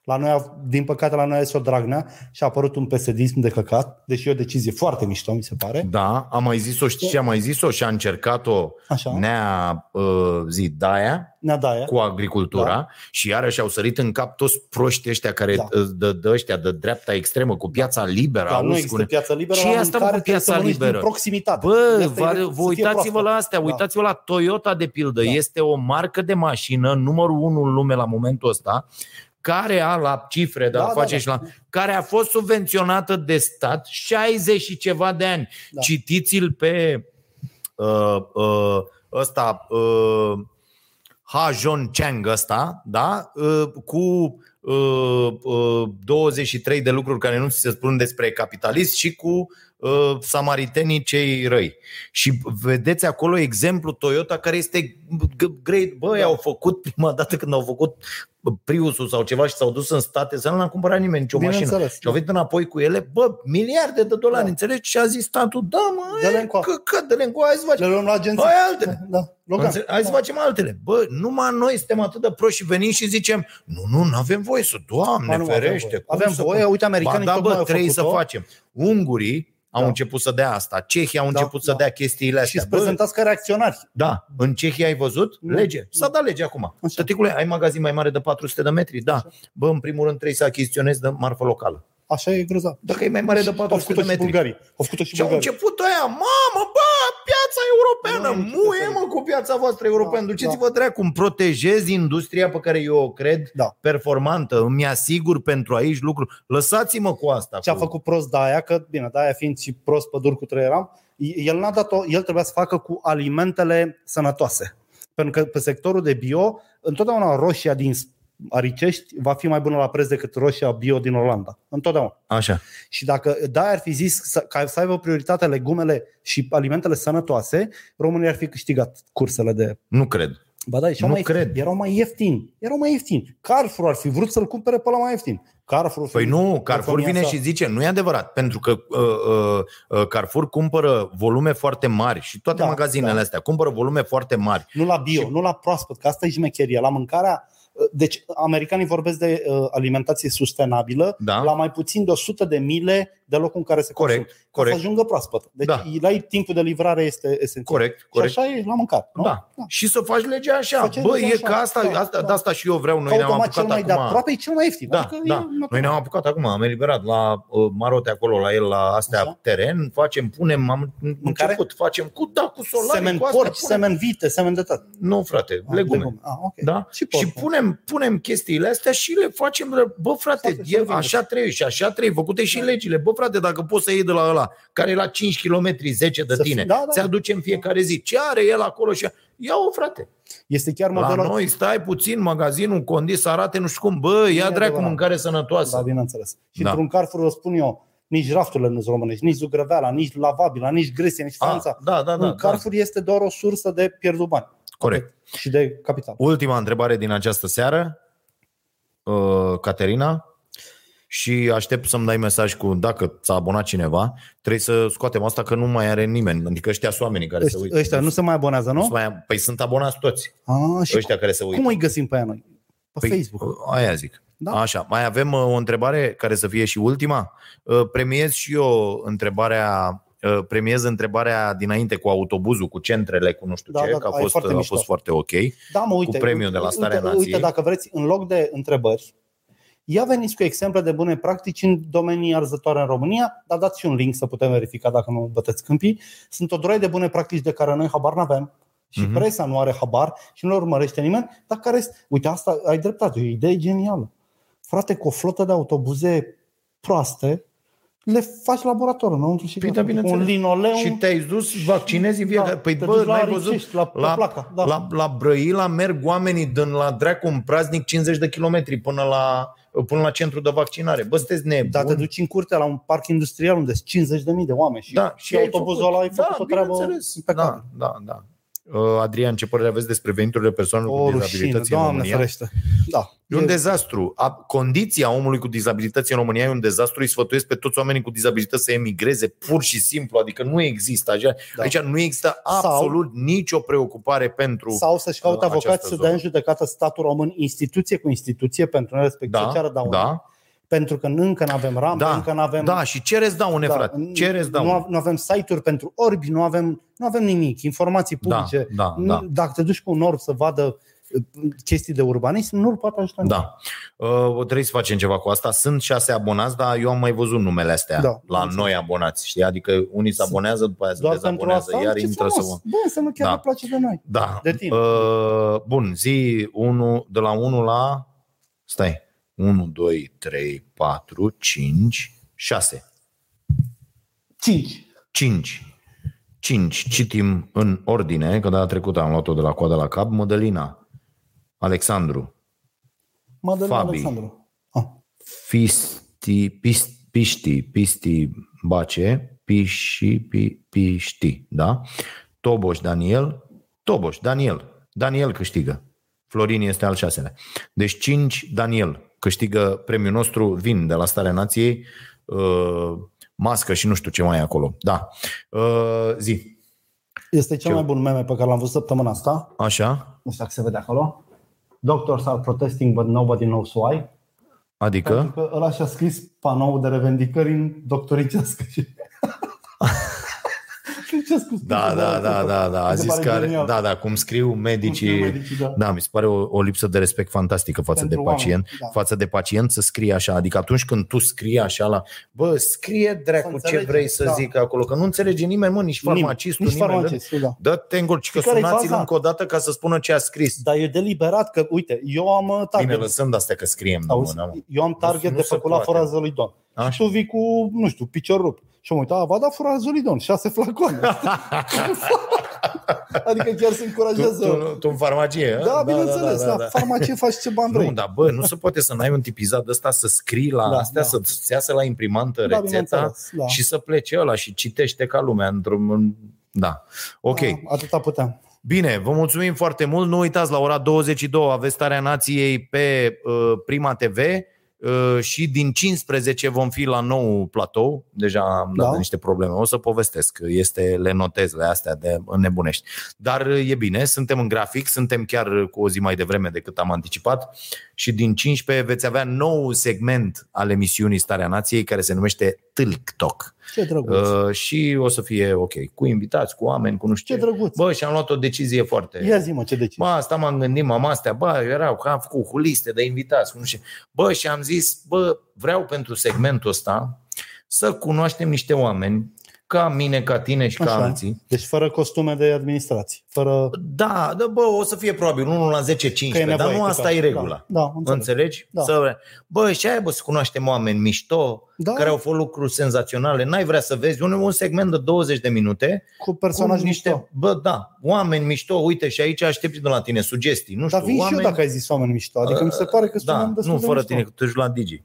Speaker 3: La noi, a- din păcate, la noi este o dragnea și a apărut un pesedism de căcat, deși e o decizie foarte mișto, mi se pare.
Speaker 2: Da, a mai zis-o, știi ce a mai zis-o și a încercat-o
Speaker 3: Așa.
Speaker 2: Nea uh, zi Daia
Speaker 3: Ne-a daia.
Speaker 2: cu agricultura Da. da. și iarăși au sărit în cap toți proștii ăștia care
Speaker 3: Da.
Speaker 2: îți dă de ăștia de dreapta extremă cu piața liberă.
Speaker 3: Dar nu
Speaker 2: auzi,
Speaker 3: există
Speaker 2: cu-
Speaker 3: piață liberă.
Speaker 2: Ce
Speaker 3: la
Speaker 2: e asta, mă,
Speaker 3: mâncare,
Speaker 2: cu
Speaker 3: trebuie să
Speaker 2: piața
Speaker 3: mănânci din
Speaker 2: liberă?
Speaker 3: proximitate. De
Speaker 2: Bă,
Speaker 3: asta e-
Speaker 2: vă,
Speaker 3: să
Speaker 2: vă
Speaker 3: fie
Speaker 2: uitați-vă
Speaker 3: proastă.
Speaker 2: la astea,
Speaker 3: Da.
Speaker 2: uitați-vă la Toyota de pildă.
Speaker 3: Da.
Speaker 2: Este o marcă de mașină, numărul unu în lume la momentul ăsta, care a la cifre, dar
Speaker 3: Da,
Speaker 2: da,
Speaker 3: da,
Speaker 2: face
Speaker 3: da.
Speaker 2: și la, care a fost subvenționată de stat 60 și ceva de ani. Da.
Speaker 3: Da.
Speaker 2: Citiți-l pe uh, uh, ăsta uh, Ha Jong Chang ăsta, da? Uh, cu uh, uh, 23 de lucruri care nu ți se spun despre capitalist și cu uh, samaritenii cei răi. Și vedeți acolo exemplu Toyota care este g- great. Băi, da. au făcut prima dată când au făcut Priusul sau ceva și s-au dus în state să nu l-a cumpărat nimeni nicio mașină.
Speaker 3: Bineînțeles.
Speaker 2: Și au venit înapoi cu ele, bă, miliarde de dolari, da.
Speaker 3: Da.
Speaker 2: înțelegi? Și a zis statul, da, mă,
Speaker 3: Dă-le
Speaker 2: e
Speaker 3: încoa.
Speaker 2: căcat, dă-le încoa, hai să
Speaker 3: Le
Speaker 2: facem.
Speaker 3: luăm la agenție.
Speaker 2: Hai altele.
Speaker 3: Da. Logan.
Speaker 2: Înțe- Hai să facem altele. Bă, numai noi suntem atât de proști și venim și zicem, nu, nu, nu avem voie să,
Speaker 3: Ba,
Speaker 2: doamne,
Speaker 3: nu,
Speaker 2: ferește. cum
Speaker 3: Avem
Speaker 2: să-
Speaker 3: voie, uite,
Speaker 2: Ba
Speaker 3: americanii
Speaker 2: da,
Speaker 3: tocmai
Speaker 2: bă,
Speaker 3: au
Speaker 2: trebuie să
Speaker 3: făcut-o.
Speaker 2: facem. Ungurii au
Speaker 3: Da.
Speaker 2: început să dea asta, cehii au
Speaker 3: Da,
Speaker 2: început să
Speaker 3: da.
Speaker 2: dea chestiile
Speaker 3: Și
Speaker 2: astea.
Speaker 3: sunt
Speaker 2: Bă,
Speaker 3: prezentați ca reacționari.
Speaker 2: da, în Cehia ai văzut?
Speaker 3: Nu.
Speaker 2: Lege. S-a dat lege acum. Tăticule, ai magazin mai mare de 400 de metri? Da. Bă, în primul rând trebuie să achiziționezi de marfă locală.
Speaker 3: Așa e grozav. Da.
Speaker 2: Dacă e mai mare de
Speaker 3: Au
Speaker 2: 400
Speaker 3: făcut-o
Speaker 2: de
Speaker 3: și
Speaker 2: metri.
Speaker 3: bulgarii. Au făcut-o și
Speaker 2: Și au
Speaker 3: bulgarii.
Speaker 2: început aia, mamă, bă, piața europeană,
Speaker 3: Nu, nu
Speaker 2: muie
Speaker 3: știu să
Speaker 2: mă cu piața voastră europeană,
Speaker 3: Da,
Speaker 2: duceți-vă dracu, îmi protejez industria pe care eu o cred
Speaker 3: Da.
Speaker 2: performantă, îmi asigur pentru aici lucruri, lăsați-mă cu asta.
Speaker 3: ce a
Speaker 2: cu-
Speaker 3: făcut prost Daia, că bine, Daia fiind și prost pe dur cu treieram, el n-a dat-o, el trebuia să facă cu alimentele sănătoase. Pentru că pe sectorul de bio, întotdeauna roșia din Aricești va fi mai bună la preț decât roșia bio din Olanda. Întotdeauna.
Speaker 2: Așa,
Speaker 3: Și dacă Daia ar fi zis să, ca să aibă prioritate legumele și alimentele sănătoase, România ar fi câștigat cursele de
Speaker 2: nu cred.
Speaker 3: Ba da, și
Speaker 2: Nu
Speaker 3: mai
Speaker 2: cred.
Speaker 3: erau mai ieftini. Erau mai ieftini. Carrefour ar fi vrut să-l cumpere pe la mai ieftin. Carrefour
Speaker 2: Păi nu, Carrefour vine
Speaker 3: Economia
Speaker 2: și
Speaker 3: sa.
Speaker 2: zice, nu e adevărat, pentru că uh, uh, uh, Carrefour cumpără volume foarte mari și toate
Speaker 3: Da,
Speaker 2: magazinele
Speaker 3: da.
Speaker 2: astea cumpără volume foarte mari.
Speaker 3: Nu la bio,
Speaker 2: Și-
Speaker 3: și... nu la proaspăt, că asta e jmecheria. La mâncarea. Deci, americanii vorbesc de uh, alimentație sustenabilă
Speaker 2: Da.
Speaker 3: la mai puțin de 100 de mile de locul în care se
Speaker 2: Corect,
Speaker 3: consumă. Ca
Speaker 2: corect.
Speaker 3: Să ajungă proaspăt. Deci,
Speaker 2: Da.
Speaker 3: da. la ei timpul de livrare este esențial.
Speaker 2: Corect, corect.
Speaker 3: Și așa e la mâncat. Nu?
Speaker 2: Da. Și să faci legea așa.
Speaker 3: Facem
Speaker 2: Bă,
Speaker 3: legea
Speaker 2: e
Speaker 3: așa.
Speaker 2: că asta,
Speaker 3: Da,
Speaker 2: asta,
Speaker 3: da.
Speaker 2: de asta și eu vreau. Noi
Speaker 3: Noi
Speaker 2: ne-am
Speaker 3: automat
Speaker 2: apucat
Speaker 3: cel mai de
Speaker 2: acum.
Speaker 3: aproape e cel mai ieftin.
Speaker 2: Da,
Speaker 3: adică e
Speaker 2: da.
Speaker 3: natural.
Speaker 2: Noi ne-am apucat acum, am eliberat la uh, marote acolo, la el, la astea,
Speaker 3: Așa.
Speaker 2: teren, facem, punem, am
Speaker 3: Mâncare?
Speaker 2: început, facem cu, da, cu solari,
Speaker 3: Semen
Speaker 2: cu astea,
Speaker 3: porci,
Speaker 2: punem.
Speaker 3: semen vite, semen de tot.
Speaker 2: Nu, frate,
Speaker 3: Ah,
Speaker 2: legume.
Speaker 3: Ah, ok.
Speaker 2: Da? Și,
Speaker 3: Și porc, da.
Speaker 2: punem, punem chestiile astea și le facem, bă frate,
Speaker 3: Foarte
Speaker 2: e,
Speaker 3: solvent.
Speaker 2: așa trebuie și așa trebuie, făcute și
Speaker 3: Da.
Speaker 2: legile. Bă frate, dacă poți să iei de la ăla, care e la 5 km 10 de
Speaker 3: Să fi-
Speaker 2: tine,
Speaker 3: da, da.
Speaker 2: ți aduce în fiecare zi, ce are el acolo și ia-o frate.
Speaker 3: Este chiar
Speaker 2: La
Speaker 3: modelul...
Speaker 2: noi stai puțin, magazinul condis, arate nu știu cum, bă, ia dracu
Speaker 3: adevărat.
Speaker 2: mâncare sănătoasă.
Speaker 3: Da, bineînțeles. Și
Speaker 2: Da.
Speaker 3: da. într-un Carrefour, vă spun eu, nici rafturile nu sunt românești, nici zugrăveala, nici lavabila, nici Grecia, nici Franța.
Speaker 2: A, da, da,
Speaker 3: da,
Speaker 2: da,
Speaker 3: un
Speaker 2: da,
Speaker 3: Carrefour este doar o sursă de pierdut bani
Speaker 2: corect.
Speaker 3: și de capital.
Speaker 2: Ultima întrebare din această seară, uh, Caterina, și aștept să-mi dai mesaj cu dacă s-a abonat cineva, trebuie să scoatem asta că nu mai are nimeni, adică ăștia sunt oamenii care se uită.
Speaker 3: Ăștia, ăștia nu se mai abonează,
Speaker 2: Nu
Speaker 3: nu?
Speaker 2: sunt mai, păi sunt abonați toți,
Speaker 3: A, și
Speaker 2: ăștia care se uită.
Speaker 3: cum îi găsim pe aia noi? Pe
Speaker 2: Păi,
Speaker 3: Facebook.
Speaker 2: Aia zic. Da.
Speaker 3: Da.
Speaker 2: Așa, mai avem uh, o întrebare care să fie și ultima. Uh, Premiez și eu întrebarea uh, premiez întrebarea dinainte cu autobuzul, cu centrele, cu nu știu
Speaker 3: Da,
Speaker 2: ce,
Speaker 3: da,
Speaker 2: că a
Speaker 3: da, e
Speaker 2: fost,
Speaker 3: foarte
Speaker 2: a
Speaker 3: mișto.
Speaker 2: fost foarte ok.
Speaker 3: Da, mă, uite,
Speaker 2: premiul de la Starea
Speaker 3: uite,
Speaker 2: Nației.
Speaker 3: Uite, dacă vreți, în loc de întrebări, ia veniți cu exemple de bune practici în domenii arzătoare în România, dar dați și un link să putem verifica dacă nu băteți câmpii. Sunt o droaie de bune practici de care noi habar n-avem și
Speaker 2: Mhm.
Speaker 3: presa nu are habar și nu le urmărește nimeni, dar care, sunt- uite, asta ai dreptate, e o idee genială. Frate, cu o flotă de autobuze proaste, le faci laborator înăuntru și
Speaker 2: Păi
Speaker 3: gata.
Speaker 2: da,
Speaker 3: Cu un
Speaker 2: bineînțeles.
Speaker 3: linoleu.
Speaker 2: Și te-ai dus, vaccinezi în fiecare.
Speaker 3: Da,
Speaker 2: păi
Speaker 3: te
Speaker 2: bă,
Speaker 3: duci la
Speaker 2: n-ai văzut?
Speaker 3: Ricești, la- la placa, da.
Speaker 2: la, la Brăila merg oamenii din la dracu în praznic 50 de kilometri până la, până la centru de vaccinare. Bă, sunteți nebuni.
Speaker 3: Dar da, te duci în curtea la un parc industrial unde sunt 50.000 de oameni și,
Speaker 2: da,
Speaker 3: și autobuzul ăla ai făcut o treabă
Speaker 2: bineînțeles.
Speaker 3: impecabilă.
Speaker 2: Da, da, da. Uh, Adrian, ce părere aveți despre veniturile persoanelor
Speaker 3: O
Speaker 2: cu
Speaker 3: rușine,
Speaker 2: dizabilități în
Speaker 3: doamne
Speaker 2: România?
Speaker 3: ferește. Da.
Speaker 2: E un dezastru. A, condiția omului cu dizabilități în România e un dezastru. Îi sfătuiesc pe toți oamenii cu dizabilități să emigreze pur și simplu. Adică nu există. Aici,
Speaker 3: Da.
Speaker 2: aici nu există
Speaker 3: Sau-
Speaker 2: absolut nicio preocupare pentru...
Speaker 3: Sau să-și caute
Speaker 2: această
Speaker 3: avocați să
Speaker 2: zonă.
Speaker 3: dea în judecată statul român, instituție cu instituție, pentru respectiv să ceară
Speaker 2: da,
Speaker 3: daune.
Speaker 2: da,
Speaker 3: Pentru că încă nu avem rampe,
Speaker 2: da,
Speaker 3: încă nu avem...
Speaker 2: da, și cereți daune, da, frate. Cereți
Speaker 3: nu,
Speaker 2: daune.
Speaker 3: av- nu avem site-uri pentru orbi, nu avem, nu avem nimic, informații
Speaker 2: Da,
Speaker 3: publice.
Speaker 2: da,
Speaker 3: Nu-
Speaker 2: da.
Speaker 3: Dacă te duci cu un orb să vadă uh, chestii de urbanism, nu-l poate ajuta nimic.
Speaker 2: Da. Uh, trebuie să facem ceva cu asta. Sunt șase abonați, dar eu am mai văzut numele astea
Speaker 3: Da.
Speaker 2: la noi abonați. Știi? Adică unii se abonează, după aia se
Speaker 3: Doar pentru
Speaker 2: dezabonează,
Speaker 3: asta,
Speaker 2: iar
Speaker 3: ce
Speaker 2: intră să...
Speaker 3: frumos. Bun, să nu chiar
Speaker 2: Da.
Speaker 3: ne place de noi.
Speaker 2: Da.
Speaker 3: De timp.
Speaker 2: Uh, bun, zi 1, de la 1 la... Stai. 1, 2, 3, 4, 5, 6.
Speaker 3: 5.
Speaker 2: 5. 5. Citim în ordine, că data trecută am luat-o de la coadă la cap. Mădălina, Alexandru,
Speaker 3: Madalina
Speaker 2: Fabi.
Speaker 3: Alexandru. Ah.
Speaker 2: Fisti, pis, Piști, Pisti Bace, Piși, pi, Piști, da? Toboș Daniel, Toboș Daniel, Daniel câștigă. Florin este al șaselea. Deci 5 Daniel câștigă premiul nostru, vin de la Starea Nației, uh, mască și nu știu ce mai e acolo. Da. Uh, Zi.
Speaker 3: Este cel mai bun meme pe care l-am văzut săptămâna asta.
Speaker 2: Așa?
Speaker 3: nu știu dacă se vede acolo. Doctors are protesting, but nobody knows
Speaker 2: Da.
Speaker 3: why. Pentru
Speaker 2: Adică?
Speaker 3: că ăla și-a scris panou de revendicări în doctoricească. Și... Știi ce a scris?
Speaker 2: Da, da, da, da, da. A
Speaker 3: Mi se
Speaker 2: zis
Speaker 3: pare
Speaker 2: că,
Speaker 3: genial.
Speaker 2: da, da, cum scriu
Speaker 3: Cum scriu
Speaker 2: medicii,
Speaker 3: medicii, da.
Speaker 2: Da, mi se pare o, o lipsă de respect fantastică față
Speaker 3: Pentru
Speaker 2: de pacient,
Speaker 3: oameni, da.
Speaker 2: față de pacient să scrie așa, adică atunci când tu scrii așa la, bă, scrie
Speaker 3: Să
Speaker 2: dracu ce
Speaker 3: înțelege,
Speaker 2: vrei să
Speaker 3: da.
Speaker 2: da. zic acolo, că nu înțelege nimeni, mă, nici
Speaker 3: Nimeni,
Speaker 2: farmacistul,
Speaker 3: nici
Speaker 2: nimeni.
Speaker 3: farmacistul, da.
Speaker 2: Dă-te în gol, ci că
Speaker 3: Știi care-i
Speaker 2: sunați-l
Speaker 3: faza?
Speaker 2: încă o dată ca să spună ce a scris.
Speaker 3: Dar e deliberat că, uite, eu am uh,
Speaker 2: Da, Bine,
Speaker 3: target.
Speaker 2: lăsăm de astea că scriem. da,
Speaker 3: Auzi,
Speaker 2: nu, nu.
Speaker 3: eu am target
Speaker 2: nu
Speaker 3: de
Speaker 2: se
Speaker 3: făcut la
Speaker 2: poate.
Speaker 3: forazolidon.
Speaker 2: Așa.
Speaker 3: Și tu vii cu, nu știu, picior rupt. Și am uitat, a, va da forazolidon, șase flacoane. adică chiar se
Speaker 2: Tu,
Speaker 3: încurajează.
Speaker 2: tu, tu în farmacie. a?
Speaker 3: Da, bineînțeles,
Speaker 2: da, da,
Speaker 3: la
Speaker 2: da.
Speaker 3: farmacie faci ce bani vrei.
Speaker 2: Nu, da, dar bă, nu se poate să n-ai un tipizat de ăsta să scrii la
Speaker 3: Da,
Speaker 2: da, astea,
Speaker 3: da.
Speaker 2: da. să-ți iasă la imprimantă
Speaker 3: Da,
Speaker 2: rețeta
Speaker 3: bineînțeles, da.
Speaker 2: și să plece ăla și citește ca lumea într-un... Da. Ok. Da.
Speaker 3: Da, atâta puteam.
Speaker 2: Bine, vă mulțumim foarte mult. Nu uitați, la ora 22 aveți Starea Nației pe uh, Prima TV uh, și din 15 vom fi la nou platou. Deja am dat
Speaker 3: Da.
Speaker 2: da. niște probleme. O să povestesc. Este, le notez le astea de nebunești. Dar uh, e bine, suntem în grafic, suntem chiar cu o zi mai devreme decât am anticipat și din 15 veți avea nou segment al emisiunii Starea Nației care se numește Tilk Talk.
Speaker 3: Ce drăguț.
Speaker 2: Uh, și o să fie ok, cu invitați, cu oameni, cu nu știu
Speaker 3: Ce drăguț.
Speaker 2: Bă, și am luat o decizie foarte...
Speaker 3: Ia zi mă ce decizi.
Speaker 2: Bă, asta m-am gândit, m-am astea, bă, erau, că am făcut cu liste de invitați, cu nu știu. Bă, și am zis, bă, vreau pentru segmentul ăsta să cunoaștem niște oameni ca mine, ca tine și ca
Speaker 3: Așa.
Speaker 2: alții.
Speaker 3: Deci fără costume de administrație. Fără...
Speaker 2: Da, da, bă, o să fie probabil 1 la 10-15,
Speaker 3: Că e
Speaker 2: dar
Speaker 3: nevoie
Speaker 2: nu asta
Speaker 3: câteodată.
Speaker 2: e regula.
Speaker 3: Da, da înțeleg.
Speaker 2: Înțelegi?
Speaker 3: Da.
Speaker 2: Să, bă, și aia, bă, să cunoaștem oameni mișto,
Speaker 3: Da.
Speaker 2: care au făcut lucruri senzaționale. N-ai vrea să vezi un, un segment de 20 de minute
Speaker 3: Cu personaj
Speaker 2: cu niște,
Speaker 3: niște... mișto.
Speaker 2: bă, da, oameni mișto, uite, și aici aștept de la tine sugestii, nu știu,
Speaker 3: Dar vin
Speaker 2: oameni...
Speaker 3: și eu dacă ai zis oameni mișto. Adică mi se pare că
Speaker 2: da,
Speaker 3: spuneam destul
Speaker 2: nu
Speaker 3: de
Speaker 2: fără
Speaker 3: mișto.
Speaker 2: tine, că tu ești la Digi.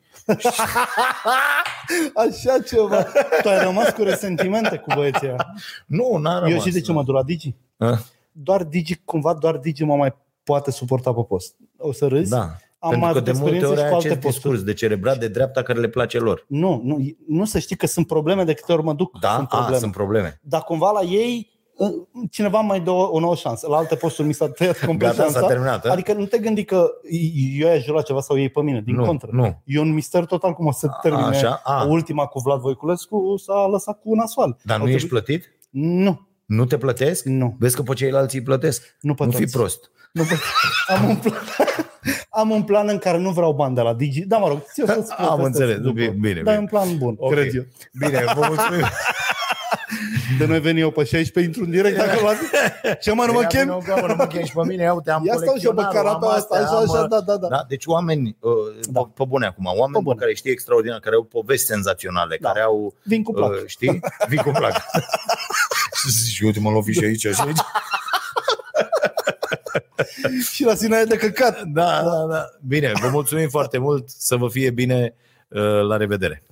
Speaker 3: Așa ceva. tu ai rămas cu resentimente cu băieții ăia.
Speaker 2: Nu, n-a rămas. da.
Speaker 3: Eu și de ce mă duc la Digi?
Speaker 2: A?
Speaker 3: Doar Digi, cumva doar Digi mă mai poate suporta pe post. O să râzi?
Speaker 2: Da,
Speaker 3: Am
Speaker 2: pentru
Speaker 3: mai
Speaker 2: că
Speaker 3: avut
Speaker 2: de multe
Speaker 3: experiențe
Speaker 2: ori
Speaker 3: și
Speaker 2: ai
Speaker 3: cu alte
Speaker 2: acest
Speaker 3: posturi.
Speaker 2: discurs de celebrat de dreapta care le place lor.
Speaker 3: Nu, nu, nu să știi că sunt probleme de câte ori mă duc.
Speaker 2: Da, sunt
Speaker 3: Ah, sunt probleme.
Speaker 2: A, sunt probleme.
Speaker 3: dar cumva la ei cineva mai dă o, o nouă șansă. La alte posturi mi s-a tăiat complet
Speaker 2: Gata, s-a
Speaker 3: șansa.
Speaker 2: terminat. eh? a?
Speaker 3: Adică nu te gândi că eu i-aș jura ceva sau ei pe mine, din
Speaker 2: nu,
Speaker 3: contră.
Speaker 2: Nu.
Speaker 3: E un mister total cum o să termine
Speaker 2: Așa, a,
Speaker 3: ultima cu Vlad Voiculescu, s-a lăsat cu nasoal.
Speaker 2: dar nu
Speaker 3: Au
Speaker 2: ești
Speaker 3: trebuit-
Speaker 2: plătit?
Speaker 3: Nu,
Speaker 2: Nu te plătesc?
Speaker 3: nu,
Speaker 2: Vezi că pe ceilalți îi plătesc.
Speaker 3: nu pe
Speaker 2: nu
Speaker 3: toți.
Speaker 2: fi prost.
Speaker 3: Nu pe... Am, un plan... Am un plan în care nu vreau bani de la Digi. Da, mă rog, ți-o să-ți
Speaker 2: Am
Speaker 3: povestesc
Speaker 2: înțeles.
Speaker 3: după.
Speaker 2: Bine, bine,
Speaker 3: Dar
Speaker 2: bine.
Speaker 3: e un plan bun,
Speaker 2: Ok.
Speaker 3: cred eu.
Speaker 2: Bine, vă mulțumim.
Speaker 3: De noi veni eu pe 16, intru în direct acolo. Ce mă, nu mă chem?
Speaker 2: Ia vină, nu mă chem și pe mine, uite, am
Speaker 3: Ia stau și eu pe
Speaker 2: colecționarul,
Speaker 3: carapea
Speaker 2: am
Speaker 3: asta,
Speaker 2: astea,
Speaker 3: așa,
Speaker 2: am,
Speaker 3: așa, da, da, da.
Speaker 2: Da, deci oameni, uh,
Speaker 3: Da.
Speaker 2: pe, pe bune acum, oameni pe
Speaker 3: bune.
Speaker 2: care știi extraordinar, care au povești senzaționale,
Speaker 3: Da.
Speaker 2: care au,
Speaker 3: Vin cu plac.
Speaker 2: uh, știi, vin cu plac. Și Zici, uite, mă lovi și aici,
Speaker 3: Da.
Speaker 2: și aici.
Speaker 3: Și la sine e de căcat.
Speaker 2: Da, da, da. Bine, vă mulțumim foarte mult, să vă fie bine, uh, la revedere.